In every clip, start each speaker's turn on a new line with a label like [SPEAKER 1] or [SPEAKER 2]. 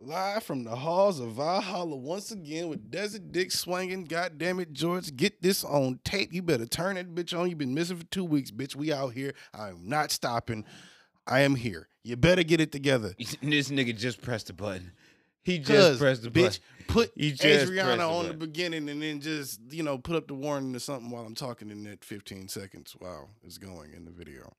[SPEAKER 1] Live from the halls of Valhalla once again with Desert Dick swinging. God damn it, George, get this on tape. You better turn that bitch on. You've been missing for two weeks, bitch. We out here. I'm not stopping. I am here. You better get it together.
[SPEAKER 2] This nigga just pressed the button. He
[SPEAKER 1] Cuz,
[SPEAKER 2] just pressed the
[SPEAKER 1] bitch, put
[SPEAKER 2] You just pressed
[SPEAKER 1] Adriana
[SPEAKER 2] the
[SPEAKER 1] on the
[SPEAKER 2] button.
[SPEAKER 1] beginning and then just, you know, put up the warning or something while I'm talking in that 15 seconds. Wow, it's going in the video.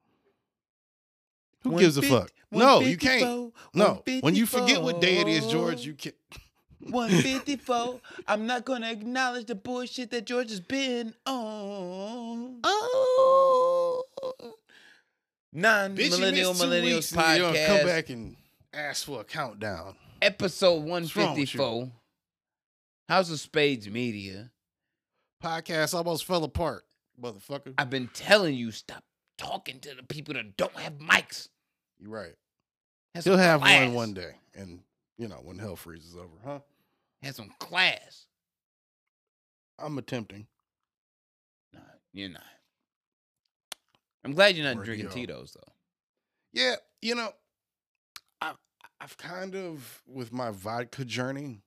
[SPEAKER 1] Who
[SPEAKER 2] button.
[SPEAKER 1] gives a fuck? No, you can't. No, when you forget what day it is, George, you can't.
[SPEAKER 2] 154. I'm not going to acknowledge the bullshit that George has been on.
[SPEAKER 1] Oh,
[SPEAKER 2] Non
[SPEAKER 1] bitch, you
[SPEAKER 2] Millennial
[SPEAKER 1] missed two
[SPEAKER 2] Millennials
[SPEAKER 1] weeks and then you don't come
[SPEAKER 2] Podcast,
[SPEAKER 1] back and ask for a countdown.
[SPEAKER 2] episode
[SPEAKER 1] What's wrong with you?
[SPEAKER 2] 154. House of Spades Media.
[SPEAKER 1] Podcast almost fell apart, motherfucker.
[SPEAKER 2] I've been telling you, stop talking to the people that don't have mics.
[SPEAKER 1] You're right.
[SPEAKER 2] Have
[SPEAKER 1] He'll
[SPEAKER 2] some
[SPEAKER 1] have
[SPEAKER 2] class.
[SPEAKER 1] one one day, and you know when hell freezes over, huh?
[SPEAKER 2] Have some class.
[SPEAKER 1] I'm attempting.
[SPEAKER 2] No, you're not. I'm glad you're not
[SPEAKER 1] Where
[SPEAKER 2] drinking
[SPEAKER 1] yo.
[SPEAKER 2] Tito's though.
[SPEAKER 1] Yeah, you know, I I've kind of with my vodka journey,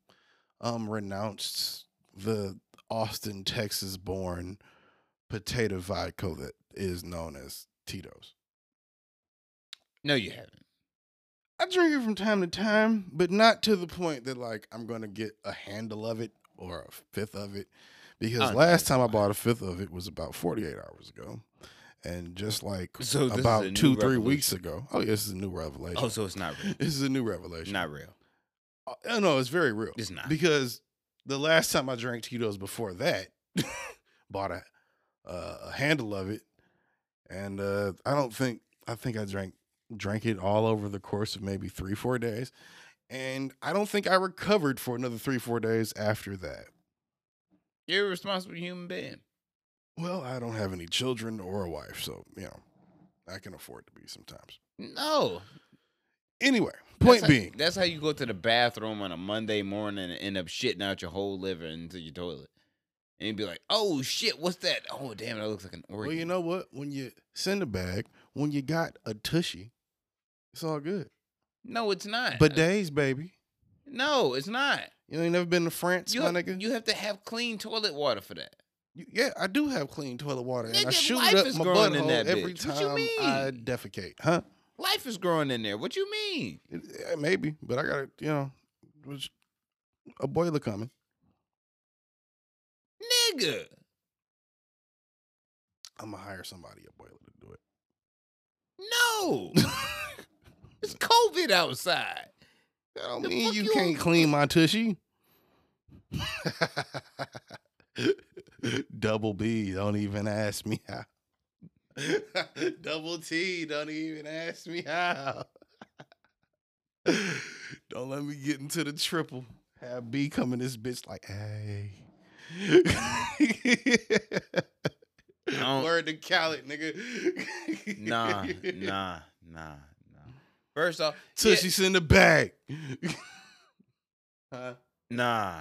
[SPEAKER 1] um, renounced the Austin, Texas born potato vodka that is known as Tito's.
[SPEAKER 2] No, you haven't.
[SPEAKER 1] I drink it from time to time, but not to the point that like I'm gonna get a handle of it or a fifth of it. Because
[SPEAKER 2] Oh, no,
[SPEAKER 1] last
[SPEAKER 2] it's
[SPEAKER 1] time I
[SPEAKER 2] fine.
[SPEAKER 1] bought a fifth of it was about 48 hours ago. And just like
[SPEAKER 2] So this is a
[SPEAKER 1] about
[SPEAKER 2] new
[SPEAKER 1] two, three weeks ago. Oh, yeah, this is a new revelation.
[SPEAKER 2] Oh, so it's not real.
[SPEAKER 1] this is a new revelation.
[SPEAKER 2] not real.
[SPEAKER 1] Uh, no, it's very real.
[SPEAKER 2] It's not.
[SPEAKER 1] Because the last time I drank Tito's before that, bought a uh, a handle of it, and uh, I don't think I think I drank drank it all over the course of maybe three four days, and I don't think I recovered for another three four days after that.
[SPEAKER 2] You're an irresponsible human being.
[SPEAKER 1] Well, I don't have any children or a wife, so you know, I can afford to be sometimes.
[SPEAKER 2] No.
[SPEAKER 1] Anyway, point
[SPEAKER 2] That's how-
[SPEAKER 1] being,
[SPEAKER 2] that's how you go to the bathroom on a Monday morning and end up shitting out your whole liver into your toilet. And you'd be like, oh shit, what's that? Oh damn, that looks like an organ.
[SPEAKER 1] well, you know what? When you send a bag, when you got a tushy, it's all good.
[SPEAKER 2] no, it's not.
[SPEAKER 1] Bidets, baby.
[SPEAKER 2] no, it's not.
[SPEAKER 1] You ain't never been to France,
[SPEAKER 2] You
[SPEAKER 1] my
[SPEAKER 2] have,
[SPEAKER 1] nigga.
[SPEAKER 2] you have to have clean toilet water for that.
[SPEAKER 1] You- yeah, I do have clean toilet water, and I
[SPEAKER 2] Nigga,
[SPEAKER 1] shoot
[SPEAKER 2] life
[SPEAKER 1] it up
[SPEAKER 2] is
[SPEAKER 1] my
[SPEAKER 2] growing in
[SPEAKER 1] butthole
[SPEAKER 2] that
[SPEAKER 1] every
[SPEAKER 2] bitch.
[SPEAKER 1] time
[SPEAKER 2] What you
[SPEAKER 1] I
[SPEAKER 2] mean?
[SPEAKER 1] defecate, huh?
[SPEAKER 2] Life is growing in there. What you mean?
[SPEAKER 1] It- yeah, maybe, but I got to you know, was a boiler coming.
[SPEAKER 2] Nigga.
[SPEAKER 1] I'm gonna hire somebody a boiler to do it.
[SPEAKER 2] No. it's COVID outside.
[SPEAKER 1] That don't
[SPEAKER 2] The
[SPEAKER 1] mean
[SPEAKER 2] fuck
[SPEAKER 1] you,
[SPEAKER 2] you
[SPEAKER 1] can't
[SPEAKER 2] on-
[SPEAKER 1] clean my tushy. Double B, don't even ask me how. Double T, don't even ask me how. don't let me get into the triple. Have B come in this bitch like, hey.
[SPEAKER 2] don't-
[SPEAKER 1] Word to Khaled, nigga.
[SPEAKER 2] Oh. Nah, nah, nah, nah. First off, yeah,
[SPEAKER 1] Tushy's in the bag. huh?
[SPEAKER 2] nah.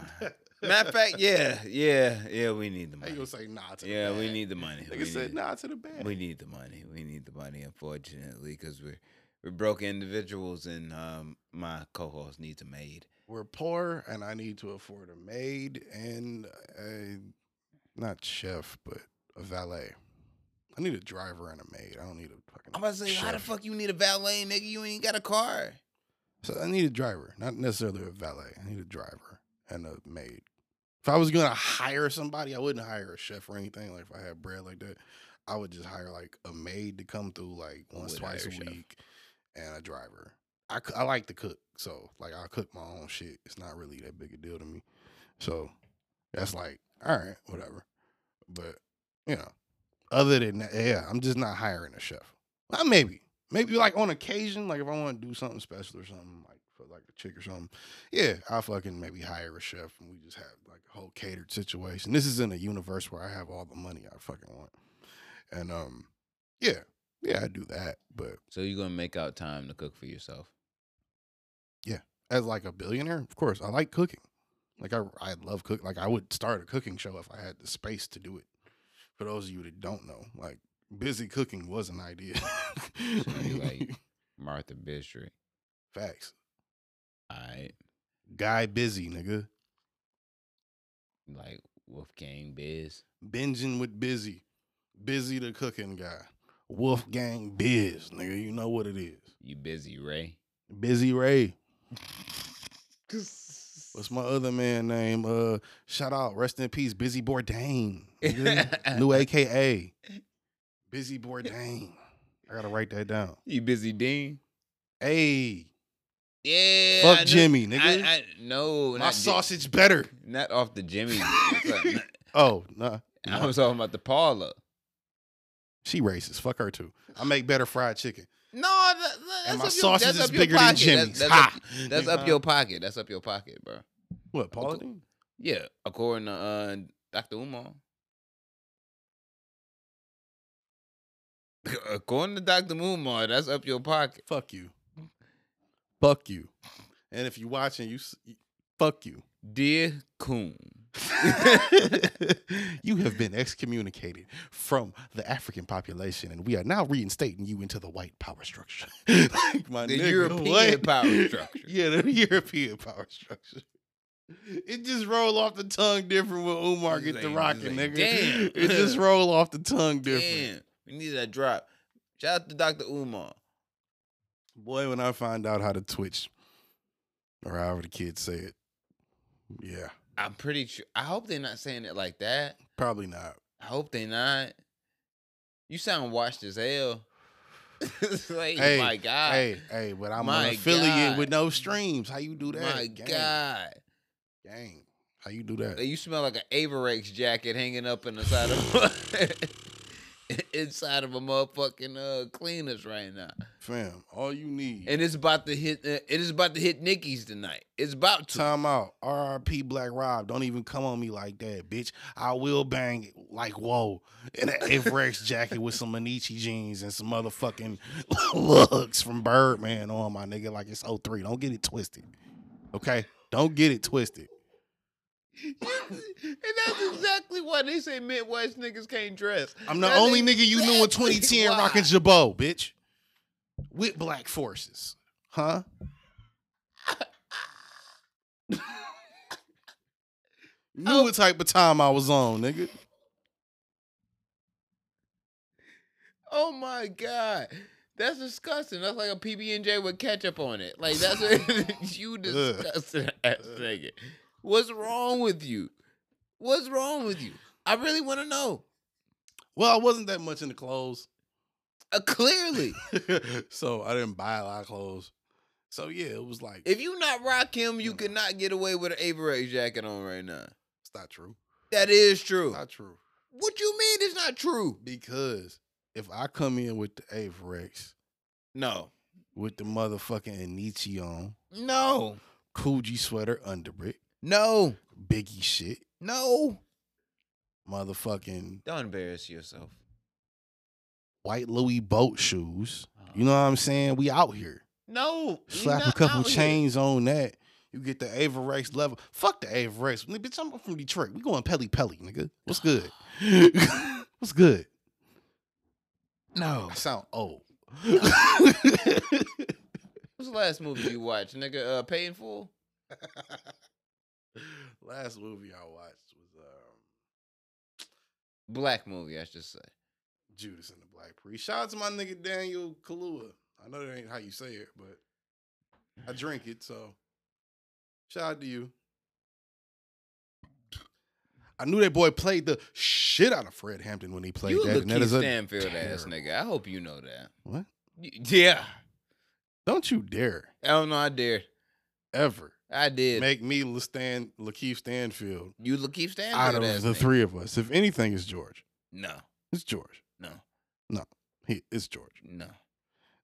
[SPEAKER 2] Matter of fact, yeah, yeah, yeah. We need the
[SPEAKER 1] How you gonna
[SPEAKER 2] money.
[SPEAKER 1] say nah to the
[SPEAKER 2] Yeah,
[SPEAKER 1] bag?
[SPEAKER 2] we need the money.
[SPEAKER 1] Nigga
[SPEAKER 2] We
[SPEAKER 1] said
[SPEAKER 2] need,
[SPEAKER 1] nah to the bag.
[SPEAKER 2] we need the money. We need the money. Unfortunately, because we're we're broke individuals, and um, my co-host needs a maid.
[SPEAKER 1] We're poor, and I need to afford a maid and a not chef, but a valet. I need a driver and a maid. I don't need a fucking.
[SPEAKER 2] I'm about to say, how the
[SPEAKER 1] chef.
[SPEAKER 2] fuck you need a valet, nigga? You ain't got a car.
[SPEAKER 1] So I need a driver, not necessarily a valet. I need a driver and a maid. If I was gonna hire somebody, I wouldn't hire a chef or anything. Like if I had bread like that, I would just hire like a maid to come through like
[SPEAKER 2] I
[SPEAKER 1] once,
[SPEAKER 2] would
[SPEAKER 1] twice
[SPEAKER 2] hire
[SPEAKER 1] a
[SPEAKER 2] a chef.
[SPEAKER 1] week, and a driver. I, c- I like to cook, so like I cook my own shit. It's not really that big a deal to me. So that's like all right, whatever. But you know, other than that, yeah, I'm just not hiring a chef. Well, maybe, maybe like on occasion, like if I want to do something special or something, like for like a chick or something, yeah, I'll fucking maybe hire a chef and we just have like a whole catered situation. This is in a universe where I have all the money I fucking want, and um, yeah, yeah, I do that, but
[SPEAKER 2] So you're gonna make out time to cook for yourself.
[SPEAKER 1] as like a billionaire, of course, I like cooking. Like I, I love cook. Like I would start a cooking show if I had the space to do it. For those of you that don't know, like busy cooking was an idea.
[SPEAKER 2] you like- Martha Bistry.
[SPEAKER 1] Facts.
[SPEAKER 2] All right.
[SPEAKER 1] Guy Busy, nigga.
[SPEAKER 2] Like Wolfgang Biz.
[SPEAKER 1] Binging with Busy. Busy the cooking guy. Wolfgang Biz, nigga. You know what it is.
[SPEAKER 2] You busy, Ray?
[SPEAKER 1] Busy Ray. What's my other man name? Uh, shout out, rest in peace, Busy Bourdain. nigga. New AKA. Busy Bourdain. I gotta write that down.
[SPEAKER 2] You busy, Dean?
[SPEAKER 1] Hey,
[SPEAKER 2] Yeah.
[SPEAKER 1] fuck
[SPEAKER 2] I knew-
[SPEAKER 1] Jimmy, nigga.
[SPEAKER 2] I, I, no,
[SPEAKER 1] my
[SPEAKER 2] not Ji-
[SPEAKER 1] sausage better.
[SPEAKER 2] not off the Jimmy. It's like-
[SPEAKER 1] Oh, nah.
[SPEAKER 2] I was talking about the Paula.
[SPEAKER 1] She racist. Fuck her too. I make better fried chicken.
[SPEAKER 2] No, that, that-
[SPEAKER 1] And
[SPEAKER 2] that's
[SPEAKER 1] my
[SPEAKER 2] up your-
[SPEAKER 1] sausage
[SPEAKER 2] that's
[SPEAKER 1] is
[SPEAKER 2] up your
[SPEAKER 1] bigger than
[SPEAKER 2] pocket. That's-
[SPEAKER 1] Jimmy's.
[SPEAKER 2] That's,
[SPEAKER 1] Ha!
[SPEAKER 2] up, that's up your pocket. That's up your pocket, bro.
[SPEAKER 1] What, Paula?
[SPEAKER 2] Cool. Yeah, according to uh, Dr. Umar. According to Dr. Umar, that's up your pocket.
[SPEAKER 1] Fuck you. Fuck you. And if you watching, you s- fuck you.
[SPEAKER 2] Dear Coon.
[SPEAKER 1] you have been excommunicated from the African population, and we are now reinstating you into the white power structure. Like, my
[SPEAKER 2] The
[SPEAKER 1] nigga,
[SPEAKER 2] European
[SPEAKER 1] what?
[SPEAKER 2] power structure.
[SPEAKER 1] yeah, the European power structure. It just roll off the tongue different when Umar
[SPEAKER 2] He's
[SPEAKER 1] get the
[SPEAKER 2] like-
[SPEAKER 1] rocking,
[SPEAKER 2] he's like,
[SPEAKER 1] nigga.
[SPEAKER 2] "Damn."
[SPEAKER 1] It just roll off the tongue different.
[SPEAKER 2] Damn, we need that drop. Shout out to Dr. Umar.
[SPEAKER 1] Boy, when I find out how to twitch, or however the kids say it, yeah,
[SPEAKER 2] I'm pretty sure. I hope they're not saying it like that.
[SPEAKER 1] probably not.
[SPEAKER 2] I hope they not. You sound washed as hell. It's like,
[SPEAKER 1] Hey,
[SPEAKER 2] my God.
[SPEAKER 1] hey, hey, but I'm
[SPEAKER 2] Ah, my
[SPEAKER 1] an affiliate
[SPEAKER 2] God.
[SPEAKER 1] with no streams. How you do that?
[SPEAKER 2] my
[SPEAKER 1] Gang,
[SPEAKER 2] God.
[SPEAKER 1] gang. How you do that?
[SPEAKER 2] Like, You smell like an Averex jacket hanging up in the side of inside of a motherfucking uh, cleaners right now.
[SPEAKER 1] Fam, all you need.
[SPEAKER 2] And it's about to hit. Uh, it is about to hit Nikki's tonight. It's about to.
[SPEAKER 1] Time out. RRP Black Rob. Don't even come on me like that, bitch. I will bang it like whoa in an Avrex jacket with some Manichi jeans and some motherfucking looks from Birdman on my nigga. Like it's 03. Don't get it twisted. Okay? Don't get it twisted.
[SPEAKER 2] and that's exactly why they say Midwest niggas can't dress.
[SPEAKER 1] I'm the
[SPEAKER 2] That
[SPEAKER 1] only
[SPEAKER 2] is
[SPEAKER 1] nigga you knew in
[SPEAKER 2] exactly
[SPEAKER 1] 2010
[SPEAKER 2] why.
[SPEAKER 1] rocking Jabot, bitch. With black forces. Huh? Knew
[SPEAKER 2] Oh.
[SPEAKER 1] what type of time I was on, nigga.
[SPEAKER 2] Oh my god, that's disgusting. That's like a PB and J with ketchup on it. Like that's what you disgusting ass nigga. What's wrong with you? What's wrong with you? I really want to know.
[SPEAKER 1] Well, I wasn't that much into clothes,
[SPEAKER 2] Uh, clearly,
[SPEAKER 1] so I didn't buy a lot of clothes. So yeah, it was like
[SPEAKER 2] if you not rock him,
[SPEAKER 1] Mm.
[SPEAKER 2] you cannot get away with an Averex jacket on right now.
[SPEAKER 1] it's not true.
[SPEAKER 2] That is
[SPEAKER 1] It's
[SPEAKER 2] true.
[SPEAKER 1] not true
[SPEAKER 2] What you mean? It's not true.
[SPEAKER 1] because if I come in with the Avrex
[SPEAKER 2] No,
[SPEAKER 1] with the motherfucking Anichi on,
[SPEAKER 2] no,
[SPEAKER 1] Coogee sweater under it,
[SPEAKER 2] no,
[SPEAKER 1] Biggie shit,
[SPEAKER 2] no.
[SPEAKER 1] motherfucking
[SPEAKER 2] Don't embarrass yourself.
[SPEAKER 1] white Louis boat shoes. You know what I'm saying? We out here.
[SPEAKER 2] No, we
[SPEAKER 1] Slap a
[SPEAKER 2] not
[SPEAKER 1] couple
[SPEAKER 2] out here.
[SPEAKER 1] chains on that. You get the Avrex level. Fuck the Avrex. Nigga, Bitch, I'm from Detroit. We going Pelly Pelly, nigga. What's good? What's good?
[SPEAKER 2] No.
[SPEAKER 1] I sound old.
[SPEAKER 2] What's the last movie you watched, nigga? Uh, Pay in Full?
[SPEAKER 1] Last movie I watched was um,
[SPEAKER 2] Black movie, I should say.
[SPEAKER 1] Judas and the Black Priest. Shout out to my nigga Daniel Kalua. I know that ain't how you say it, but I drink it, so shout out to you. I knew that boy played the shit out of Fred Hampton when he played
[SPEAKER 2] you a
[SPEAKER 1] that. and that
[SPEAKER 2] Lakeith
[SPEAKER 1] is a
[SPEAKER 2] Stanfield ass
[SPEAKER 1] terrible-
[SPEAKER 2] nigga. I hope you know that.
[SPEAKER 1] What?
[SPEAKER 2] Y- Yeah.
[SPEAKER 1] Don't you dare
[SPEAKER 2] I don't know. I did.
[SPEAKER 1] ever
[SPEAKER 2] I did.
[SPEAKER 1] make me La- Stan Lakeith Stanfield
[SPEAKER 2] you Lakeith Stanfield
[SPEAKER 1] out
[SPEAKER 2] ass
[SPEAKER 1] of the
[SPEAKER 2] nigga.
[SPEAKER 1] three of us. If anything, it's George.
[SPEAKER 2] No,
[SPEAKER 1] It's George.
[SPEAKER 2] no,
[SPEAKER 1] He, it's George.
[SPEAKER 2] no.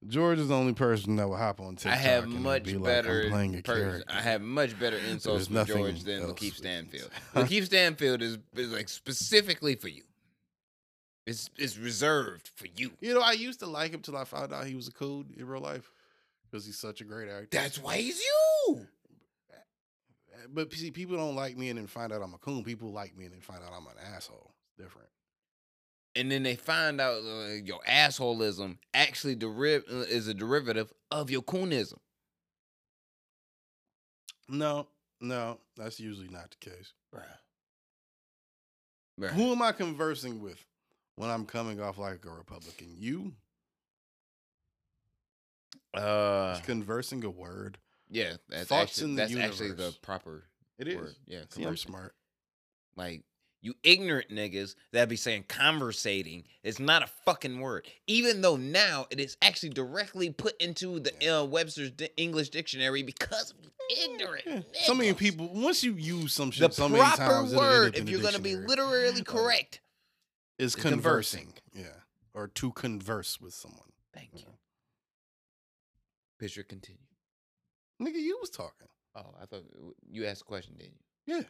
[SPEAKER 1] George is the only person that will hop on TikTok.
[SPEAKER 2] I have
[SPEAKER 1] and
[SPEAKER 2] much
[SPEAKER 1] be like,
[SPEAKER 2] better
[SPEAKER 1] I'm playing a
[SPEAKER 2] pers-
[SPEAKER 1] character.
[SPEAKER 2] I have much better insults
[SPEAKER 1] There's
[SPEAKER 2] from
[SPEAKER 1] nothing
[SPEAKER 2] George than
[SPEAKER 1] else
[SPEAKER 2] Lakeith
[SPEAKER 1] we can
[SPEAKER 2] Stanfield.
[SPEAKER 1] say.
[SPEAKER 2] Lakeith Stanfield is, is like specifically for you. It's it's reserved for you.
[SPEAKER 1] You know, I used to like him till I found out he was a coon in real life because he's such a great actor. Eh,
[SPEAKER 2] That's why he's you.
[SPEAKER 1] But see, people don't like me and then find out I'm a coon. People like me and then find out I'm an asshole. It's different.
[SPEAKER 2] and then they find out uh, your assholeism actually deriv- uh, is a derivative of your coonism.
[SPEAKER 1] No, no, that's usually not the case.
[SPEAKER 2] Bruh. Bruh.
[SPEAKER 1] Who am I conversing with when I'm coming off like a Republican? You
[SPEAKER 2] Uh,
[SPEAKER 1] Is conversing a word.
[SPEAKER 2] yeah, that's,
[SPEAKER 1] thoughts
[SPEAKER 2] actually,
[SPEAKER 1] in the
[SPEAKER 2] that's actually the
[SPEAKER 1] universe.
[SPEAKER 2] proper
[SPEAKER 1] It
[SPEAKER 2] word. Yeah,
[SPEAKER 1] See, I'm
[SPEAKER 2] converse-
[SPEAKER 1] smart.
[SPEAKER 2] Like you ignorant niggas that be saying conversating is not a fucking word, even though now it is actually directly put into the uh, Webster's di- English dictionary because of ignorant.
[SPEAKER 1] Yeah.
[SPEAKER 2] Niggas.
[SPEAKER 1] So many people. Once you use some shit,
[SPEAKER 2] The
[SPEAKER 1] so many
[SPEAKER 2] proper
[SPEAKER 1] times it'll end
[SPEAKER 2] word, if
[SPEAKER 1] up in the
[SPEAKER 2] you're gonna be
[SPEAKER 1] dictionary,
[SPEAKER 2] literally
[SPEAKER 1] Like,
[SPEAKER 2] correct,
[SPEAKER 1] is
[SPEAKER 2] is conversing.
[SPEAKER 1] conversing. Yeah, or to converse with someone.
[SPEAKER 2] thank
[SPEAKER 1] Yeah.
[SPEAKER 2] you. Mm-hmm. Picture continue.
[SPEAKER 1] Nigga, you was talking.
[SPEAKER 2] Oh, I thought you asked a question, didn't you?
[SPEAKER 1] Yeah.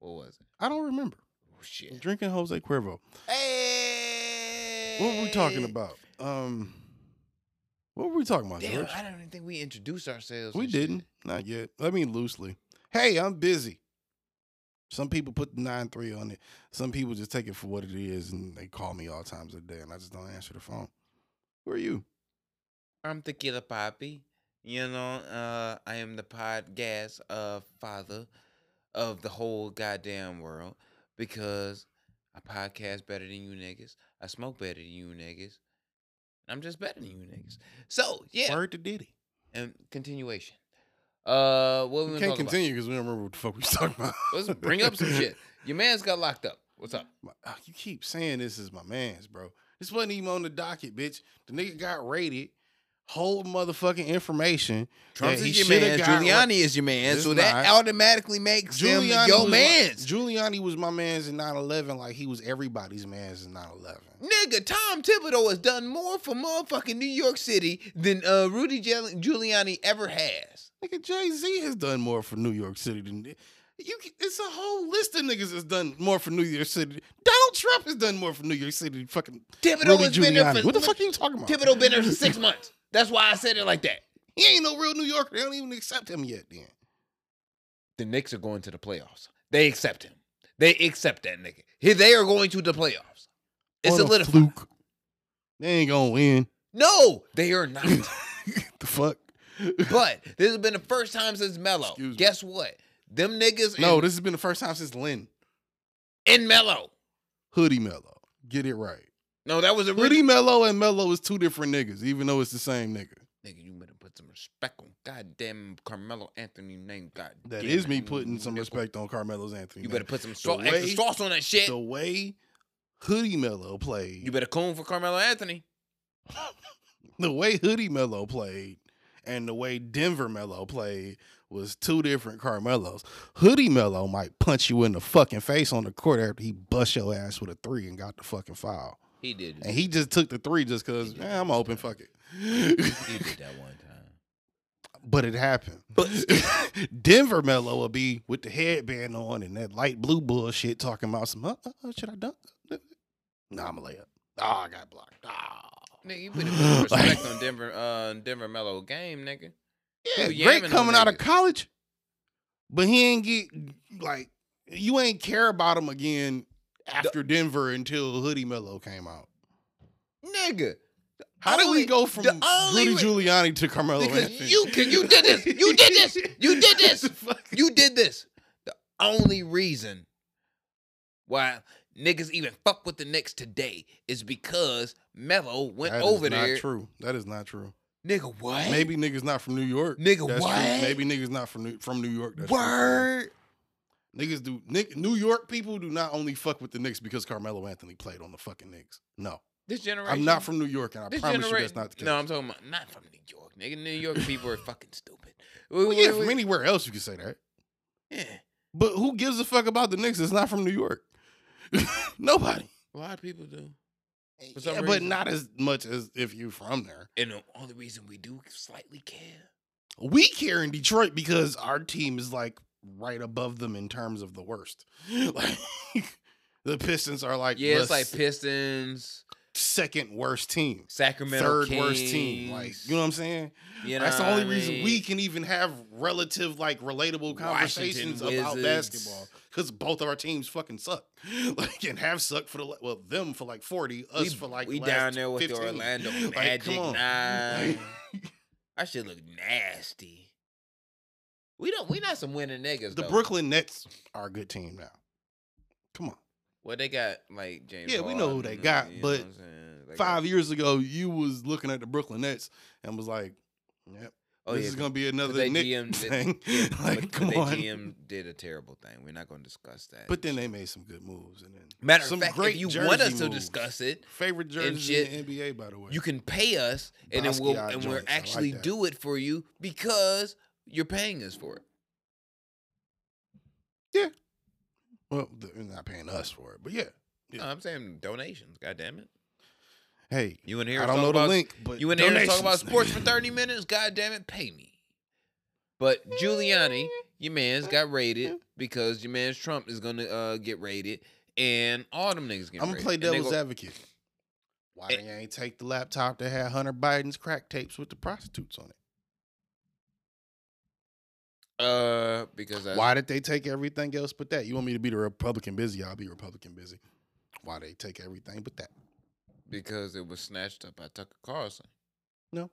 [SPEAKER 2] What was it?
[SPEAKER 1] I don't remember.
[SPEAKER 2] Oh shit.
[SPEAKER 1] Drinking Jose Cuervo.
[SPEAKER 2] Hey.
[SPEAKER 1] What were we
[SPEAKER 2] Eh.
[SPEAKER 1] talking about? Um, what were we talking about,
[SPEAKER 2] Damn,
[SPEAKER 1] George?
[SPEAKER 2] I don't even think we introduced ourselves.
[SPEAKER 1] We
[SPEAKER 2] and shit.
[SPEAKER 1] didn't. Not yet. I mean, loosely. Hey, I'm busy. Some people put the nine three on it. Some people just take it for what it is, and they call me all times of the day, and I just don't answer the phone. Who are you?
[SPEAKER 2] I'm Tequila Poppy. You know, uh, I am the podcast uh, father of the whole goddamn world because I podcast better than you niggas. I smoke better than you niggas. I'm just better than you niggas. So yeah,
[SPEAKER 1] Word to Diddy.
[SPEAKER 2] and continuation. Uh, what we
[SPEAKER 1] We
[SPEAKER 2] gonna
[SPEAKER 1] can't
[SPEAKER 2] talk
[SPEAKER 1] continue because we don't remember what the fuck we was talking about.
[SPEAKER 2] about? Let's bring up some shit. Your man's got locked up. What's up?
[SPEAKER 1] My- ah, you keep saying this is my man's, bro. This wasn't even on the docket, bitch. The nigga got raided. Whole motherfucking information.
[SPEAKER 2] Trump
[SPEAKER 1] Yeah, he
[SPEAKER 2] is your
[SPEAKER 1] shoulda
[SPEAKER 2] man.
[SPEAKER 1] got ra-
[SPEAKER 2] Giuliani is your man.
[SPEAKER 1] It's
[SPEAKER 2] So that
[SPEAKER 1] not.
[SPEAKER 2] automatically makes him your
[SPEAKER 1] was my-
[SPEAKER 2] man's.
[SPEAKER 1] Giuliani was my man's in 9-11 like he was everybody's man's in 9-11.
[SPEAKER 2] Nigga, Tom Thibodeau has done more for motherfucking New York City than uh, Rudy Giul- Giuliani ever has.
[SPEAKER 1] Nigga, Jay Z has done more for New York City than you. can- It's a whole list of niggas that's done more for New York City. Donald Trump has done more for New York City. Than fucking
[SPEAKER 2] Thibodeau
[SPEAKER 1] Rudy
[SPEAKER 2] has been there
[SPEAKER 1] Giuliani.
[SPEAKER 2] for
[SPEAKER 1] What the fuck are you talking about?
[SPEAKER 2] Thibodeau been there for six months. That's why I said it like that.
[SPEAKER 1] He ain't no real New Yorker. They don't even accept him yet. Then
[SPEAKER 2] The Knicks are going to the playoffs. They accept him. They accept that nigga. He- They are going to the playoffs. It's
[SPEAKER 1] What
[SPEAKER 2] a little
[SPEAKER 1] fluke. They ain't gonna win.
[SPEAKER 2] No, they are not.
[SPEAKER 1] the fuck?
[SPEAKER 2] but this has been the first time since Mello.
[SPEAKER 1] Excuse me.
[SPEAKER 2] Guess what? Them niggas
[SPEAKER 1] No,
[SPEAKER 2] in,
[SPEAKER 1] this has been the first time since Lynn
[SPEAKER 2] in Mello.
[SPEAKER 1] Hoodie Mello. Get it right.
[SPEAKER 2] No, that was a
[SPEAKER 1] Hoodie Mello and Mello is two different niggas, even though it's the same nigga.
[SPEAKER 2] Nigga, you better put some respect on goddamn Carmelo Anthony name. God,
[SPEAKER 1] That
[SPEAKER 2] damn
[SPEAKER 1] is
[SPEAKER 2] it,
[SPEAKER 1] me
[SPEAKER 2] you
[SPEAKER 1] putting some
[SPEAKER 2] nigga.
[SPEAKER 1] respect on Carmelo's Anthony.
[SPEAKER 2] You
[SPEAKER 1] name.
[SPEAKER 2] better put some sau-
[SPEAKER 1] The
[SPEAKER 2] extra
[SPEAKER 1] way-
[SPEAKER 2] sauce on that shit.
[SPEAKER 1] the way Hoodie Mello played,
[SPEAKER 2] you better coon for Carmelo Anthony.
[SPEAKER 1] the way Hoodie Mello played, and the way Denver Mello played was two different Carmelos. Hoodie Mello might punch you in the fucking face on the court after he bust your ass with a three and got the fucking foul,
[SPEAKER 2] He did.
[SPEAKER 1] and he just took the three just cause eh, I'm open, fuck
[SPEAKER 2] he
[SPEAKER 1] it.
[SPEAKER 2] did that one time.
[SPEAKER 1] but it happened.
[SPEAKER 2] But
[SPEAKER 1] Denver Mello will be with the headband on and that light blue bullshit talking about some. Uh, uh, uh, should I dunk? Nah, I'm gonna lay up. Oh, I got blocked. Ah.
[SPEAKER 2] nigga, you better put some respect on Denver, uh, Denver Mello game, nigga.
[SPEAKER 1] Yeah,
[SPEAKER 2] You
[SPEAKER 1] great
[SPEAKER 2] yamming on
[SPEAKER 1] coming out of
[SPEAKER 2] niggas.
[SPEAKER 1] college, but he ain't get like you ain't care about him again after Denver until Hoodie Mello came out.
[SPEAKER 2] Nigga,
[SPEAKER 1] How did
[SPEAKER 2] only-
[SPEAKER 1] we go from
[SPEAKER 2] the only
[SPEAKER 1] Rudy
[SPEAKER 2] re-
[SPEAKER 1] Giuliani to Carmelo
[SPEAKER 2] Because
[SPEAKER 1] Anthony?
[SPEAKER 2] you can- you did this. You did this. You did this.
[SPEAKER 1] Fuck.
[SPEAKER 2] you did this. The only reason why niggas even fuck with the Knicks today is because Mello went
[SPEAKER 1] That is
[SPEAKER 2] over
[SPEAKER 1] not
[SPEAKER 2] there.
[SPEAKER 1] True. That is not true.
[SPEAKER 2] Nigga, what?
[SPEAKER 1] Maybe niggas not from New York.
[SPEAKER 2] Nigga,
[SPEAKER 1] That's
[SPEAKER 2] what?
[SPEAKER 1] True. Maybe niggas not from New, from New York. That's true.
[SPEAKER 2] Word.
[SPEAKER 1] Niggas do. Nick, New York people do not only fuck with the Knicks because Carmelo Anthony played on the fucking Knicks. No,
[SPEAKER 2] This generation.
[SPEAKER 1] I'm not from New York, and I
[SPEAKER 2] This
[SPEAKER 1] promise
[SPEAKER 2] generation.
[SPEAKER 1] you that's not the case.
[SPEAKER 2] No, I'm talking about not from New York, nigga. New York people are fucking stupid. We-
[SPEAKER 1] Well,
[SPEAKER 2] we-
[SPEAKER 1] yeah,
[SPEAKER 2] we-
[SPEAKER 1] from anywhere else you can say that.
[SPEAKER 2] yeah.
[SPEAKER 1] But who gives a fuck about the Knicks? It's not from New York. Nobody.
[SPEAKER 2] A lot of people do. For some
[SPEAKER 1] Yeah, but
[SPEAKER 2] reason.
[SPEAKER 1] not as much as if you from there.
[SPEAKER 2] And the only reason we do slightly care.
[SPEAKER 1] We care in Detroit because our team is like right above them in terms of the worst. Like the Pistons are like
[SPEAKER 2] Yeah,
[SPEAKER 1] the
[SPEAKER 2] it's like
[SPEAKER 1] s-
[SPEAKER 2] Pistons,
[SPEAKER 1] second worst team,
[SPEAKER 2] Sacramento,
[SPEAKER 1] third worst team. Like
[SPEAKER 2] Kings,
[SPEAKER 1] you know what I'm saying?
[SPEAKER 2] you
[SPEAKER 1] That's the
[SPEAKER 2] know
[SPEAKER 1] only
[SPEAKER 2] what I
[SPEAKER 1] reason
[SPEAKER 2] mean?
[SPEAKER 1] we can even have relative like relatable
[SPEAKER 2] Washington
[SPEAKER 1] conversations about
[SPEAKER 2] Wizards.
[SPEAKER 1] basketball because both of our teams fucking suck, like and have sucked for the la- well them for like forty, us for like
[SPEAKER 2] we
[SPEAKER 1] last
[SPEAKER 2] down there with
[SPEAKER 1] 15.
[SPEAKER 2] the Orlando
[SPEAKER 1] Like,
[SPEAKER 2] Magic.
[SPEAKER 1] come on.
[SPEAKER 2] Nah,
[SPEAKER 1] Like,
[SPEAKER 2] I should look nasty. We don't. We not some winning niggas.
[SPEAKER 1] The
[SPEAKER 2] though.
[SPEAKER 1] Brooklyn Nets are a good team now. Come on.
[SPEAKER 2] Well, they got like James.
[SPEAKER 1] Yeah, we
[SPEAKER 2] Harden
[SPEAKER 1] know who they
[SPEAKER 2] and-
[SPEAKER 1] got,
[SPEAKER 2] you know
[SPEAKER 1] but
[SPEAKER 2] what I'm saying? They got-
[SPEAKER 1] Five years ago, you was looking at the Brooklyn Nets and was like, "Yep,
[SPEAKER 2] Oh
[SPEAKER 1] this
[SPEAKER 2] yeah,
[SPEAKER 1] is gonna be
[SPEAKER 2] but
[SPEAKER 1] another
[SPEAKER 2] they
[SPEAKER 1] Nick
[SPEAKER 2] GM did-
[SPEAKER 1] thing."
[SPEAKER 2] yeah,
[SPEAKER 1] like,
[SPEAKER 2] but- but
[SPEAKER 1] come
[SPEAKER 2] they
[SPEAKER 1] on.
[SPEAKER 2] GM did a terrible thing. We're not going to discuss that.
[SPEAKER 1] But then they made some good moves, and then
[SPEAKER 2] matter
[SPEAKER 1] some
[SPEAKER 2] of fact,
[SPEAKER 1] great
[SPEAKER 2] if you
[SPEAKER 1] jersey
[SPEAKER 2] want us to
[SPEAKER 1] moves.
[SPEAKER 2] discuss it,
[SPEAKER 1] favorite jersey
[SPEAKER 2] shit,
[SPEAKER 1] in the NBA, by the way.
[SPEAKER 2] you can pay us, and then we'll
[SPEAKER 1] Basquiat
[SPEAKER 2] and we'll
[SPEAKER 1] joints, I like
[SPEAKER 2] actually
[SPEAKER 1] that.
[SPEAKER 2] do it for you because you're paying us for it.
[SPEAKER 1] well, they're not paying us for it, but yeah. Yeah.
[SPEAKER 2] No, I'm saying donations. God damn it.
[SPEAKER 1] Hey,
[SPEAKER 2] You in here?
[SPEAKER 1] I don't know the
[SPEAKER 2] about,
[SPEAKER 1] link, but
[SPEAKER 2] You in here to talk about
[SPEAKER 1] donations,
[SPEAKER 2] sports
[SPEAKER 1] nigga.
[SPEAKER 2] for 30 minutes? God damn it, pay me. But Giuliani, your man's got raided because your man's Trump is gonna uh, get raided, and all them niggas getting
[SPEAKER 1] I'm gonna
[SPEAKER 2] raided.
[SPEAKER 1] play
[SPEAKER 2] And they
[SPEAKER 1] devil's
[SPEAKER 2] go- Eh
[SPEAKER 1] advocate. Why they ain't take the laptop that had Hunter Biden's crack tapes with the prostitutes on it?
[SPEAKER 2] Uh, because I,
[SPEAKER 1] Why did they take everything else but that? You want me to be the Republican busy? I'll be Republican busy. Why they take everything but that?
[SPEAKER 2] because it was snatched up by Tucker Carlson.
[SPEAKER 1] No,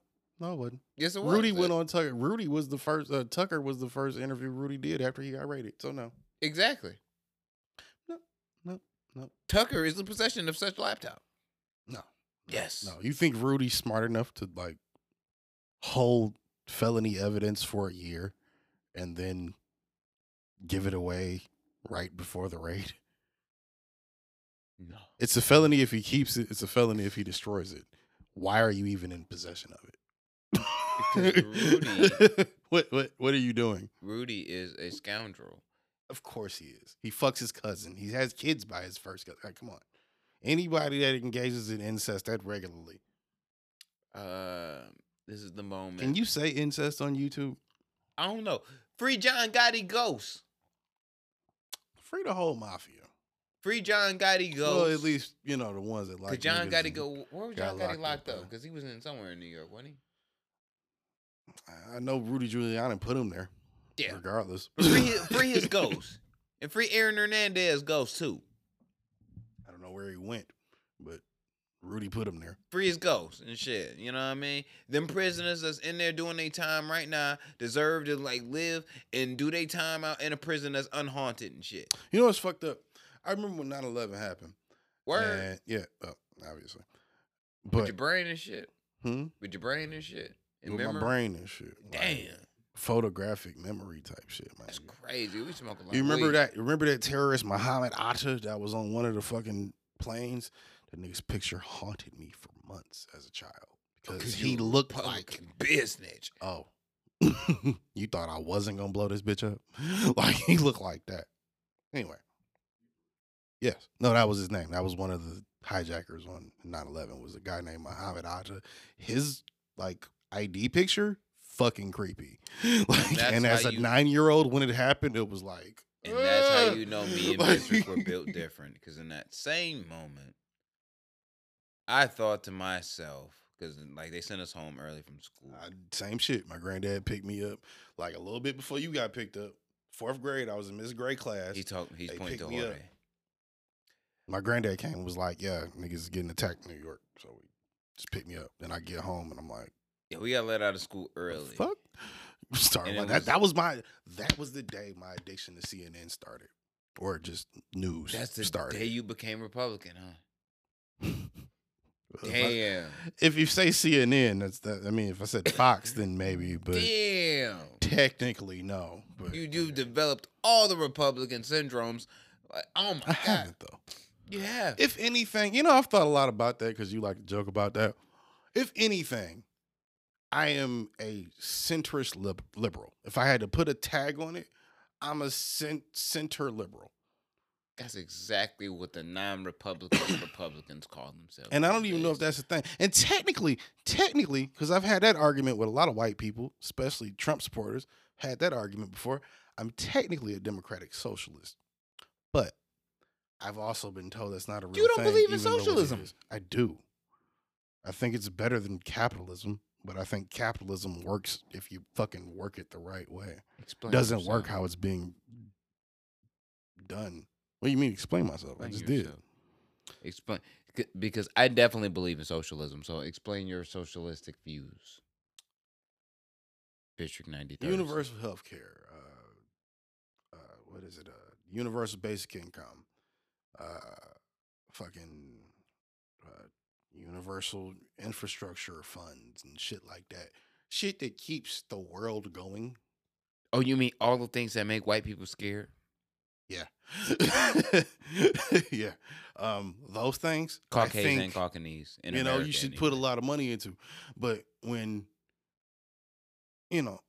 [SPEAKER 1] it wasn't.
[SPEAKER 2] Yes, it was.
[SPEAKER 1] Rudy went on Tucker. Rudy was the first. Uh, Tucker was the first interview Rudy did after he got raided. So no,
[SPEAKER 2] exactly.
[SPEAKER 1] No, no, no.
[SPEAKER 2] Tucker is in possession of such laptop.
[SPEAKER 1] no,
[SPEAKER 2] Yes.
[SPEAKER 1] no. You think Rudy's smart enough to like hold felony evidence for a year and then give it away right before the raid?
[SPEAKER 2] No.
[SPEAKER 1] It's a felony if he keeps it. It's a felony if he destroys it. Why are you even in possession of it?
[SPEAKER 2] Because
[SPEAKER 1] what what what are you doing?
[SPEAKER 2] Rudy is a scoundrel.
[SPEAKER 1] Of course he is. He fucks his cousin. He has kids by his first cousin. Like, come on. Anybody that engages in incest that regularly.
[SPEAKER 2] Uh, this is the moment.
[SPEAKER 1] Can you say incest on YouTube?
[SPEAKER 2] I don't know. Free John Gotti Ghost.
[SPEAKER 1] Free the whole mafia.
[SPEAKER 2] Free John Gotti Ghost.
[SPEAKER 1] Well, at least you know the ones that
[SPEAKER 2] Cause
[SPEAKER 1] like.
[SPEAKER 2] John
[SPEAKER 1] niggas
[SPEAKER 2] Gotti
[SPEAKER 1] and-
[SPEAKER 2] go. Where was
[SPEAKER 1] got
[SPEAKER 2] John Gotti
[SPEAKER 1] locked up,
[SPEAKER 2] locked up?
[SPEAKER 1] huh?
[SPEAKER 2] Because he was in somewhere in New York, wasn't
[SPEAKER 1] I- I know Rudy Giuliani put him there.
[SPEAKER 2] he? Yeah.
[SPEAKER 1] Regardless.
[SPEAKER 2] But free, his- free his ghost, and free Aaron Hernandez ghost too.
[SPEAKER 1] I don't know where he went, but Rudy put him there.
[SPEAKER 2] Free his ghost and shit. You know what I mean? Them prisoners that's in there doing their time right now deserve to like live and do their time out in a prison that's unhaunted and shit.
[SPEAKER 1] You know what's fucked up? I remember when 9-11 happened.
[SPEAKER 2] Word
[SPEAKER 1] And- yeah, well, obviously.
[SPEAKER 2] with
[SPEAKER 1] But
[SPEAKER 2] your brain and shit.
[SPEAKER 1] hmm?
[SPEAKER 2] With your brain and shit. And
[SPEAKER 1] with my
[SPEAKER 2] memory.
[SPEAKER 1] brain and shit. like,
[SPEAKER 2] Damn,
[SPEAKER 1] photographic memory type shit, man.
[SPEAKER 2] that's crazy. We smoke a lot.
[SPEAKER 1] You
[SPEAKER 2] of
[SPEAKER 1] remember
[SPEAKER 2] weed.
[SPEAKER 1] that? Remember that terrorist Muhammad Atta that was on one of the fucking planes? That nigga's picture haunted me for months as a child because
[SPEAKER 2] Oh, you
[SPEAKER 1] he
[SPEAKER 2] a
[SPEAKER 1] looked like
[SPEAKER 2] Republican business.
[SPEAKER 1] oh. you thought I wasn't gonna blow this bitch up? Like he looked like that. Anyway. Yes. No, that was his name. That was one of the hijackers on 9-11 was a guy named Muhammad Atta. His like ID picture, fucking creepy. Like
[SPEAKER 2] That's
[SPEAKER 1] and
[SPEAKER 2] how
[SPEAKER 1] as a
[SPEAKER 2] you-
[SPEAKER 1] nine year old when it happened, it was like
[SPEAKER 2] And that's how
[SPEAKER 1] "Ugh."
[SPEAKER 2] you know me and
[SPEAKER 1] Like-
[SPEAKER 2] Mistress were built different. Because in that same moment, I thought to myself, because like they sent us home early from school.
[SPEAKER 1] I, same shit. My granddad picked me up like a little bit before you got picked up. Fourth grade, I was in Miss Gray class.
[SPEAKER 2] He talked. He's
[SPEAKER 1] they
[SPEAKER 2] pointing
[SPEAKER 1] picked
[SPEAKER 2] to
[SPEAKER 1] me up.
[SPEAKER 2] Jorge.
[SPEAKER 1] My granddad came and was like, "Yeah, niggas is getting attacked in New York." So he just picked me up. Then I get home and I'm like,
[SPEAKER 2] Yeah, we got let out of school
[SPEAKER 1] "The
[SPEAKER 2] early.
[SPEAKER 1] "Fuck." Started
[SPEAKER 2] And
[SPEAKER 1] like
[SPEAKER 2] it
[SPEAKER 1] that.
[SPEAKER 2] was-
[SPEAKER 1] That was my. That was the day my addiction to CNN started, or just news.
[SPEAKER 2] That's the
[SPEAKER 1] started.
[SPEAKER 2] day you became Republican, huh?
[SPEAKER 1] If I-
[SPEAKER 2] Damn.
[SPEAKER 1] If you say CNN, that's that. I mean, if I said Fox, then maybe, but
[SPEAKER 2] Damn.
[SPEAKER 1] technically no. But
[SPEAKER 2] You you've developed all the Republican syndromes. Like, oh my
[SPEAKER 1] I
[SPEAKER 2] god.
[SPEAKER 1] haven't though.
[SPEAKER 2] You have.
[SPEAKER 1] If anything, you know, I've thought a lot about that because you like to joke about that. If anything, I am a centrist lib- liberal. If I had to put a tag on it, I'm a cent- center liberal.
[SPEAKER 2] That's exactly what the non-Republican Republicans call themselves.
[SPEAKER 1] And I don't
[SPEAKER 2] these
[SPEAKER 1] even know
[SPEAKER 2] days.
[SPEAKER 1] if that's a thing. And technically, technically, because I've had that argument with a lot of white people, especially Trump supporters, had that argument before. I'm technically a democratic socialist, but I've also been told that's not a real.
[SPEAKER 2] You don't
[SPEAKER 1] thing,
[SPEAKER 2] believe in
[SPEAKER 1] even though it
[SPEAKER 2] socialism.
[SPEAKER 1] is. I do. I think it's better than capitalism, but I think capitalism works if you fucking work it the right way.
[SPEAKER 2] Explain
[SPEAKER 1] Doesn't
[SPEAKER 2] yourself.
[SPEAKER 1] work how it's being done. What do you mean? Explain myself. I just did.
[SPEAKER 2] did. Explain c- because I definitely believe in socialism. So explain your socialistic views. District ninety three.
[SPEAKER 1] Universal health care, uh, is it? Uh, universal basic income, uh, fucking uh, universal infrastructure funds and shit like that. Shit that keeps the world going.
[SPEAKER 2] Oh, you mean all the things that make white people scared?
[SPEAKER 1] Yeah, yeah. Um, those things. I
[SPEAKER 2] Caucasian,
[SPEAKER 1] think-
[SPEAKER 2] Caucanese. in
[SPEAKER 1] you know
[SPEAKER 2] America
[SPEAKER 1] you should
[SPEAKER 2] anyway.
[SPEAKER 1] put a lot of money into but when you know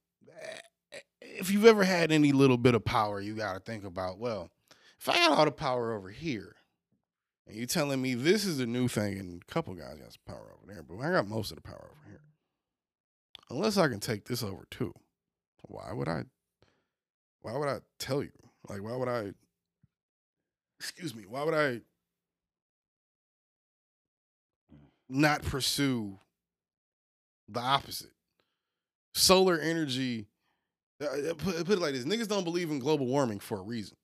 [SPEAKER 1] eh, if you've ever had any little bit of power you got to think about well if i got all the power over here and you telling me this is a new thing and a couple guys got some power over there but i got most of the power over here unless i can take this over too why would i why would i tell you like why would i excuse me why would i not pursue the opposite. Solar energy, uh, uh, put, put it like this niggas don't believe in global warming for a reason.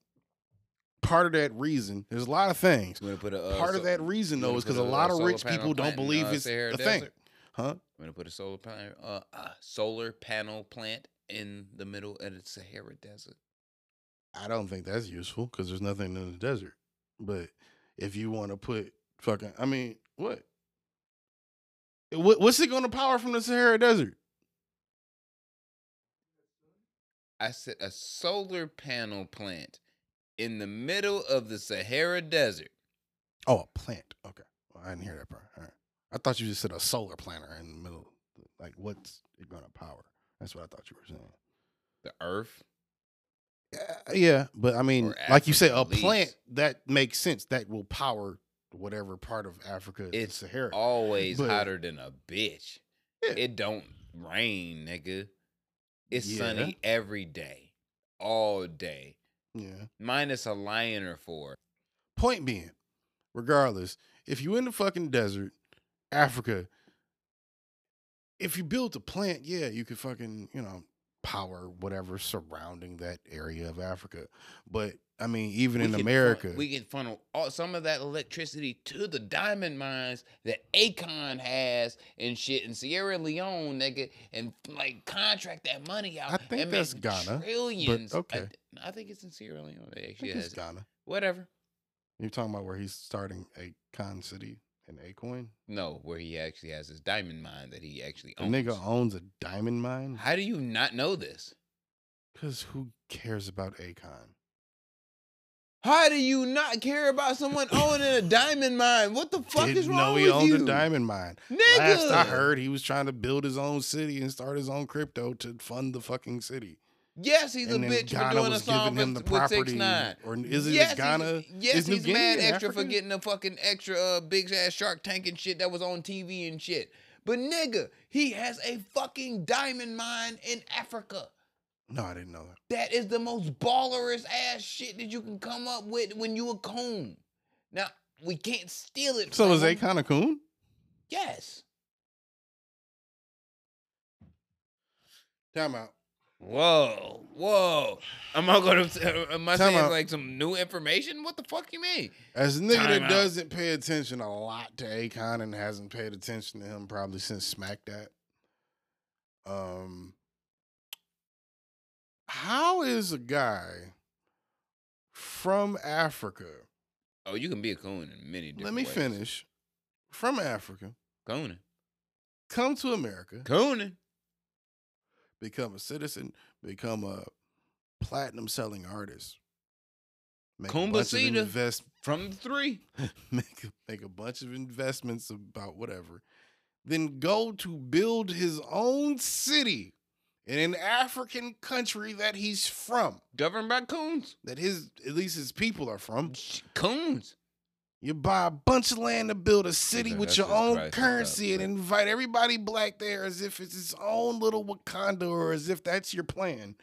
[SPEAKER 1] Part of that reason, there's a lot of things.
[SPEAKER 2] You wanna put a, uh,
[SPEAKER 1] Part
[SPEAKER 2] so-
[SPEAKER 1] of that reason,
[SPEAKER 2] you
[SPEAKER 1] though,
[SPEAKER 2] wanna
[SPEAKER 1] is
[SPEAKER 2] put
[SPEAKER 1] because a
[SPEAKER 2] a
[SPEAKER 1] lot of
[SPEAKER 2] solar
[SPEAKER 1] rich
[SPEAKER 2] panel
[SPEAKER 1] people don't
[SPEAKER 2] plant in, uh,
[SPEAKER 1] believe it's
[SPEAKER 2] Sahara
[SPEAKER 1] a thing.
[SPEAKER 2] Desert?
[SPEAKER 1] Huh?
[SPEAKER 2] I'm gonna put a solar panel, uh, uh, solar panel plant in the middle of the Sahara Desert.
[SPEAKER 1] I don't think that's useful because there's nothing in the desert. But if you want to put fucking, I mean, what? Eh, What- What's it going to power from the Sahara Desert?
[SPEAKER 2] I said a solar panel plant in the middle of the Sahara Desert.
[SPEAKER 1] Oh, a plant. Okay. Well, I didn't hear that part. All right. I thought you just said a solar planner in the middle. Like, what's it going to power? That's what I thought you were saying.
[SPEAKER 2] The Earth.
[SPEAKER 1] Yeah, yeah but I mean,
[SPEAKER 2] Or
[SPEAKER 1] like you said,
[SPEAKER 2] Africa
[SPEAKER 1] a
[SPEAKER 2] at least.
[SPEAKER 1] plant that makes sense. That will power whatever part of Africa it's
[SPEAKER 2] It's
[SPEAKER 1] Sahara.
[SPEAKER 2] Always
[SPEAKER 1] But-
[SPEAKER 2] hotter than a bitch.
[SPEAKER 1] Yeah.
[SPEAKER 2] It don't rain, nigga. It's
[SPEAKER 1] Yeah.
[SPEAKER 2] sunny every day, all day,
[SPEAKER 1] yeah.
[SPEAKER 2] minus a lion or four.
[SPEAKER 1] Point being, regardless, if you in the fucking desert, Africa, if you build a plant, yeah, you could fucking, you know, power whatever surrounding that area of Africa. But I mean, even in
[SPEAKER 2] can fun-
[SPEAKER 1] America,
[SPEAKER 2] we can funnel all, some of that electricity to the diamond mines that Akon has and shit in Sierra Leone, nigga, and like contract that money out.
[SPEAKER 1] I think
[SPEAKER 2] and
[SPEAKER 1] that's
[SPEAKER 2] make
[SPEAKER 1] Ghana, but
[SPEAKER 2] Trillions. I-
[SPEAKER 1] okay.
[SPEAKER 2] I, think it's in Sierra Leone. They
[SPEAKER 1] I
[SPEAKER 2] actually
[SPEAKER 1] think it's
[SPEAKER 2] has it.
[SPEAKER 1] Ghana.
[SPEAKER 2] whatever.
[SPEAKER 1] You're talking about where he's starting a con city in Acoin?
[SPEAKER 2] No, where he actually has his diamond mine that he actually
[SPEAKER 1] The
[SPEAKER 2] owns.
[SPEAKER 1] nigga owns a diamond mine?
[SPEAKER 2] How do you not know this?
[SPEAKER 1] Because who cares about Akon?
[SPEAKER 2] How do you not care about someone owning a diamond mine? What the fuck
[SPEAKER 1] Didn't
[SPEAKER 2] is wrong
[SPEAKER 1] know
[SPEAKER 2] with
[SPEAKER 1] he owned
[SPEAKER 2] you?
[SPEAKER 1] a diamond mine.
[SPEAKER 2] Nigga.
[SPEAKER 1] Last I heard, he was trying to build his own city and start his own crypto to fund the fucking city.
[SPEAKER 2] Yes, he's
[SPEAKER 1] and
[SPEAKER 2] a
[SPEAKER 1] then
[SPEAKER 2] bitch
[SPEAKER 1] Ghana
[SPEAKER 2] for doing a
[SPEAKER 1] was
[SPEAKER 2] song
[SPEAKER 1] giving him
[SPEAKER 2] with,
[SPEAKER 1] the
[SPEAKER 2] with six
[SPEAKER 1] property,
[SPEAKER 2] nine.
[SPEAKER 1] or is it
[SPEAKER 2] yes,
[SPEAKER 1] Ghana-
[SPEAKER 2] He's, yes,
[SPEAKER 1] is New
[SPEAKER 2] he's
[SPEAKER 1] Guinea
[SPEAKER 2] mad
[SPEAKER 1] in
[SPEAKER 2] extra for
[SPEAKER 1] Africa?
[SPEAKER 2] getting a fucking extra uh, big ass Shark Tank and shit that was on TV and shit. But nigga, he has a fucking diamond mine in Africa.
[SPEAKER 1] No, I didn't know that.
[SPEAKER 2] That is the most ballerous ass shit that you can come up with when you a coon. Now we can't steal it.
[SPEAKER 1] So
[SPEAKER 2] from
[SPEAKER 1] is
[SPEAKER 2] him.
[SPEAKER 1] Akon a coon?
[SPEAKER 2] Yes.
[SPEAKER 1] Time out.
[SPEAKER 2] Whoa, whoa! Am I gonna? Am I
[SPEAKER 1] Time
[SPEAKER 2] saying
[SPEAKER 1] out.
[SPEAKER 2] like some new information? What the fuck you mean?
[SPEAKER 1] As a nigga
[SPEAKER 2] Time
[SPEAKER 1] that
[SPEAKER 2] out.
[SPEAKER 1] doesn't pay attention a lot to Akon and hasn't paid attention to him probably since Smack That. Um, how is a guy from Africa?
[SPEAKER 2] Oh, you can be a coon in many different
[SPEAKER 1] Let me
[SPEAKER 2] ways.
[SPEAKER 1] finish. From Africa,
[SPEAKER 2] Cooning.
[SPEAKER 1] come to America,
[SPEAKER 2] Cooning.
[SPEAKER 1] become a citizen, become a platinum selling artist. Make a bunch of
[SPEAKER 2] Kumbasita.
[SPEAKER 1] invest,
[SPEAKER 2] From the three.
[SPEAKER 1] make a- make a bunch of investments about whatever, then go to build his own city in an African country that he's from,
[SPEAKER 2] Governed by coons.
[SPEAKER 1] that his at least his people are from.
[SPEAKER 2] Sh- Coons.
[SPEAKER 1] You buy a bunch of land to build a city
[SPEAKER 2] Okay,
[SPEAKER 1] with
[SPEAKER 2] that's
[SPEAKER 1] your
[SPEAKER 2] just
[SPEAKER 1] own
[SPEAKER 2] Christ, that's
[SPEAKER 1] currency
[SPEAKER 2] not-
[SPEAKER 1] and invite everybody black there as if it's its own little Wakanda or as if that's your plan.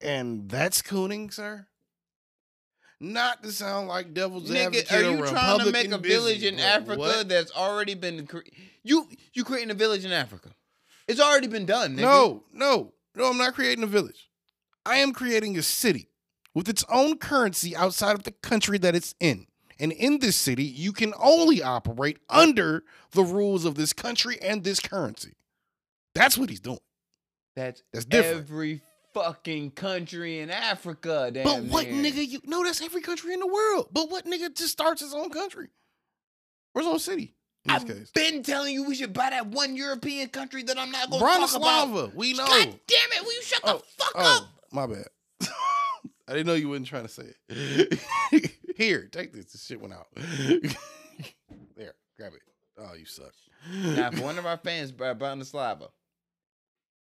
[SPEAKER 1] And that's cooning, sir? Not to sound like devil's
[SPEAKER 2] Nigga,
[SPEAKER 1] advocate
[SPEAKER 2] are you
[SPEAKER 1] or
[SPEAKER 2] trying to
[SPEAKER 1] Republican
[SPEAKER 2] make a
[SPEAKER 1] busy,
[SPEAKER 2] village in
[SPEAKER 1] but
[SPEAKER 2] Africa
[SPEAKER 1] what?
[SPEAKER 2] that's already been cre- you you creating a village in Africa? It's already been done. Nigga.
[SPEAKER 1] No, no, no, I'm not creating a village. I am creating a city with its own currency outside of the country that it's in. And in this city, you can only operate under the rules of this country and this currency. That's what he's doing.
[SPEAKER 2] that's
[SPEAKER 1] That's different.
[SPEAKER 2] every fucking country in Africa. Damn
[SPEAKER 1] But what
[SPEAKER 2] near.
[SPEAKER 1] nigga you no, that's every country in the world. But what nigga just starts his own country? Or his own city in this
[SPEAKER 2] I've
[SPEAKER 1] case.
[SPEAKER 2] been telling you we should buy that one European country that I'm not going to talk about.
[SPEAKER 1] Bratislava, we know.
[SPEAKER 2] God damn it! Will you shut the
[SPEAKER 1] Oh,
[SPEAKER 2] fuck
[SPEAKER 1] Oh,
[SPEAKER 2] up?
[SPEAKER 1] my bad. I didn't know you wasn't trying to say it. Here, take this. This shit went out. there, grab it. Oh, you suck.
[SPEAKER 2] Now, if one of our fans by Bratislava,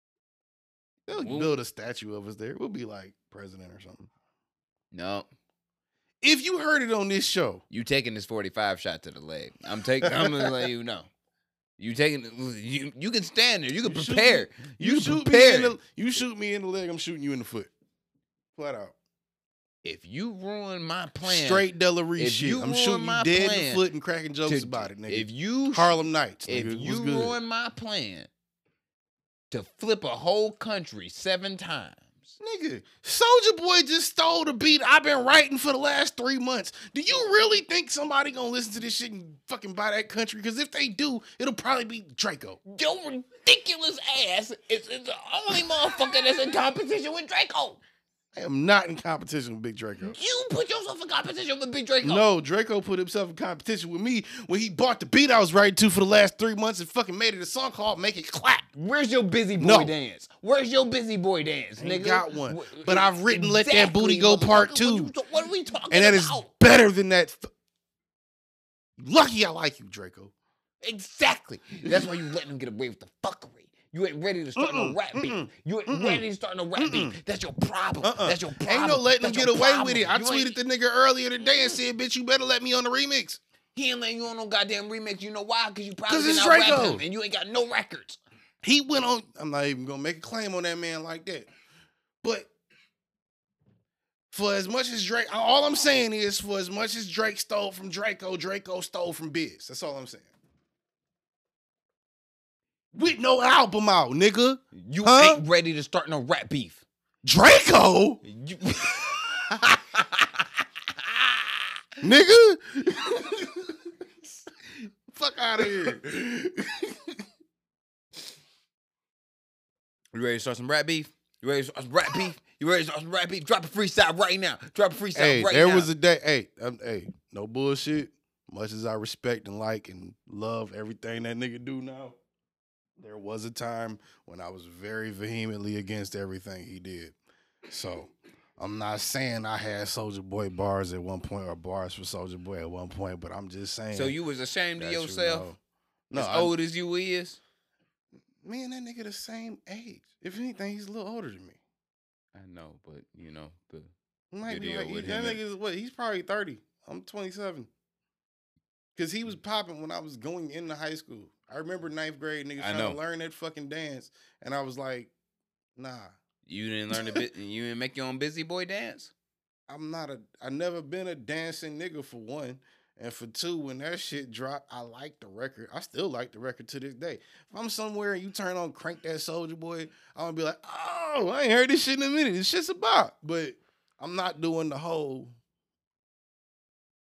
[SPEAKER 1] They'll
[SPEAKER 2] Woo.
[SPEAKER 1] build a statue of us there. We'll be like president or something.
[SPEAKER 2] no,
[SPEAKER 1] If you heard it on this show,
[SPEAKER 2] you taking this 45 shot to the leg. I'm taking. I'm gonna let you know. You taking? You you can stand there. You can
[SPEAKER 1] You shoot
[SPEAKER 2] prepare.
[SPEAKER 1] you,
[SPEAKER 2] You, can
[SPEAKER 1] shoot
[SPEAKER 2] prepare.
[SPEAKER 1] me in the you shoot me in the leg, I'm shooting you in the foot. Flat out.
[SPEAKER 2] if you ruin my plan,
[SPEAKER 1] Straight Della Reese
[SPEAKER 2] If
[SPEAKER 1] shit.
[SPEAKER 2] you
[SPEAKER 1] I'm
[SPEAKER 2] ruin
[SPEAKER 1] shooting you
[SPEAKER 2] my
[SPEAKER 1] dead in
[SPEAKER 2] plan
[SPEAKER 1] the foot and cracking jokes
[SPEAKER 2] to-
[SPEAKER 1] about it, nigga.
[SPEAKER 2] If you
[SPEAKER 1] Harlem Nights.
[SPEAKER 2] if
[SPEAKER 1] nigga. What's
[SPEAKER 2] you
[SPEAKER 1] good?
[SPEAKER 2] ruin my plan to flip a whole country seven times,
[SPEAKER 1] Nigga, Soldier Boy just stole the beat I've been writing for the last three months. Do you really think somebody gonna listen to this shit and fucking buy that country? Because if they do, it'll probably be Draco.
[SPEAKER 2] your ridiculous ass is, is the only motherfucker that's in competition with Draco.
[SPEAKER 1] I am not in competition with Big Draco.
[SPEAKER 2] You put yourself in competition with Big Draco.
[SPEAKER 1] No, Draco put himself in competition with me when he bought the beat I was writing to for the last three months and fucking made it a song called Make It Clap.
[SPEAKER 2] Where's your busy boy
[SPEAKER 1] No.
[SPEAKER 2] dance? Where's your busy boy dance,
[SPEAKER 1] Ain't
[SPEAKER 2] nigga?
[SPEAKER 1] got one.
[SPEAKER 2] Wh-
[SPEAKER 1] But I've written Let That Booty Go
[SPEAKER 2] motherfucker.
[SPEAKER 1] Part
[SPEAKER 2] What
[SPEAKER 1] Two.
[SPEAKER 2] you- What are we talking
[SPEAKER 1] And that
[SPEAKER 2] about?
[SPEAKER 1] is better than that. f- Lucky I like you, Draco.
[SPEAKER 2] Exactly. That's why you letting them get away with the fuckery. You ain't ready to start
[SPEAKER 1] Mm-mm,
[SPEAKER 2] no rap
[SPEAKER 1] mm-mm,
[SPEAKER 2] beef. You ain't
[SPEAKER 1] mm-mm,
[SPEAKER 2] ready to start no rap beef. That's your problem.
[SPEAKER 1] Uh-uh.
[SPEAKER 2] That's your problem.
[SPEAKER 1] Ain't no letting him
[SPEAKER 2] That's
[SPEAKER 1] get
[SPEAKER 2] your
[SPEAKER 1] away
[SPEAKER 2] problem.
[SPEAKER 1] with it. I
[SPEAKER 2] You ain't-
[SPEAKER 1] tweeted the nigga earlier today and said, bitch, you better let me on the remix.
[SPEAKER 2] He ain't letting you on no goddamn remix. You know why? Because you probably
[SPEAKER 1] 'Cause it's
[SPEAKER 2] didn't rap
[SPEAKER 1] Draco.
[SPEAKER 2] him and you ain't got no records.
[SPEAKER 1] He went on. I'm not even gonna make a claim on that man like that. But for as much as Drake, all I'm saying is, for as much as Drake stole from Draco, Draco stole from Biz. That's all I'm saying. With no album out, nigga.
[SPEAKER 2] You
[SPEAKER 1] Huh?
[SPEAKER 2] ain't ready to start no rap beef.
[SPEAKER 1] Draco,
[SPEAKER 2] You-
[SPEAKER 1] nigga. Fuck out of here.
[SPEAKER 2] You ready to start some rap beef? You ready to start some rap beef? You ready to start some rap beef? Drop a freestyle right now. Drop a freestyle
[SPEAKER 1] hey,
[SPEAKER 2] right
[SPEAKER 1] there
[SPEAKER 2] now.
[SPEAKER 1] was a day. Hey, um, hey, no bullshit. Much as I respect and like and love everything that nigga do now, there was a time when I was very vehemently against everything he did. So I'm not saying I had Soldier Boy bars at one point or bars for Soldier Boy at one point, but I'm just saying.
[SPEAKER 2] so you was ashamed
[SPEAKER 1] that
[SPEAKER 2] of
[SPEAKER 1] you
[SPEAKER 2] yourself?
[SPEAKER 1] know- No,
[SPEAKER 2] as
[SPEAKER 1] I-
[SPEAKER 2] old as you is?
[SPEAKER 1] me and that nigga the same age. If anything, he's a little older than me.
[SPEAKER 2] I know, but you know, the
[SPEAKER 1] Might be
[SPEAKER 2] Video
[SPEAKER 1] like,
[SPEAKER 2] with
[SPEAKER 1] that
[SPEAKER 2] him and-
[SPEAKER 1] nigga's what? He's probably thirty. I'm twenty seven. Cause he
[SPEAKER 2] Mm.
[SPEAKER 1] was popping when I was going into high school. I remember ninth grade niggas
[SPEAKER 2] I
[SPEAKER 1] trying to
[SPEAKER 2] know.
[SPEAKER 1] learn that fucking dance, and I was like, Nah,
[SPEAKER 2] you didn't learn to bit you didn't make your own busy boy dance?
[SPEAKER 1] I'm not a. I never been a dancing nigga for one, and for two, when that shit dropped, I liked the record. I still like the record to this day. If I'm somewhere and you turn on crank that Soldier Boy, I'm gonna be like, Oh, I ain't heard this shit in a minute. This shit's about, but I'm not doing the whole.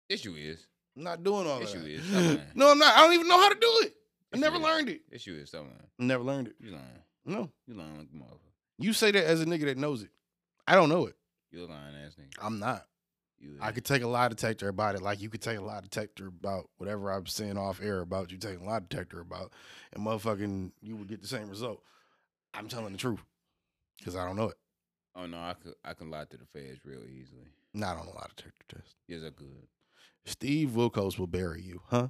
[SPEAKER 2] Yes, you is.
[SPEAKER 1] I'm not doing all
[SPEAKER 2] Yes,
[SPEAKER 1] that.
[SPEAKER 2] you is. Stop lying.
[SPEAKER 1] No, I'm not. I don't even know how to do it. I
[SPEAKER 2] Yes,
[SPEAKER 1] never
[SPEAKER 2] you is.
[SPEAKER 1] learned it.
[SPEAKER 2] Yes, you is. Stop lying.
[SPEAKER 1] Never learned it.
[SPEAKER 2] You lying.
[SPEAKER 1] No.
[SPEAKER 2] You lying like a motherfucker.
[SPEAKER 1] You say that as a nigga that knows it. I don't know it.
[SPEAKER 2] You a lying ass nigga.
[SPEAKER 1] I'm not.
[SPEAKER 2] You
[SPEAKER 1] I
[SPEAKER 2] is.
[SPEAKER 1] could take a lie detector about it. Like you could take a lie detector about whatever I'm saying off air about you taking a lie detector about, and motherfucking you would get the same result. I'm telling the truth because I don't know it.
[SPEAKER 2] Oh no, I could I can lie to the feds real easily.
[SPEAKER 1] Not on a lie detector test.
[SPEAKER 2] Yes, I could.
[SPEAKER 1] Steve Wilkos will bury you, huh?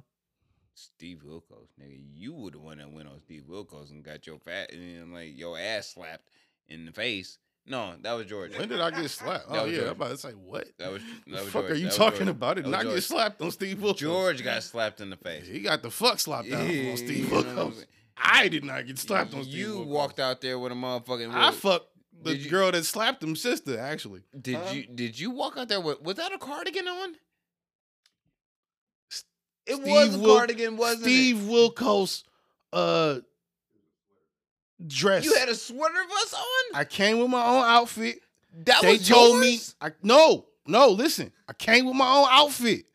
[SPEAKER 2] Steve Wilkos, nigga, you were the one that went on Steve Wilkos and got your fat and then, like your ass slapped in the face. No, that was Georgia.
[SPEAKER 1] When did I get slapped?
[SPEAKER 2] That
[SPEAKER 1] Oh
[SPEAKER 2] was
[SPEAKER 1] yeah,
[SPEAKER 2] George.
[SPEAKER 1] I'm about to say what?
[SPEAKER 2] That was-
[SPEAKER 1] The
[SPEAKER 2] that
[SPEAKER 1] fuck
[SPEAKER 2] was George.
[SPEAKER 1] are you
[SPEAKER 2] That was
[SPEAKER 1] talking
[SPEAKER 2] George.
[SPEAKER 1] about it?
[SPEAKER 2] That
[SPEAKER 1] And I
[SPEAKER 2] was
[SPEAKER 1] get
[SPEAKER 2] George.
[SPEAKER 1] slapped on Steve Wilkos.
[SPEAKER 2] George got slapped in the face.
[SPEAKER 1] He got the fuck slapped out
[SPEAKER 2] Yeah,
[SPEAKER 1] on Steve
[SPEAKER 2] you know what I'm
[SPEAKER 1] Wilkos.
[SPEAKER 2] saying?
[SPEAKER 1] I did not get slapped on Steve
[SPEAKER 2] You
[SPEAKER 1] Wilkos.
[SPEAKER 2] walked out there with a motherfucking.
[SPEAKER 1] I fucked the
[SPEAKER 2] Did you-
[SPEAKER 1] girl that slapped him sister, actually.
[SPEAKER 2] did
[SPEAKER 1] huh?
[SPEAKER 2] you did you walk out there with was that a cardigan on?
[SPEAKER 1] S-
[SPEAKER 2] It
[SPEAKER 1] Steve
[SPEAKER 2] was a
[SPEAKER 1] Wil-
[SPEAKER 2] cardigan, wasn't
[SPEAKER 1] Steve Wilkos uh
[SPEAKER 2] it?
[SPEAKER 1] dress.
[SPEAKER 2] You had a sweater of us on.
[SPEAKER 1] I came with my own outfit.
[SPEAKER 2] that
[SPEAKER 1] they
[SPEAKER 2] was
[SPEAKER 1] told me
[SPEAKER 2] yours?
[SPEAKER 1] I no, no, listen. I came with my own outfit.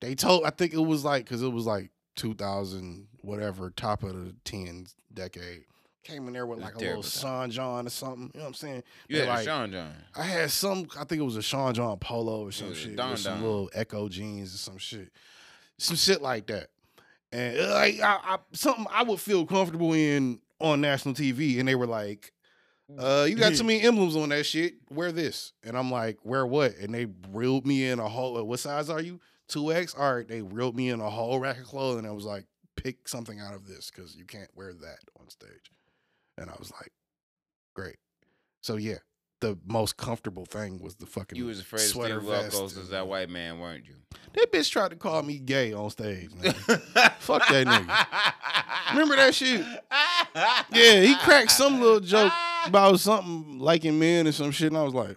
[SPEAKER 1] They told I think it was like cause it was like two thousand whatever, top of the ten decade. Came in there with
[SPEAKER 2] It was
[SPEAKER 1] like a
[SPEAKER 2] terrible
[SPEAKER 1] little Sean
[SPEAKER 2] time.
[SPEAKER 1] John or something. You know what I'm saying?
[SPEAKER 2] You
[SPEAKER 1] They're
[SPEAKER 2] had
[SPEAKER 1] like-
[SPEAKER 2] a Sean John.
[SPEAKER 1] I had some. I think it was a Sean John polo or some
[SPEAKER 2] was a
[SPEAKER 1] shit,
[SPEAKER 2] Don
[SPEAKER 1] with some
[SPEAKER 2] Don.
[SPEAKER 1] little Echo jeans or some shit, some shit like that. And uh, like I, I, something I would feel comfortable in on national TV, and they were like, uh, "You got too many emblems on that shit. Wear this." And I'm like, "Wear what?" And they reeled me in a whole. What size are you? Two X. All right, they reeled me in a whole rack of clothes, and I was like, "Pick something out of this because you can't wear that on stage." And I was like, "Great." So yeah, the most comfortable thing was the fucking
[SPEAKER 2] You was afraid of
[SPEAKER 1] sweater
[SPEAKER 2] Steve Wilkos
[SPEAKER 1] vest
[SPEAKER 2] as
[SPEAKER 1] and-
[SPEAKER 2] that white man, weren't you?
[SPEAKER 1] That bitch tried to call me gay on stage. man. Fuck that
[SPEAKER 2] nigga.
[SPEAKER 1] Remember that shit? Yeah, he cracked some little joke About something liking men and some shit, and I was like,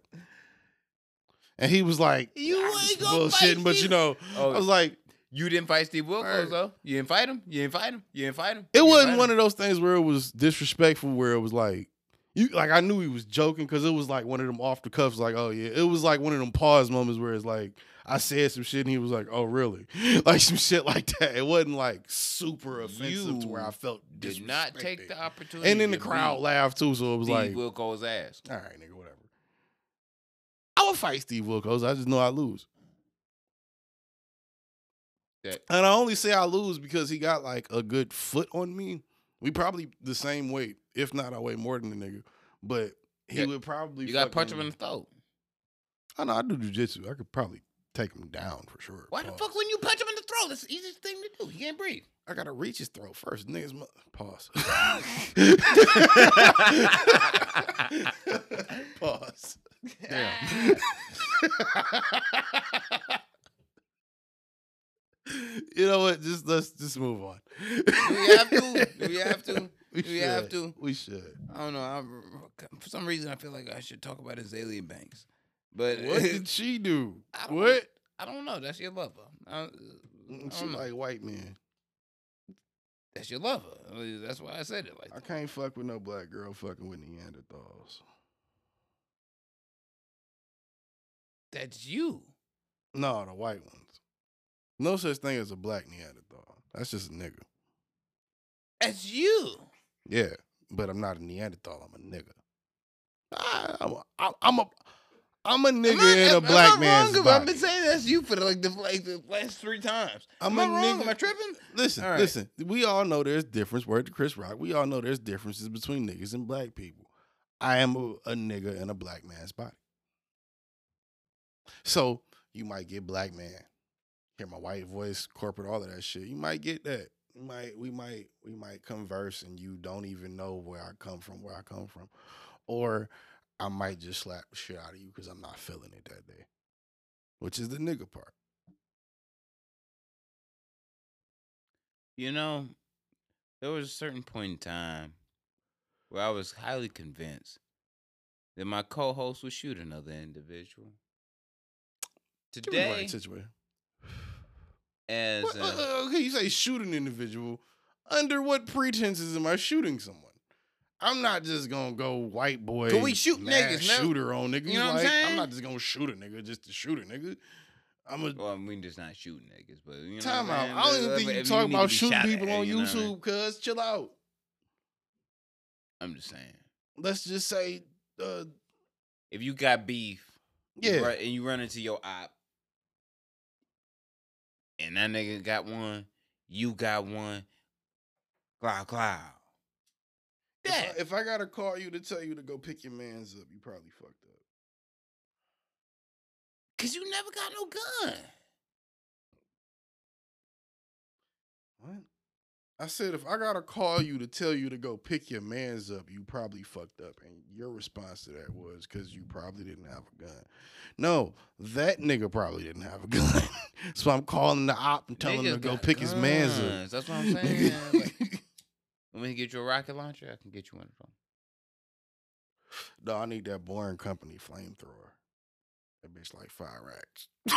[SPEAKER 1] and he was like,
[SPEAKER 2] You
[SPEAKER 1] "I'm
[SPEAKER 2] ain't
[SPEAKER 1] just
[SPEAKER 2] gonna
[SPEAKER 1] bullshitting,"
[SPEAKER 2] fight
[SPEAKER 1] but you
[SPEAKER 2] Steve-
[SPEAKER 1] know,
[SPEAKER 2] Oh.
[SPEAKER 1] I was like,
[SPEAKER 2] You didn't fight Steve Wilkos
[SPEAKER 1] Alright.
[SPEAKER 2] though. You didn't fight him. You didn't fight him. You didn't fight him.
[SPEAKER 1] it wasn't one of those things where it was disrespectful, where it was like, you like I knew he was joking because it was like one of them off the cuffs, like, oh yeah, it was like one of them pause moments where it's like I said some shit and he was like, oh really, like some shit like that. It wasn't like super offensive to where I felt
[SPEAKER 2] Did not take the
[SPEAKER 1] disrespected.
[SPEAKER 2] opportunity.
[SPEAKER 1] and then the
[SPEAKER 2] to
[SPEAKER 1] crowd
[SPEAKER 2] beat
[SPEAKER 1] laughed too, so it was like,
[SPEAKER 2] Steve Wilkos' ass.
[SPEAKER 1] All right, nigga, whatever. I would fight Steve Wilkos. I just know I lose.
[SPEAKER 2] That-
[SPEAKER 1] And I only say I lose because he got like a good foot on me. We probably the same weight, if not I weigh more than the nigga. But he
[SPEAKER 2] Yeah.
[SPEAKER 1] would probably
[SPEAKER 2] You got to punch him
[SPEAKER 1] fucking-
[SPEAKER 2] in the throat.
[SPEAKER 1] I know I do jujitsu. I could probably take him down for sure.
[SPEAKER 2] Why the
[SPEAKER 1] Pause.
[SPEAKER 2] fuck wouldn't you punch him in the throat? That's the easiest thing to do. He can't breathe.
[SPEAKER 1] I gotta reach his throat first. Niggas mu- pause. pause. Damn. you know what? Just let's just move on.
[SPEAKER 2] Do we have to? Do we have to?
[SPEAKER 1] We
[SPEAKER 2] Do we have
[SPEAKER 1] should.
[SPEAKER 2] to?
[SPEAKER 1] We should.
[SPEAKER 2] I don't know. I, for some reason, I feel like I should talk about Azalea Banks, but
[SPEAKER 1] What did she do?
[SPEAKER 2] I don't-
[SPEAKER 1] What? Mm,
[SPEAKER 2] I don't know. That's your lover. I, I
[SPEAKER 1] She
[SPEAKER 2] don't know.
[SPEAKER 1] like white men.
[SPEAKER 2] That's your lover. Uh, That's why I said it like
[SPEAKER 1] I
[SPEAKER 2] that.
[SPEAKER 1] can't fuck with no black girl fucking with Neanderthals.
[SPEAKER 2] That's you.
[SPEAKER 1] No, the white ones. No such thing as a black Neanderthal. That's just a nigga.
[SPEAKER 2] That's you.
[SPEAKER 1] Yeah, but I'm not a Neanderthal. I'm a nigga. I, I'm, a, I'm a I'm a nigga
[SPEAKER 2] Am I-
[SPEAKER 1] in a
[SPEAKER 2] am- am
[SPEAKER 1] black
[SPEAKER 2] I
[SPEAKER 1] man's
[SPEAKER 2] wrong?
[SPEAKER 1] body.
[SPEAKER 2] I've been saying that's you for like the, like the last three times.
[SPEAKER 1] I'm
[SPEAKER 2] am
[SPEAKER 1] a
[SPEAKER 2] I wrong?
[SPEAKER 1] nigga-
[SPEAKER 2] Am I tripping?
[SPEAKER 1] Listen,
[SPEAKER 2] All right.
[SPEAKER 1] listen. We all know there's difference. Word to Chris Rock. We all know there's differences between niggas and black people. I am a, a nigga in a black man's body. So you might get black man. Hear my white voice, corporate, all of that shit. You might get that. You might we might we might converse and you don't even know where I come from, where I come from. Or I might just slap the shit out of you because I'm not feeling it that day. Which is the nigga part.
[SPEAKER 2] You know, there was a certain point in time where I was highly convinced that my co-host would shoot another individual.
[SPEAKER 1] Give me the
[SPEAKER 2] Today,
[SPEAKER 1] right situation.
[SPEAKER 2] as
[SPEAKER 1] What-
[SPEAKER 2] a-
[SPEAKER 1] uh, uh, okay, you say shoot an individual. Under what pretenses am I shooting someone? I'm not just gonna go white boy.
[SPEAKER 2] Can we shoot
[SPEAKER 1] mass
[SPEAKER 2] niggas, no?
[SPEAKER 1] Shooter on niggas.
[SPEAKER 2] You know what I'm
[SPEAKER 1] like,
[SPEAKER 2] saying?
[SPEAKER 1] not just gonna shoot a nigga just to shoot a nigga. I'm a
[SPEAKER 2] well, I mean, just not shooting niggas, but you know, what I'm
[SPEAKER 1] time out.
[SPEAKER 2] saying?
[SPEAKER 1] I don't even
[SPEAKER 2] If-
[SPEAKER 1] think you
[SPEAKER 2] if
[SPEAKER 1] talk
[SPEAKER 2] need to
[SPEAKER 1] about
[SPEAKER 2] be
[SPEAKER 1] shooting
[SPEAKER 2] shot at,
[SPEAKER 1] people on
[SPEAKER 2] you know what I mean?
[SPEAKER 1] YouTube. Cuz chill out.
[SPEAKER 2] I'm just saying,
[SPEAKER 1] Let's just say, uh,
[SPEAKER 2] if you got beef, you
[SPEAKER 1] yeah,
[SPEAKER 2] run- and you run into your op, and that nigga got one, you got one, clow clow.
[SPEAKER 1] If I-
[SPEAKER 2] That
[SPEAKER 1] If, I, gotta call you to tell you to go pick your man's up, you probably fucked up.
[SPEAKER 2] Cause you never got no gun.
[SPEAKER 1] What? I said, if I gotta call you to tell you to go pick your man's up, you probably fucked up. And your response to that was because you probably didn't have a gun. No, that nigga probably didn't have a gun. so I'm calling the op and telling him to
[SPEAKER 2] Niggas
[SPEAKER 1] go
[SPEAKER 2] got
[SPEAKER 1] pick his man's up.
[SPEAKER 2] guns. That's what I'm saying.
[SPEAKER 1] Nigga.
[SPEAKER 2] Like, let me get you a rocket launcher. I can get you one of them.
[SPEAKER 1] no, I need that boring company flamethrower. That bitch like five racks.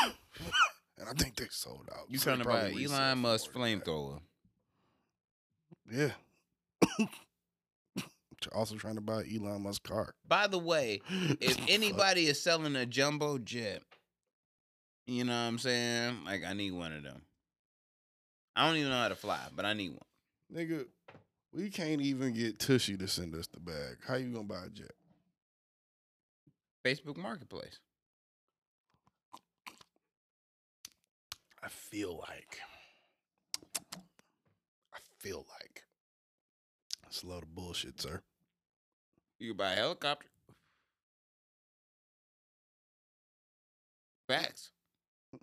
[SPEAKER 1] and I think they sold out.
[SPEAKER 2] You
[SPEAKER 1] So they
[SPEAKER 2] talking
[SPEAKER 1] probably
[SPEAKER 2] about
[SPEAKER 1] resold
[SPEAKER 2] Elon
[SPEAKER 1] for
[SPEAKER 2] Musk
[SPEAKER 1] more than that.
[SPEAKER 2] flamethrower?
[SPEAKER 1] Yeah. also trying to buy Elon Musk car.
[SPEAKER 2] By the way, if
[SPEAKER 1] Oh, Fuck.
[SPEAKER 2] anybody is selling a jumbo jet, you know what I'm saying? Like, I need one of them. I don't even know how to fly, but I need one.
[SPEAKER 1] Nigga, We can't even get Tushy to send us the bag. How you gonna buy a jet?
[SPEAKER 2] Facebook Marketplace.
[SPEAKER 1] I feel like. I feel like. That's a load of bullshit, sir.
[SPEAKER 2] You can buy a helicopter. Facts.
[SPEAKER 1] I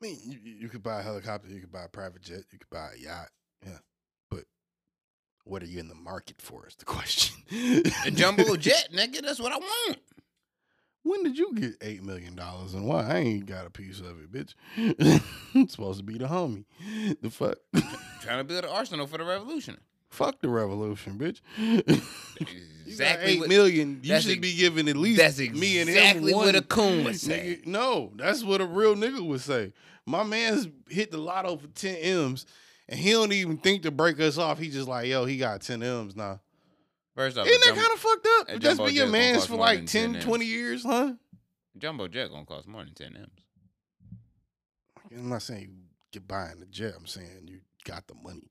[SPEAKER 1] mean, you, you could buy a helicopter, you could buy a private jet, you could buy a yacht. Yeah. But what are you in the market for is the question.
[SPEAKER 2] A jumbo jet, nigga. That's what I want.
[SPEAKER 1] When did you get $8 million and why? I ain't got a piece of it, bitch. it's supposed to be the homie. The fuck?
[SPEAKER 2] trying to build an arsenal for the revolution.
[SPEAKER 1] fuck the revolution, bitch.
[SPEAKER 2] Exactly.
[SPEAKER 1] you got
[SPEAKER 2] what-
[SPEAKER 1] eight million. You
[SPEAKER 2] that's
[SPEAKER 1] should
[SPEAKER 2] ex-
[SPEAKER 1] be giving at least
[SPEAKER 2] that's
[SPEAKER 1] me and him
[SPEAKER 2] exactly
[SPEAKER 1] one.
[SPEAKER 2] what a coon would say.
[SPEAKER 1] Nigga, no, that's what a real nigga would say. My man's hit the lotto for ten m's, and he don't even think to break us off. He just like, yo, he got ten m's now.
[SPEAKER 2] First off,
[SPEAKER 1] Isn't that
[SPEAKER 2] a Oh, jumbo,
[SPEAKER 1] kind of fucked up?
[SPEAKER 2] that
[SPEAKER 1] To Just
[SPEAKER 2] jumbo
[SPEAKER 1] be your
[SPEAKER 2] jet's gonna
[SPEAKER 1] man's
[SPEAKER 2] cost
[SPEAKER 1] for
[SPEAKER 2] more
[SPEAKER 1] like
[SPEAKER 2] than
[SPEAKER 1] 10,
[SPEAKER 2] 10
[SPEAKER 1] 20 years, huh?
[SPEAKER 2] jumbo jet gonna cost more than ten m's.
[SPEAKER 1] I'm not saying you get buying the jet. I'm saying you got the money.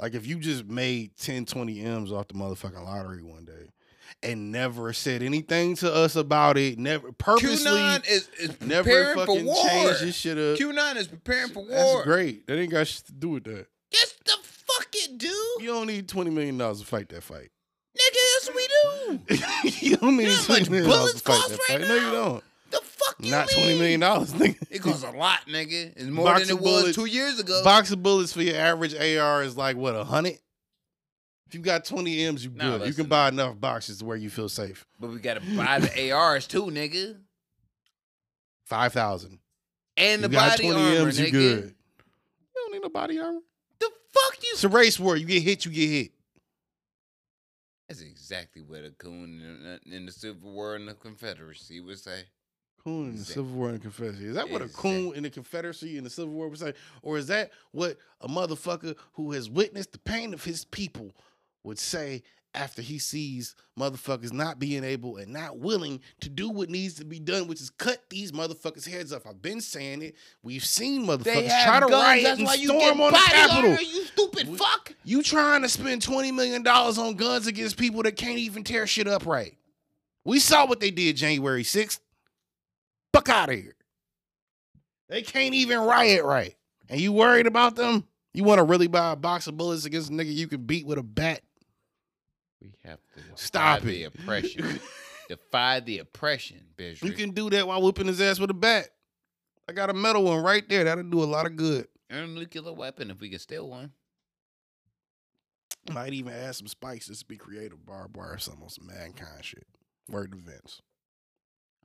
[SPEAKER 1] Like if you just made 10, 20 M's off the motherfucking lottery one day and never said anything to us about it, never purposely
[SPEAKER 2] Q9 is, is
[SPEAKER 1] never
[SPEAKER 2] preparing for
[SPEAKER 1] fucking
[SPEAKER 2] war.
[SPEAKER 1] changed this shit up.
[SPEAKER 2] Q9 is preparing for
[SPEAKER 1] That's
[SPEAKER 2] war.
[SPEAKER 1] great. That ain't got shit to do with that.
[SPEAKER 2] Yes, the fuck it, dude.
[SPEAKER 1] You don't need $20 million to fight that fight.
[SPEAKER 2] Nigga, yes we do.
[SPEAKER 1] you don't need
[SPEAKER 2] You know how much
[SPEAKER 1] $20 million
[SPEAKER 2] bullets
[SPEAKER 1] to fight
[SPEAKER 2] cost
[SPEAKER 1] that
[SPEAKER 2] right
[SPEAKER 1] fight. No, you
[SPEAKER 2] now?
[SPEAKER 1] don't.
[SPEAKER 2] The fuck you
[SPEAKER 1] Not
[SPEAKER 2] mean?
[SPEAKER 1] $20 million, nigga.
[SPEAKER 2] It costs a lot, nigga. It's more
[SPEAKER 1] Box
[SPEAKER 2] than it
[SPEAKER 1] of
[SPEAKER 2] was
[SPEAKER 1] bullets.
[SPEAKER 2] two years ago.
[SPEAKER 1] box of bullets for your average AR is like what a hundred. If you got twenty M's, you
[SPEAKER 2] Nah,
[SPEAKER 1] good. You
[SPEAKER 2] listen.
[SPEAKER 1] can buy enough boxes to where you feel safe.
[SPEAKER 2] but we gotta buy the ARs too, nigga.
[SPEAKER 1] Five thousand.
[SPEAKER 2] And
[SPEAKER 1] You
[SPEAKER 2] the
[SPEAKER 1] got
[SPEAKER 2] body
[SPEAKER 1] twenty
[SPEAKER 2] armor,
[SPEAKER 1] M's,
[SPEAKER 2] nigga.
[SPEAKER 1] you good. You don't need no body armor.
[SPEAKER 2] The fuck you?
[SPEAKER 1] It's a race war. You get hit, you get hit.
[SPEAKER 2] That's exactly what a coon in, in the Civil War and the Confederacy would say.
[SPEAKER 1] Coon in the
[SPEAKER 2] Exact-
[SPEAKER 1] Civil War and Confederacy. Is that what a
[SPEAKER 2] Exact-
[SPEAKER 1] coon in the Confederacy and the Civil War would say? Or is that what a motherfucker who has witnessed the pain of his people would say after he sees motherfuckers not being able and not willing to do what needs to be done, which is cut these motherfuckers' heads off? I've been saying it. We've seen
[SPEAKER 2] They
[SPEAKER 1] motherfuckers
[SPEAKER 2] have
[SPEAKER 1] try to
[SPEAKER 2] guns.
[SPEAKER 1] riot
[SPEAKER 2] That's
[SPEAKER 1] and
[SPEAKER 2] why you get
[SPEAKER 1] storm on the
[SPEAKER 2] body
[SPEAKER 1] Capitol.
[SPEAKER 2] armor, you stupid
[SPEAKER 1] We-
[SPEAKER 2] fuck.
[SPEAKER 1] You trying to spend $20 million on guns against people that can't even tear shit up right. We saw what they did January 6th. Fuck out of here. They can't even riot right. And you worried about them? You want to really buy a box of bullets against a nigga you can beat with a bat?
[SPEAKER 2] We have to
[SPEAKER 1] Stop
[SPEAKER 2] defy the
[SPEAKER 1] it.
[SPEAKER 2] oppression. defy the oppression, Bishop.
[SPEAKER 1] You can do that while whooping his ass with a bat. I got a metal one right there. That'll do a lot of good.
[SPEAKER 2] earn a nuclear weapon if we can steal one.
[SPEAKER 1] Might even add some spices to be creative, barbed wire, or some on some mankind shit. Word to Vince.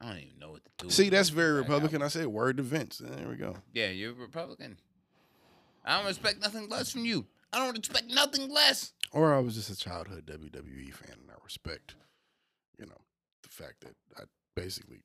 [SPEAKER 2] I don't even know what to do.
[SPEAKER 1] See,
[SPEAKER 2] with
[SPEAKER 1] that's
[SPEAKER 2] it.
[SPEAKER 1] very
[SPEAKER 2] Like, I-
[SPEAKER 1] Republican. I said word to Vince. There we go.
[SPEAKER 2] Yeah, you're a Republican. I don't expect nothing less from you. I don't expect nothing less.
[SPEAKER 1] Or I was just a childhood WWE fan, and I respect, you know, the fact that I basically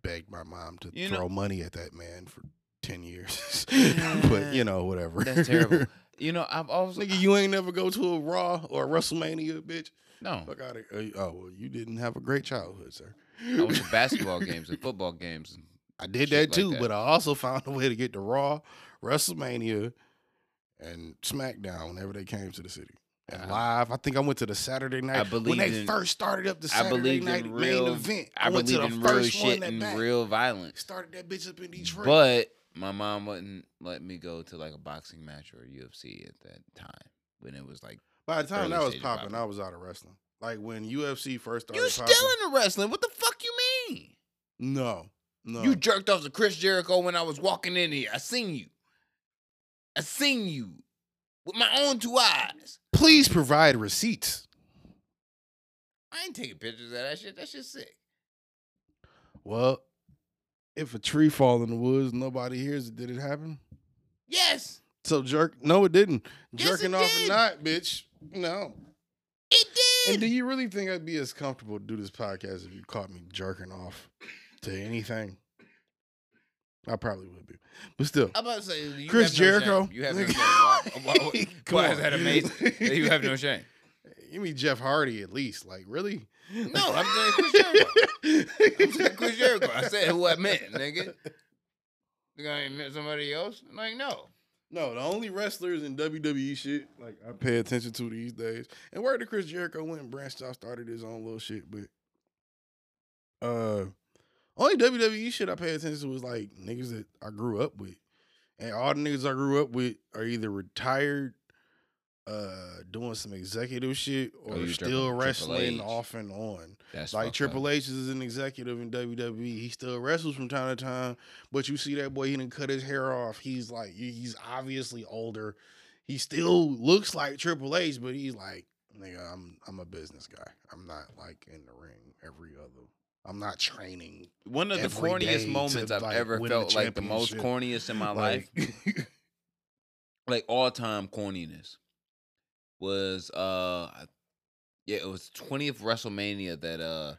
[SPEAKER 1] begged my mom to
[SPEAKER 2] You know-
[SPEAKER 1] throw money at that man for ten years.
[SPEAKER 2] Mm. Yeah.
[SPEAKER 1] but you know, whatever.
[SPEAKER 2] That's terrible. You know, I've always
[SPEAKER 1] Nigga, you ain't never go to a Raw or a WrestleMania, bitch.
[SPEAKER 2] no.
[SPEAKER 1] Fuck out of here. Oh, well, you didn't have a great childhood, sir.
[SPEAKER 2] I went to basketball games and football games. and
[SPEAKER 1] I did
[SPEAKER 2] Shit
[SPEAKER 1] that
[SPEAKER 2] like
[SPEAKER 1] too,
[SPEAKER 2] that.
[SPEAKER 1] but I also found a way to get to Raw, WrestleMania, and SmackDown whenever they came to the city. And
[SPEAKER 2] I-
[SPEAKER 1] live, I think I went to the Saturday night when
[SPEAKER 2] Uh-huh. believed
[SPEAKER 1] they
[SPEAKER 2] in-
[SPEAKER 1] first started up the
[SPEAKER 2] I
[SPEAKER 1] Saturday
[SPEAKER 2] believed
[SPEAKER 1] night
[SPEAKER 2] in
[SPEAKER 1] main
[SPEAKER 2] real.
[SPEAKER 1] event.
[SPEAKER 2] I,
[SPEAKER 1] went to
[SPEAKER 2] believed
[SPEAKER 1] the
[SPEAKER 2] in real
[SPEAKER 1] first
[SPEAKER 2] shit
[SPEAKER 1] one
[SPEAKER 2] and
[SPEAKER 1] that back.
[SPEAKER 2] real violence.
[SPEAKER 1] started that bitch up in Detroit.
[SPEAKER 2] But my mom wouldn't let me go to like a boxing match or a UFC at that time when it was like
[SPEAKER 1] By the time
[SPEAKER 2] early
[SPEAKER 1] that was
[SPEAKER 2] stage of
[SPEAKER 1] popping,
[SPEAKER 2] popping.
[SPEAKER 1] I was out of wrestling. Like when UFC first started
[SPEAKER 2] you still
[SPEAKER 1] popping.
[SPEAKER 2] into wrestling. What the fuck you mean?
[SPEAKER 1] no, no.
[SPEAKER 2] You jerked off to Chris Jericho when I was walking in here. I seen you. I seen you with my own two eyes.
[SPEAKER 1] please provide receipts.
[SPEAKER 2] I ain't taking pictures of that shit. That shit's sick.
[SPEAKER 1] Well, if a tree fall in the woods, nobody hears it. Did it happen?
[SPEAKER 2] Yes,
[SPEAKER 1] So jerk? No, it didn't.
[SPEAKER 2] Yes, it
[SPEAKER 1] Jerking off
[SPEAKER 2] did.
[SPEAKER 1] or not, bitch. No.
[SPEAKER 2] it did.
[SPEAKER 1] And do you really think I'd be as comfortable to do this podcast if you caught me jerking off to anything? I probably would be, but still.
[SPEAKER 2] I'm about to say Oh, you
[SPEAKER 1] Chris
[SPEAKER 2] have no
[SPEAKER 1] Jericho.
[SPEAKER 2] shame. You have no shame. Why,
[SPEAKER 1] Nigga.
[SPEAKER 2] why, why,
[SPEAKER 1] Come
[SPEAKER 2] why
[SPEAKER 1] on.
[SPEAKER 2] is that amazing? You have no shame.
[SPEAKER 1] You mean Jeff Hardy at least? Like really?
[SPEAKER 2] No, I'm saying Chris Jericho.
[SPEAKER 1] Jericho.
[SPEAKER 2] I'm saying Chris Jericho. I said who I meant, nigga. You gonna admit somebody else? Like no.
[SPEAKER 1] No, the only wrestlers in WWE shit like I pay attention to these days, and where did Chris Jericho went and branched out, started his own little shit, but uh, only WWE shit I pay attention to is like niggas that I grew up with, and all the niggas I grew up with are either retired, uh, doing some executive shit, or
[SPEAKER 2] Oh, you
[SPEAKER 1] still
[SPEAKER 2] Triple- Triple
[SPEAKER 1] wrestling
[SPEAKER 2] H.
[SPEAKER 1] off and on.
[SPEAKER 2] That's
[SPEAKER 1] Like
[SPEAKER 2] fucked
[SPEAKER 1] Triple
[SPEAKER 2] up.
[SPEAKER 1] H is an executive in WWE. He still wrestles from time to time, but you see that boy, he didn't cut his hair off. He's like, he- he's obviously older. He still looks like Triple H, but he's like, nigga, I'm I'm a business guy. I'm not like in the ring every other. I'm not training.
[SPEAKER 2] One of the
[SPEAKER 1] every day
[SPEAKER 2] corniest
[SPEAKER 1] to,
[SPEAKER 2] moments I've
[SPEAKER 1] like,
[SPEAKER 2] ever
[SPEAKER 1] win the
[SPEAKER 2] felt like the most
[SPEAKER 1] championship.
[SPEAKER 2] corniest in my life,
[SPEAKER 1] like,
[SPEAKER 2] like all time corniness, was uh, I- yeah, it was 20th WrestleMania that uh,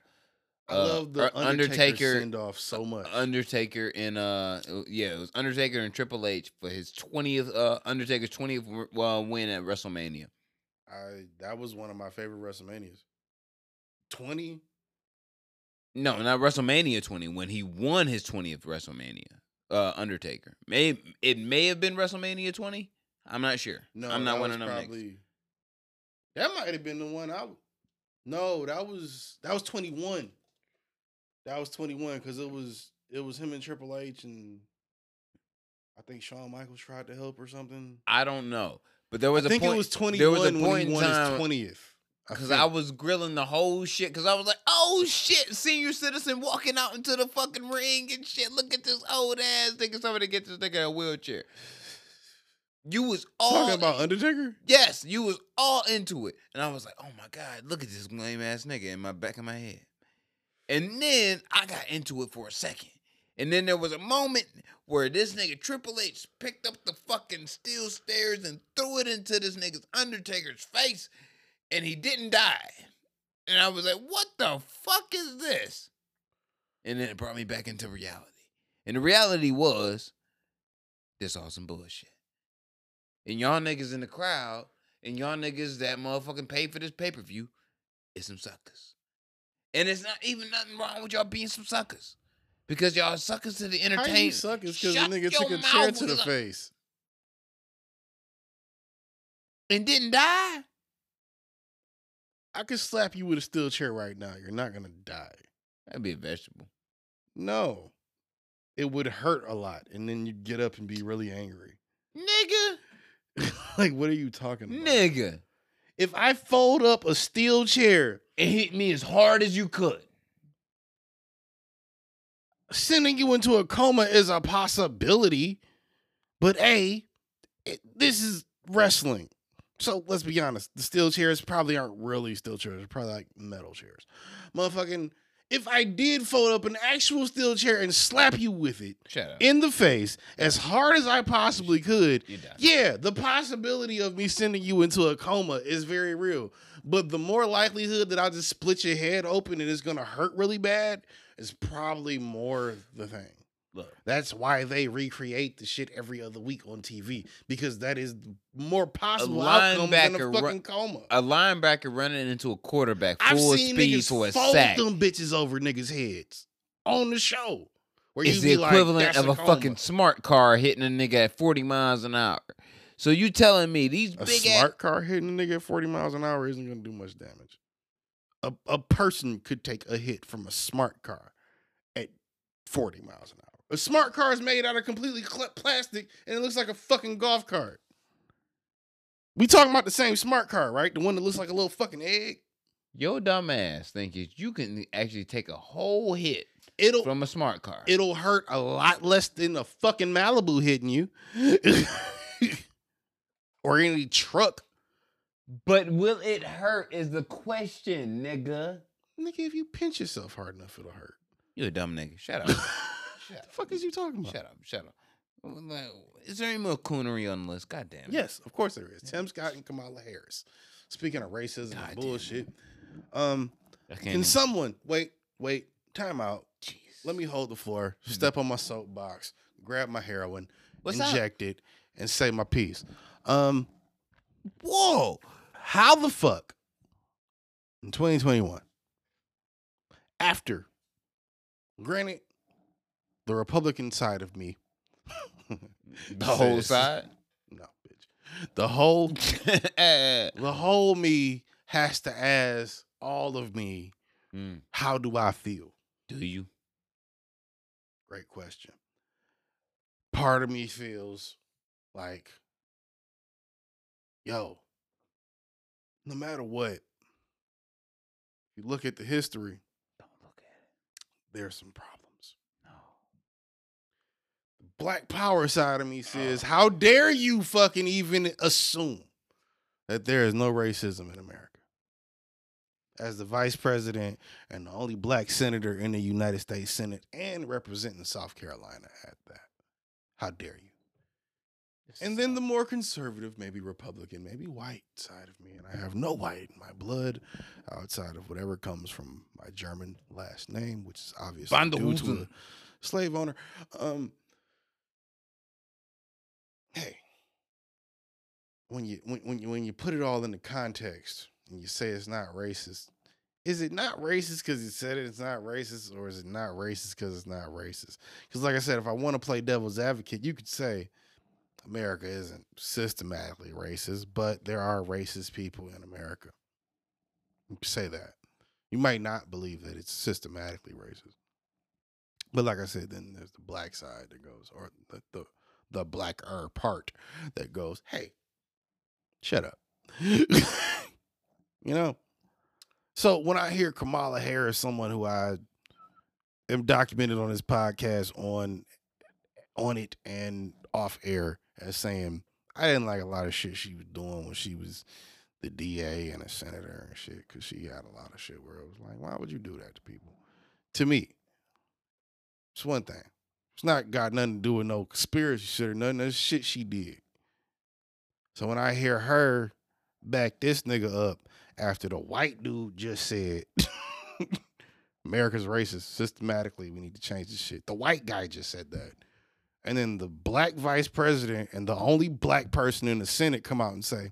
[SPEAKER 1] I
[SPEAKER 2] Uh,
[SPEAKER 1] love the
[SPEAKER 2] Un-
[SPEAKER 1] Undertaker,
[SPEAKER 2] Undertaker- uh,
[SPEAKER 1] send off so much.
[SPEAKER 2] Undertaker and uh it- yeah, it was Undertaker and Triple H for his 20th uh Undertaker's 20th w- uh, win at WrestleMania.
[SPEAKER 1] I that was one of my favorite WrestleManias. Twenty.
[SPEAKER 2] No, not WrestleMania 20 when he won his 20th WrestleMania. Uh Undertaker. May it may have been WrestleMania 20? I'm not sure.
[SPEAKER 1] No,
[SPEAKER 2] I'm not
[SPEAKER 1] that
[SPEAKER 2] one
[SPEAKER 1] was
[SPEAKER 2] of them niggas.
[SPEAKER 1] probably- That might have been the one I. No, that was that was twenty one. That was twenty one because it was it was him and Triple H and I think Shawn Michaels tried to help or something.
[SPEAKER 2] I don't know. But there was
[SPEAKER 1] I
[SPEAKER 2] a
[SPEAKER 1] think
[SPEAKER 2] point
[SPEAKER 1] it was twenty
[SPEAKER 2] there was a
[SPEAKER 1] one when
[SPEAKER 2] point
[SPEAKER 1] he
[SPEAKER 2] in
[SPEAKER 1] won
[SPEAKER 2] time-
[SPEAKER 1] his twentieth.
[SPEAKER 2] Cause I was grilling the whole shit. Cause I was like, "Oh shit, senior citizen walking out into the fucking ring and shit. Look at this old ass nigga. Somebody get this nigga in a wheelchair." You was all
[SPEAKER 1] talking about Undertaker.
[SPEAKER 2] yes, you was all into it, and I was like, "Oh my god, look at this lame ass nigga in my back of my head." And then I got into it for a second, and then there was a moment where this nigga Triple H picked up the fucking steel stairs and threw it into this nigga's Undertaker's face and he didn't die. And I was like, what the fuck is this? And then it brought me back into reality. And the reality was, this all some bullshit. And y'all niggas in the crowd, and y'all niggas that motherfucking paid for this pay per view, is some suckers. And it's not even nothing wrong with y'all being some suckers. Because y'all suckers to the
[SPEAKER 1] How
[SPEAKER 2] entertainment.
[SPEAKER 1] you suck is because the
[SPEAKER 2] Shut
[SPEAKER 1] nigga
[SPEAKER 2] your
[SPEAKER 1] took a chair
[SPEAKER 2] mouth
[SPEAKER 1] to the
[SPEAKER 2] up
[SPEAKER 1] face.
[SPEAKER 2] And didn't die?
[SPEAKER 1] I could slap you with a steel chair right now. You're not gonna die.
[SPEAKER 2] That'd be a vegetable.
[SPEAKER 1] No, it would hurt a lot, and then you'd get up and be really angry.
[SPEAKER 2] Nigga.
[SPEAKER 1] like, what are you talking about?
[SPEAKER 2] Nigga.
[SPEAKER 1] If I fold up a steel chair,
[SPEAKER 2] and hit me as hard as you could.
[SPEAKER 1] sending you into a coma is a possibility. But A, it, this is wrestling. So let's be honest. The steel chairs probably aren't really steel chairs. They're probably like metal chairs. Motherfucking, if I did fold up an actual steel chair and slap you with it
[SPEAKER 2] Shut up.
[SPEAKER 1] in the face as hard as I possibly could,
[SPEAKER 2] you die.
[SPEAKER 1] Yeah, the possibility of me sending you into a coma is very real. But the more likelihood that I'll just split your head open and it's gonna hurt really bad is probably more the thing.
[SPEAKER 2] Look,
[SPEAKER 1] That's why they recreate the shit every other week on TV because that is the more possible outcome than a
[SPEAKER 2] linebacker
[SPEAKER 1] fucking
[SPEAKER 2] run-
[SPEAKER 1] coma.
[SPEAKER 2] a linebacker running into a quarterback
[SPEAKER 1] I've
[SPEAKER 2] full
[SPEAKER 1] seen
[SPEAKER 2] speed
[SPEAKER 1] niggas
[SPEAKER 2] for a
[SPEAKER 1] fold
[SPEAKER 2] sack
[SPEAKER 1] them bitches over niggas' heads on the show. Where
[SPEAKER 2] is
[SPEAKER 1] you
[SPEAKER 2] the
[SPEAKER 1] be like,
[SPEAKER 2] equivalent
[SPEAKER 1] "That's
[SPEAKER 2] of a,
[SPEAKER 1] coma."
[SPEAKER 2] fucking smart car hitting a nigga at 40 miles an hour. So you telling me these
[SPEAKER 1] A
[SPEAKER 2] big
[SPEAKER 1] smart car hitting a nigga at 40 miles an hour isn't going to do much damage. A, a person could take a hit from a smart car at 40 miles an hour. A smart car is made out of completely cl- plastic and it looks like a fucking golf cart. We talking about the same smart car, right? The one that looks like a little fucking egg.
[SPEAKER 2] ass, your dumb ass think is you can actually take a whole hit
[SPEAKER 1] It'll
[SPEAKER 2] from a smart car.
[SPEAKER 1] it'll hurt a lot less than a fucking Malibu hitting you. or any truck.
[SPEAKER 2] but will it hurt is the question, nigga.
[SPEAKER 1] Nigga, if you pinch yourself hard enough, it'll hurt.
[SPEAKER 2] You a dumb nigga. Shut up.
[SPEAKER 1] What the fuck is you talking about?
[SPEAKER 2] Shut up. Shut up. Like, Is there any more coonery on the list? God damn it.
[SPEAKER 1] Yes, of course there is. Tim Scott and Kamala Harris. Speaking of racism
[SPEAKER 2] God
[SPEAKER 1] and
[SPEAKER 2] damn
[SPEAKER 1] bullshit, um,
[SPEAKER 2] I can't
[SPEAKER 1] can
[SPEAKER 2] even-
[SPEAKER 1] someone wait, wait, time out.
[SPEAKER 2] Jeez.
[SPEAKER 1] Let me hold the floor, step on my soapbox, grab my heroin,
[SPEAKER 2] What's up?
[SPEAKER 1] inject it, and say my piece. Um, whoa, how the fuck in 2021 after granted the Republican side of me
[SPEAKER 2] The whole
[SPEAKER 1] says-
[SPEAKER 2] side.
[SPEAKER 1] The whole
[SPEAKER 2] Mm.
[SPEAKER 1] the whole me has to ask all of me, how do I feel?
[SPEAKER 2] Mm. Do you?
[SPEAKER 1] Great question. Part of me feels like, yo, no matter what, you look at the history,
[SPEAKER 2] Don't look at
[SPEAKER 1] there's some problems.
[SPEAKER 2] it. No.
[SPEAKER 1] Black power side
[SPEAKER 2] Oh.
[SPEAKER 1] of me says, how dare you fucking even assume that there is no racism in America? As the vice president and the only black senator in the United States Senate and representing South Carolina at that, how dare you? And then the more conservative, maybe Republican, maybe white side of me, and I have no white in my blood outside of whatever comes from my German last name, which is obviously
[SPEAKER 2] Van der
[SPEAKER 1] due to
[SPEAKER 2] Hoosen.
[SPEAKER 1] a slave owner. Um, hey, when you when when you, when you put it all into context and you say it's not racist, is it not racist because you said it's not racist, or is it not racist because it's not racist? Because like I said, if I want to play devil's advocate, you could say. America isn't systematically racist, but there are racist people in America. You can say that. You might not believe that it's systematically racist. But like I said, then there's the black side that goes, or the the, the blacker part that goes, hey, shut up. you know? So when I hear Kamala Harris, someone who I am documented on this podcast on on it and off air as saying I didn't like a lot of shit she was doing when she was the DA and a senator and shit because she had a lot of shit where it was like, why would you do that to people? To me, it's one thing. It's not got nothing to do with no conspiracy shit or nothing. That's shit she did. So when I hear her back this nigga up after the white dude just said, America's racist systematically, we need to change this shit. The white guy just said that and then the black vice president and the only black person in the Senate come out and say,